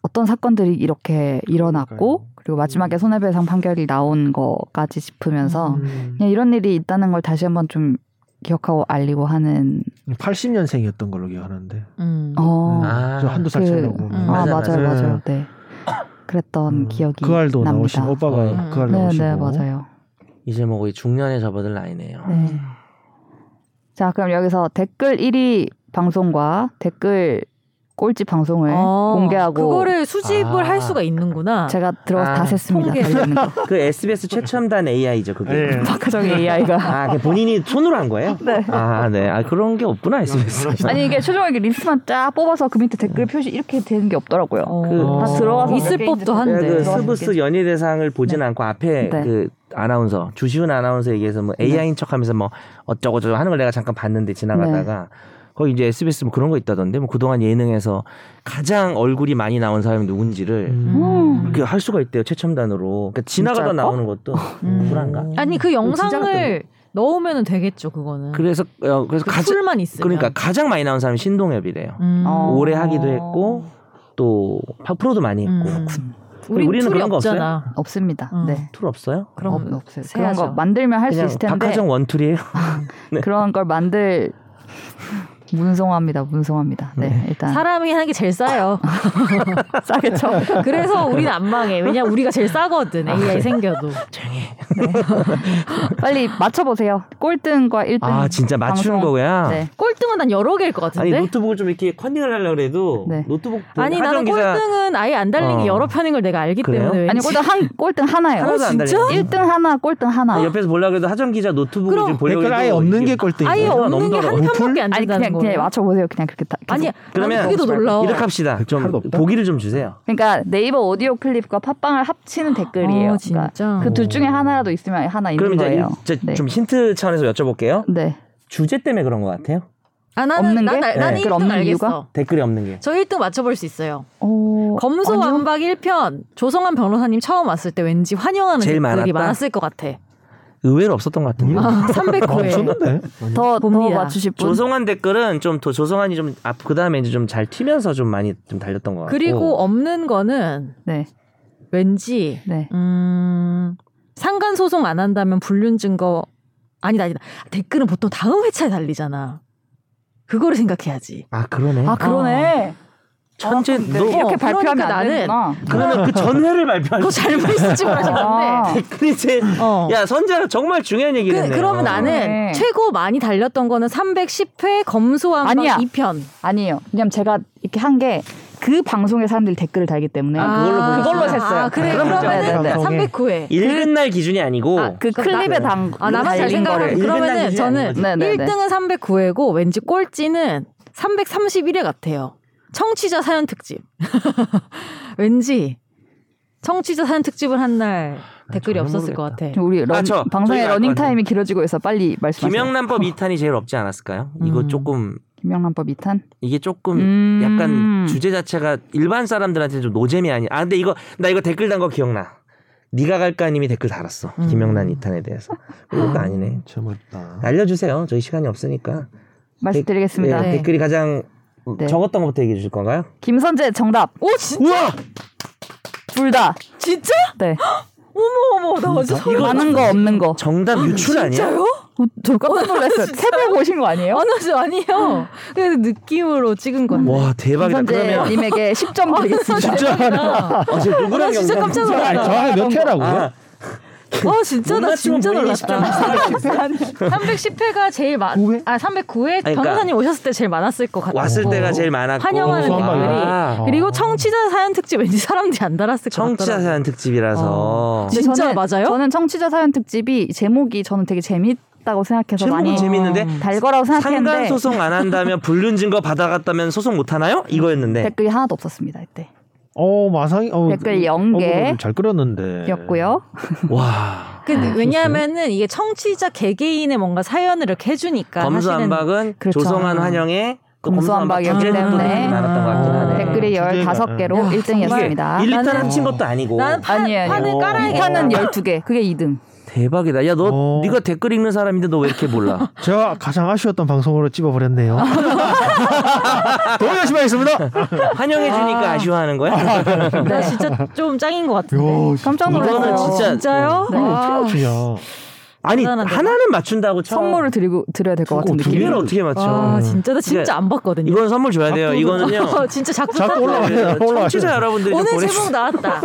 Speaker 1: 어떤 사건들이 이렇게 일어났고
Speaker 4: 그러니까요.
Speaker 1: 그리고 마지막에 손해배상 판결이 나온 거까지 짚으면서
Speaker 4: 음.
Speaker 1: 그냥 이런 일이 있다는 걸 다시 한번 좀 기억하고 알리고 하는
Speaker 4: 80년생이었던 걸로 기억하는데.
Speaker 2: 음.
Speaker 1: 어.
Speaker 4: 음,
Speaker 1: 아,
Speaker 3: 아,
Speaker 4: 저 한두 살
Speaker 1: 그-
Speaker 4: 차이라고. 보면.
Speaker 2: 음.
Speaker 1: 맞아요,
Speaker 3: 맞아,
Speaker 1: 맞아요.
Speaker 4: 맞아.
Speaker 1: 네. 그랬던
Speaker 4: 음,
Speaker 1: 기억이
Speaker 4: 그 알도
Speaker 1: 납니다.
Speaker 4: 나오신 오빠가
Speaker 2: 음.
Speaker 4: 그 알
Speaker 1: 네,
Speaker 4: 나오시고.
Speaker 1: 네, 맞아요.
Speaker 3: 이제 뭐 거의 중년에 접어들 나이네요.
Speaker 1: 네. 자, 그럼 여기서 댓글 1위 방송과 댓글 꼴찌 방송을
Speaker 2: 어,
Speaker 1: 공개하고
Speaker 2: 그거를 수집을
Speaker 3: 아.
Speaker 2: 할 수가 있는구나.
Speaker 1: 제가 들어가서
Speaker 3: 아,
Speaker 1: 다 셌습니다.
Speaker 2: 통계.
Speaker 1: 달려있는 거.
Speaker 3: 그 SBS 최첨단 AI죠 그게.
Speaker 4: 예.
Speaker 1: 박하정의 AI가.
Speaker 3: 아, 그 본인이 손으로 한 거예요?
Speaker 1: 네.
Speaker 3: 아, 네. 아, 그런 게 없구나 SBS.
Speaker 1: 아니 이게 최종하게 리스트만 쫙 뽑아서 그 밑에 댓글 표시 이렇게 되는 게 없더라고요.
Speaker 2: 어.
Speaker 3: 그-
Speaker 1: 다 들어가서 몇
Speaker 2: 있을
Speaker 1: 개인지
Speaker 2: 법도
Speaker 1: 다
Speaker 2: 한데.
Speaker 3: 그
Speaker 1: 들어가서 몇
Speaker 3: 스브스
Speaker 1: 개인지.
Speaker 3: 연예 대상을 보진 않고 앞에
Speaker 1: 네.
Speaker 3: 그 아나운서 주시훈 아나운서 얘기해서 뭐 AI인 척하면서 뭐 어쩌고 저쩌고 하는 걸 내가 잠깐 봤는데
Speaker 1: 네.
Speaker 3: 지나가다가 거기 이제 SBS 뭐 그런 거 있다던데 뭐 그동안 예능에서 가장 얼굴이 많이 나온 사람이
Speaker 4: 예.
Speaker 3: 누군지를
Speaker 1: 음.
Speaker 3: 그렇게 할 수가 있대요 최첨단으로 그러니까 지나가다
Speaker 1: 진짜요?
Speaker 3: 나오는 것도
Speaker 2: 음.
Speaker 3: 불안가
Speaker 2: 아니 그 영상을
Speaker 1: 같은데.
Speaker 2: 넣으면 되겠죠 그거는.
Speaker 3: 그래서 어, 그래서
Speaker 2: 그
Speaker 3: 가장
Speaker 2: 풀만 있으면.
Speaker 3: 그러니까 가장 많이 나온 사람이 신동엽이래요
Speaker 2: 음.
Speaker 1: 어.
Speaker 3: 오래 하기도 했고 또 프로도 많이 했고
Speaker 2: 음.
Speaker 3: 우리는
Speaker 2: 우리는 툴이
Speaker 3: 그런 거
Speaker 2: 없잖아.
Speaker 1: 없습니다.
Speaker 2: 음.
Speaker 1: 네.
Speaker 3: 툴 없어요?
Speaker 2: 그럼
Speaker 1: 없- 없어요. 그런 거
Speaker 2: 세야죠.
Speaker 1: 만들면 할 수
Speaker 3: 그냥
Speaker 1: 있을 텐데
Speaker 3: 박하정 원툴이에요.
Speaker 1: 그런 걸 만들 문송합니다. 문송합니다. 네, 일단
Speaker 2: 사람이 하는 게 제일 싸요.
Speaker 1: 싸겠죠.
Speaker 2: 그래서 우리는 안 망해. 왜냐 우리가 제일 싸거든.
Speaker 3: 아,
Speaker 2: AI 생겨도.
Speaker 1: 빨리 맞춰 보세요. 꼴등과 1등.
Speaker 3: 아 진짜 맞추는
Speaker 1: 방송.
Speaker 3: 거구나.
Speaker 1: 네. 꼴등
Speaker 2: 꼴등은 난 여러 개일 것
Speaker 3: 아니
Speaker 2: 같은데.
Speaker 3: 노트북을 좀 이렇게 컨닝을 하려고 해도
Speaker 1: 네.
Speaker 3: 노트북 그
Speaker 2: 아니 나는
Speaker 3: 하정 기자
Speaker 2: 꼴등은 아예 안 달린 게
Speaker 3: 어.
Speaker 2: 여러 편인 걸 내가 알기
Speaker 3: 그래요?
Speaker 2: 때문에
Speaker 1: 아니
Speaker 2: 왠지
Speaker 1: 꼴등 한 꼴등 하나예요.
Speaker 3: 하나도 안 달려.
Speaker 1: 1등 하나, 꼴등 하나.
Speaker 3: 옆에서 보려고 해도 하정 기자 노트북을
Speaker 2: 그럼
Speaker 3: 좀 보려고
Speaker 4: 댓글 아예
Speaker 3: 해도
Speaker 4: 없는
Speaker 3: 이게
Speaker 4: 게 꼴등이에요.
Speaker 2: 아예
Speaker 3: 이거는
Speaker 2: 없는 게 한
Speaker 3: 넘더라고.
Speaker 2: 편밖에 안
Speaker 1: 아니
Speaker 2: 된다는
Speaker 1: 그냥
Speaker 2: 거예요.
Speaker 1: 그냥 맞춰보세요. 그냥 그렇게 다. 계속.
Speaker 2: 아니
Speaker 3: 그러면
Speaker 2: 그게 더 놀라워.
Speaker 3: 이렇게 합시다. 좀
Speaker 4: 하나도 없다?
Speaker 3: 보기를 좀 주세요.
Speaker 1: 그러니까 네이버 오디오 클립과 팟빵을 합치는 댓글이에요.
Speaker 2: 어,
Speaker 1: 그러니까
Speaker 2: 진짜.
Speaker 1: 그 둘 중에 하나라도 있으면 하나 있는
Speaker 3: 아, 그럼 이제,
Speaker 1: 거예요.
Speaker 3: 이- 이제
Speaker 1: 네.
Speaker 3: 좀 힌트 차원에서 여쭤볼게요.
Speaker 1: 네.
Speaker 3: 주제 때문에 그런 것 같아요.
Speaker 2: 아 나는
Speaker 1: 없는
Speaker 2: 난,
Speaker 1: 게?
Speaker 2: 알- 난
Speaker 3: 네.
Speaker 2: 일 1등
Speaker 1: 없는
Speaker 2: 알겠어.
Speaker 1: 이유가?
Speaker 3: 댓글이 없는 게.
Speaker 2: 저 1등 맞춰볼 수 있어요.
Speaker 1: 어, 아니요.
Speaker 2: 검소완박 1편 조성한 변호사님 처음 왔을 때 왠지 환영하는
Speaker 3: 제일
Speaker 2: 댓글이
Speaker 3: 많았다?
Speaker 2: 많았을 것 같아.
Speaker 3: 의외로 없었던 것
Speaker 4: 아,
Speaker 3: 같은데. 요
Speaker 2: 300호에
Speaker 4: 네.
Speaker 1: 더, 더
Speaker 2: 봅니다.
Speaker 1: 맞추실 분.
Speaker 3: 조성한 댓글은 좀 더 조성한이 좀 그 다음에 이제 좀 잘 튀면서 좀 많이 좀 달렸던 것 같고.
Speaker 2: 그리고 어, 없는 거는
Speaker 1: 네.
Speaker 2: 왠지
Speaker 1: 네.
Speaker 2: 음, 상간 소송 안 한다면 불륜 증거 아니다 아니다 댓글은 보통 다음 회차에 달리잖아. 그거를 생각해야지.
Speaker 3: 아 그러네.
Speaker 1: 아 그러네.
Speaker 3: 천재
Speaker 1: 근데
Speaker 3: 너
Speaker 1: 이렇게
Speaker 2: 어,
Speaker 1: 발표하면
Speaker 2: 그러니까
Speaker 1: 안
Speaker 2: 나는-
Speaker 1: 되는구나.
Speaker 2: 아,
Speaker 3: 그러면 그 전회를 발표할
Speaker 2: 그거 잘 쓰지
Speaker 1: 아.
Speaker 2: 말하셨는데.
Speaker 3: 댓글이 제
Speaker 2: 그 어.
Speaker 3: 야 선재가 정말 중요한 얘기를
Speaker 2: 그,
Speaker 3: 했네요.
Speaker 2: 그러면 나는
Speaker 1: 네.
Speaker 2: 최고 많이 달렸던 거는 310회 검소한
Speaker 1: 아니야.
Speaker 2: 2편.
Speaker 1: 아니에요. 왜냐면 제가 이렇게 한 게 그 방송에 사람들이 댓글을 달기 때문에
Speaker 3: 아, 그걸로 보셨어요?
Speaker 1: 그걸로 셌어요.
Speaker 2: 아, 그래.
Speaker 1: 그럼
Speaker 2: 그러면은
Speaker 1: 네, 네, 네.
Speaker 2: 309회.
Speaker 3: 읽은 날 기준이 아니고
Speaker 1: 아, 그
Speaker 2: 그러니까
Speaker 1: 클립에
Speaker 3: 나-
Speaker 1: 담
Speaker 2: 아, 나만 잘
Speaker 1: 달린
Speaker 2: 생각하면
Speaker 1: 거를.
Speaker 3: 거를 읽은
Speaker 2: 그러면은
Speaker 3: 날이지
Speaker 2: 저는
Speaker 3: 아니거든.
Speaker 1: 네, 네, 네.
Speaker 2: 1등은 309회고 왠지 꼴찌는 331회 같아요. 청취자 사연 특집. 왠지 청취자 사연 특집을 한 날 댓글이
Speaker 3: 전혀
Speaker 2: 없었을 것
Speaker 3: 모르겠다.
Speaker 2: 같아.
Speaker 1: 지금 네. 우리 런,
Speaker 3: 아, 저-
Speaker 1: 방송의
Speaker 3: 저희가
Speaker 1: 러닝
Speaker 3: 아까
Speaker 1: 타임이 길어지고 있어 빨리 말씀하세요.
Speaker 3: 김영란법 2탄이 제일 없지 않았을까요? 이거
Speaker 2: 음.
Speaker 3: 조금
Speaker 1: 김영란법 2탄.
Speaker 3: 이게 조금
Speaker 1: 음.
Speaker 3: 약간 주제 자체가 일반 사람들한테 좀 노잼이 아니. 아 근데 이거 나 이거 댓글 단 거 기억나. 네가 갈까님이 댓글 달았어.
Speaker 2: 음.
Speaker 3: 김영란 2탄에 대해서. 이것도 아니네.
Speaker 4: 참았다.
Speaker 3: 알려주세요. 저희 시간이 없으니까.
Speaker 1: 말씀드리겠습니다.
Speaker 3: 예,
Speaker 2: 네.
Speaker 3: 댓글이 가장
Speaker 1: 네.
Speaker 3: 적었던 것부터 얘기해 주실 건가요?
Speaker 1: 김선재 정답.
Speaker 2: 오 진,
Speaker 3: 우와!
Speaker 1: 둘 다.
Speaker 2: 진짜?
Speaker 1: 네.
Speaker 2: 어머 어머 나 어제 서
Speaker 3: 이거
Speaker 1: 많은 거 없는 거.
Speaker 3: 정답 유출 아니야?
Speaker 2: 진짜요?
Speaker 1: 저 깜짝 놀랐어요. 새벽 오신 거 아니에요?
Speaker 2: 아나지 아니에요. 그냥 느낌으로 찍은 건데.
Speaker 3: 와 대박이다. 그러면
Speaker 1: 김선재님에게 10점 드리겠습니다.
Speaker 3: 아, 저
Speaker 2: 나
Speaker 3: 누구랑
Speaker 2: 진짜
Speaker 3: 영상
Speaker 2: 깜짝
Speaker 4: 아,
Speaker 2: 놀랐다.
Speaker 4: 저하몇 회라고?
Speaker 3: 아,
Speaker 2: 아 진짜
Speaker 3: 못
Speaker 2: 나
Speaker 3: 맞추면
Speaker 2: 진짜
Speaker 3: 본인이
Speaker 2: 놀랐다. 310회가 제일 많.
Speaker 4: 구회?
Speaker 2: 아 309회
Speaker 3: 그러니까
Speaker 2: 변호사님 오셨을 때 제일 많았을 것 같고.
Speaker 3: 왔을 때가 제일 많았고
Speaker 2: 어. 환영하는
Speaker 4: 소환 댓글이.
Speaker 3: 아,
Speaker 2: 그리고 청취자 사연 특집 왠지 사람들이 안 달았을 것 같더라.
Speaker 3: 청취자 사연 특집이라서
Speaker 1: 저는-
Speaker 2: 진짜 맞아요?
Speaker 1: 저는 청취자 사연 특집이 제목이 저는 되게 재밌다고 생각해서
Speaker 3: 제목은
Speaker 1: 많이
Speaker 3: 재밌는데
Speaker 1: 달 거라고
Speaker 3: 상간
Speaker 1: 생각했는데
Speaker 3: 소송 안 한다면 불륜 증거 받아갔다면 소송 못 하나요? 이거였는데
Speaker 1: 댓글이 하나도 없었습니다 이때
Speaker 4: 어 마상이 어,
Speaker 1: 댓글 영
Speaker 4: 어,
Speaker 1: 개.
Speaker 4: 그거를 잘 끌었는데.
Speaker 1: 였고요.
Speaker 3: 와
Speaker 4: 아,
Speaker 2: 근데 그 왜냐하면은 이게 청취자 개개인의 뭔가 사연을 이렇게 해주니까 사실은
Speaker 3: 검수안박은
Speaker 1: 그러니까 그렇죠.
Speaker 3: 조성한 환영에 또
Speaker 1: 검수안박이었기
Speaker 3: 검수안박 주제도
Speaker 1: 때문에.
Speaker 3: 많았던 것 같긴 아, 하네.
Speaker 1: 어, 댓글이
Speaker 4: 주제가-
Speaker 1: 15개로 일등이었습니다
Speaker 3: 이게 1리탄 합친 것도 아니고
Speaker 2: 나는 파,
Speaker 1: 아니에요, 아니에요.
Speaker 4: 어.
Speaker 2: 판을 깔아야겠다.
Speaker 1: 이화는 12개. 그게 2등.
Speaker 3: 대박이다. 야 너
Speaker 4: 어.
Speaker 3: 네가 댓글 읽는 사람인데 너 왜 이렇게 몰라?
Speaker 4: 제가 가장 아쉬웠던 방송으로 찝어버렸네요.
Speaker 3: 아,
Speaker 4: 너무 열심히 하겠습니다.
Speaker 3: 환영해 주니까 아쉬워하는 거야?
Speaker 4: 어.
Speaker 2: 나 진짜 좀 짱인 것 같은데.
Speaker 4: 요,
Speaker 1: 깜짝
Speaker 3: 이거는
Speaker 1: 놀랐어요.
Speaker 3: 진짜
Speaker 2: 진짜요? 아,
Speaker 1: 네.
Speaker 2: 와.
Speaker 4: 어떻게 맞추냐.
Speaker 3: 아니
Speaker 2: 대단한데.
Speaker 3: 하나는 맞춘다고 쳐.
Speaker 1: 선물을 아, 드리고 드려야 될 것 같은
Speaker 3: 두
Speaker 1: 느낌.
Speaker 3: 개를 어떻게 맞춰?
Speaker 2: 와 진짜 나 진짜
Speaker 3: 그러니까
Speaker 2: 안 봤거든요.
Speaker 3: 이건 선물 줘야 돼요. 이거는요. 네,
Speaker 2: 진짜 자꾸
Speaker 4: 자꾸
Speaker 2: 탔다.
Speaker 4: 올라와요. 올라와요.
Speaker 3: 청취자 여러분들이 좀
Speaker 2: 오늘
Speaker 3: 보내주
Speaker 2: 제목 나왔다.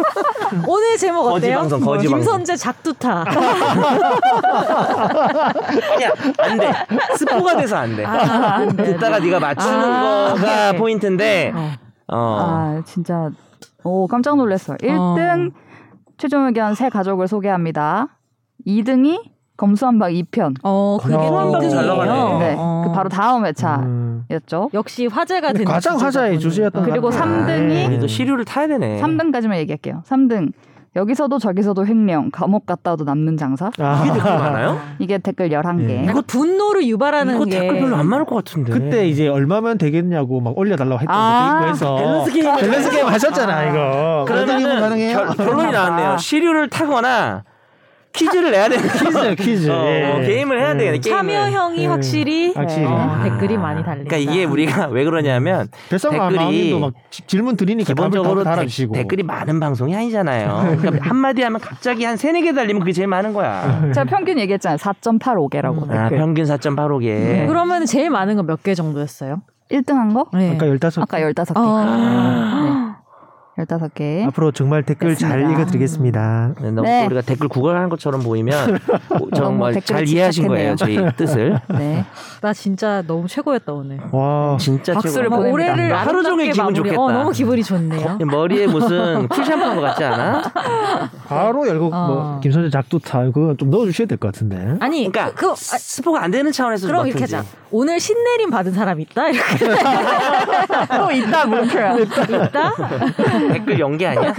Speaker 2: 오늘 제목
Speaker 3: 거지
Speaker 2: 어때요?
Speaker 3: 방송, 거지 방송.
Speaker 2: 김선재 작두타.
Speaker 3: 아니야 안 돼. 스포가 돼서 안 돼.
Speaker 2: 아, 네, 네.
Speaker 3: 듣다가 네가 맞추는
Speaker 2: 아,
Speaker 3: 거가
Speaker 2: 오케이.
Speaker 3: 포인트인데. 어.
Speaker 1: 아, 진짜 오, 깜짝 놀랐어요. 1등 최종 의견 새 가족을 소개합니다. 2등이 검수한박 2편.
Speaker 2: 어, 그게
Speaker 4: 검수완박 잘
Speaker 2: 등이에요. 어.
Speaker 3: 나가네.
Speaker 1: 네. 그 바로 다음 회차였죠.
Speaker 4: 음.
Speaker 2: 역시
Speaker 3: 아,
Speaker 2: 화제가
Speaker 4: 근데
Speaker 2: 된
Speaker 4: 가장
Speaker 2: 주제다
Speaker 4: 화자의
Speaker 2: 보니까.
Speaker 4: 주제였던
Speaker 1: 그리고
Speaker 4: 것 같아요.
Speaker 1: 삼 등이-
Speaker 4: 네.
Speaker 3: 우리도 시류를 타야 되네.
Speaker 1: 3등까지만 얘기할게요. 3등. 여기서도 저기서도 횡령, 감옥 갔다 와도 남는 장사.
Speaker 4: 아,
Speaker 3: 이게 댓글 많아요?
Speaker 1: 이게 댓글 11개.
Speaker 3: 음.
Speaker 2: 약간 분노를 유발하는 예.
Speaker 3: 이거
Speaker 2: 게
Speaker 3: 댓글 별로 안 많을 것 같은데.
Speaker 4: 그때 이제 얼마면 되겠냐고 막 올려달라고 했던
Speaker 1: 아,
Speaker 4: 것도 있고 해서
Speaker 3: 밸런스 게임.
Speaker 4: 밸런스 게임 하셨잖아 이거. 밸런스 게임은
Speaker 3: 그러면은
Speaker 4: 가능해요?
Speaker 3: 결, 결론이
Speaker 1: 아.
Speaker 3: 나왔네요. 시류를 타거나 퀴즈를 내야 되는
Speaker 4: 퀴즈 퀴즈. 예.
Speaker 3: 어, 어, 게임을 해야 되겠네. 게임을.
Speaker 2: 참여형이
Speaker 4: 음.
Speaker 2: 확실히
Speaker 4: 확실히.
Speaker 2: 어,
Speaker 3: 아.
Speaker 2: 댓글이 많이 달린다.
Speaker 3: 그러니까 이게 우리가 왜 그러냐면 댓글이
Speaker 4: 뱃상마왕님도 막 지- 질문 드리니까
Speaker 3: 기본적으로
Speaker 4: 기본적으로
Speaker 3: 대-
Speaker 4: 네. 달아주시고
Speaker 3: 댓글이 많은 방송이 아니잖아요. 그러니까 한마디 하면 갑자기 한 세네 개 달리면 그게 제일 많은 거야.
Speaker 1: 제가 평균 얘기했잖아요. 4.85개라고.
Speaker 3: 아, 평균 4.85개.
Speaker 2: 네. 그러면 제일 많은 건 몇 개 정도였어요?
Speaker 3: 음,
Speaker 1: 1등 한 거?
Speaker 2: 네.
Speaker 4: 아까 열다섯
Speaker 3: 어.
Speaker 1: 아까 15개.
Speaker 2: 어.
Speaker 1: 네. 15개.
Speaker 4: 앞으로 정말 댓글 잘
Speaker 1: 됐습니다.
Speaker 4: 읽어드리겠습니다.
Speaker 3: 네, 너무
Speaker 1: 네.
Speaker 3: 우리가 댓글 구걸하는 것처럼 보이면 뭐 정말
Speaker 1: 댓글에
Speaker 3: 잘 이해하신 거예요 저희 뜻을
Speaker 1: 네.
Speaker 2: 나 진짜 너무 최고였다 오늘.
Speaker 4: 와,
Speaker 3: 진짜
Speaker 1: 박수를
Speaker 3: 최고다.
Speaker 1: 보내- 보냅니다.
Speaker 2: 올해를
Speaker 3: 나 하루
Speaker 2: 아름답게
Speaker 3: 종일 기분
Speaker 2: 마무리.
Speaker 3: 좋겠다.
Speaker 2: 어, 너무 기분이 좋네요.
Speaker 3: 머리에 무슨 쿨샴푸 같지 않아?
Speaker 4: 바로 열고
Speaker 2: 어.
Speaker 4: 뭐 김선재 작두 타 이거 좀 넣어주셔야 될 것 같은데.
Speaker 2: 아니
Speaker 3: 그러니까
Speaker 2: 그, 그 아,
Speaker 3: 스포가 안 되는 차원에서
Speaker 2: 그럼 이렇게
Speaker 3: 맡은지.
Speaker 2: 하자. 오늘 신내림 받은 사람 있다 이렇게
Speaker 3: 아.
Speaker 1: 또 있다, 물표야.
Speaker 2: 있다.
Speaker 3: 댓글 연계 아니야?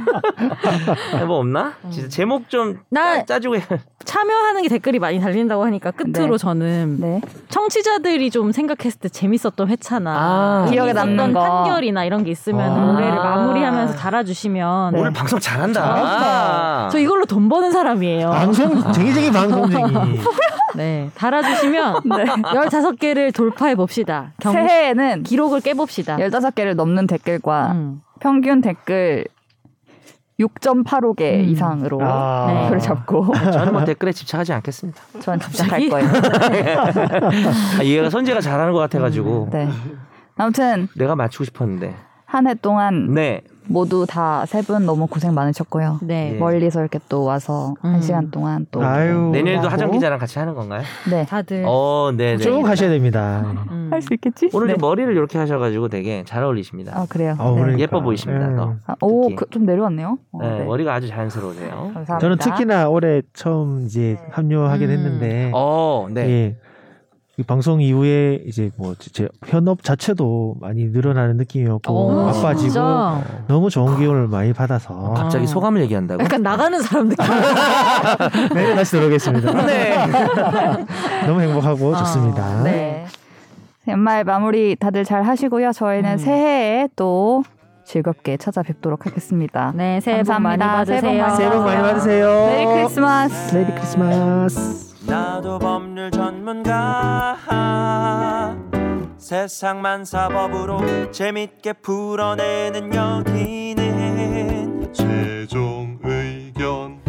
Speaker 3: 뭐 없나? 진짜 제목 좀
Speaker 2: 나- 네.
Speaker 3: 짜, 짜주고 해.
Speaker 2: 참여하는 게 댓글이 많이 달린다고 하니까
Speaker 1: 네.
Speaker 2: 끝으로 저는
Speaker 1: 네.
Speaker 2: 청취자들이 좀 생각했을 때 재밌었던 회차나
Speaker 3: 아.
Speaker 1: 기억에 남는
Speaker 2: 재밌었던
Speaker 1: 거.
Speaker 2: 판결이나 이런 게 있으면
Speaker 3: 아.
Speaker 2: 올해를 마무리하면서 달아주시면
Speaker 1: 네.
Speaker 3: 오늘 방송 잘한다. 아.
Speaker 2: 잘한다. 저 이걸로 돈 버는 사람이에요.
Speaker 4: 방송 쟁이쟁이 방송쟁이.
Speaker 2: 네, 달아주시면
Speaker 1: 네.
Speaker 2: 15개를 돌파해 봅시다. 경
Speaker 1: 새해에는
Speaker 2: 기록을 깨봅시다.
Speaker 1: 15개를 넘는 댓글과
Speaker 2: 음.
Speaker 1: 평균 댓글 6.85개
Speaker 2: 음.
Speaker 1: 이상으로
Speaker 4: 아.
Speaker 2: 네.
Speaker 1: 목표를 잡고
Speaker 3: 저는 뭐 댓글에 집착하지 않겠습니다.
Speaker 1: 저는 집착할
Speaker 2: 갑자기?
Speaker 1: 거예요.
Speaker 3: 아, 얘가 선재가 잘하는 것 같아가지고
Speaker 1: 네. 아무튼
Speaker 3: 내가 맞추고 싶었는데.
Speaker 1: 한 해 동안
Speaker 3: 네.
Speaker 1: 모두 다 세 분 너무 고생 많으셨고요.
Speaker 2: 네.
Speaker 3: 예.
Speaker 1: 멀리서 이렇게 또 와서
Speaker 2: 음.
Speaker 1: 한 시간 동안 또
Speaker 4: 아유,
Speaker 3: 내년에도
Speaker 1: 하고.
Speaker 3: 하정 기자랑 같이 하는 건가요?
Speaker 1: 네.
Speaker 2: 다들
Speaker 3: 어, 네, 네.
Speaker 4: 쭉 하셔야 됩니다.
Speaker 2: 음.
Speaker 1: 할 수 있겠지?
Speaker 3: 오늘
Speaker 1: 네.
Speaker 3: 좀 머리를 이렇게 하셔가지고 되게 잘 어울리십니다.
Speaker 1: 아 그래요.
Speaker 4: 아,
Speaker 1: 네.
Speaker 4: 그러니까.
Speaker 3: 예뻐
Speaker 4: 예.
Speaker 3: 보이십니다. 너.
Speaker 1: 아, 오,
Speaker 3: 특히.
Speaker 1: 그, 좀 내려왔네요. 어,
Speaker 3: 네,
Speaker 1: 네.
Speaker 3: 머리가 아주 자연스러우세요.
Speaker 1: 감사합니다.
Speaker 4: 저는 특히나 올해 처음 이제 합류하긴
Speaker 2: 음.
Speaker 4: 했는데,
Speaker 3: 어, 네.
Speaker 4: 예. 이 방송 이후에 이제 뭐제 현업 자체도 많이 늘어나는 느낌이었고
Speaker 2: 어,
Speaker 4: 바빠지고
Speaker 2: 진짜?
Speaker 4: 너무 좋은 기운을 많이 받아서
Speaker 3: 갑자기 소감을 얘기한다고.
Speaker 2: 약간 나가는 사람 느낌.
Speaker 4: 내일 네, 다시 돌아오겠습니다.
Speaker 3: 네.
Speaker 4: 너무 행복하고
Speaker 2: 아,
Speaker 4: 좋습니다.
Speaker 2: 네.
Speaker 1: 연말 마무리 다들 잘 하시고요. 저희는
Speaker 2: 음.
Speaker 1: 새해에 또 즐겁게 찾아뵙도록 하겠습니다.
Speaker 2: 네, 새해 복 많이
Speaker 1: 감사합니다.
Speaker 2: 받으세요.
Speaker 1: 새해 복 많이
Speaker 4: 새해 복 많이 받으세요.
Speaker 2: 네,
Speaker 1: 메리
Speaker 2: 그
Speaker 1: 크리스마스.
Speaker 4: 메리 크리스마스.
Speaker 8: 나도 법률 전문가 세상만 사법으로 재밌게 풀어내는 여기는
Speaker 9: 최종 의견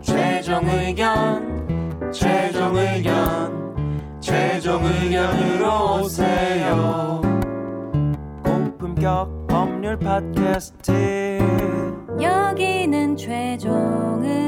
Speaker 8: 최종 의견 최종 의견 최종 의견으로 오세요 고품격 법률 팟캐스트
Speaker 10: 여기는 최종 의견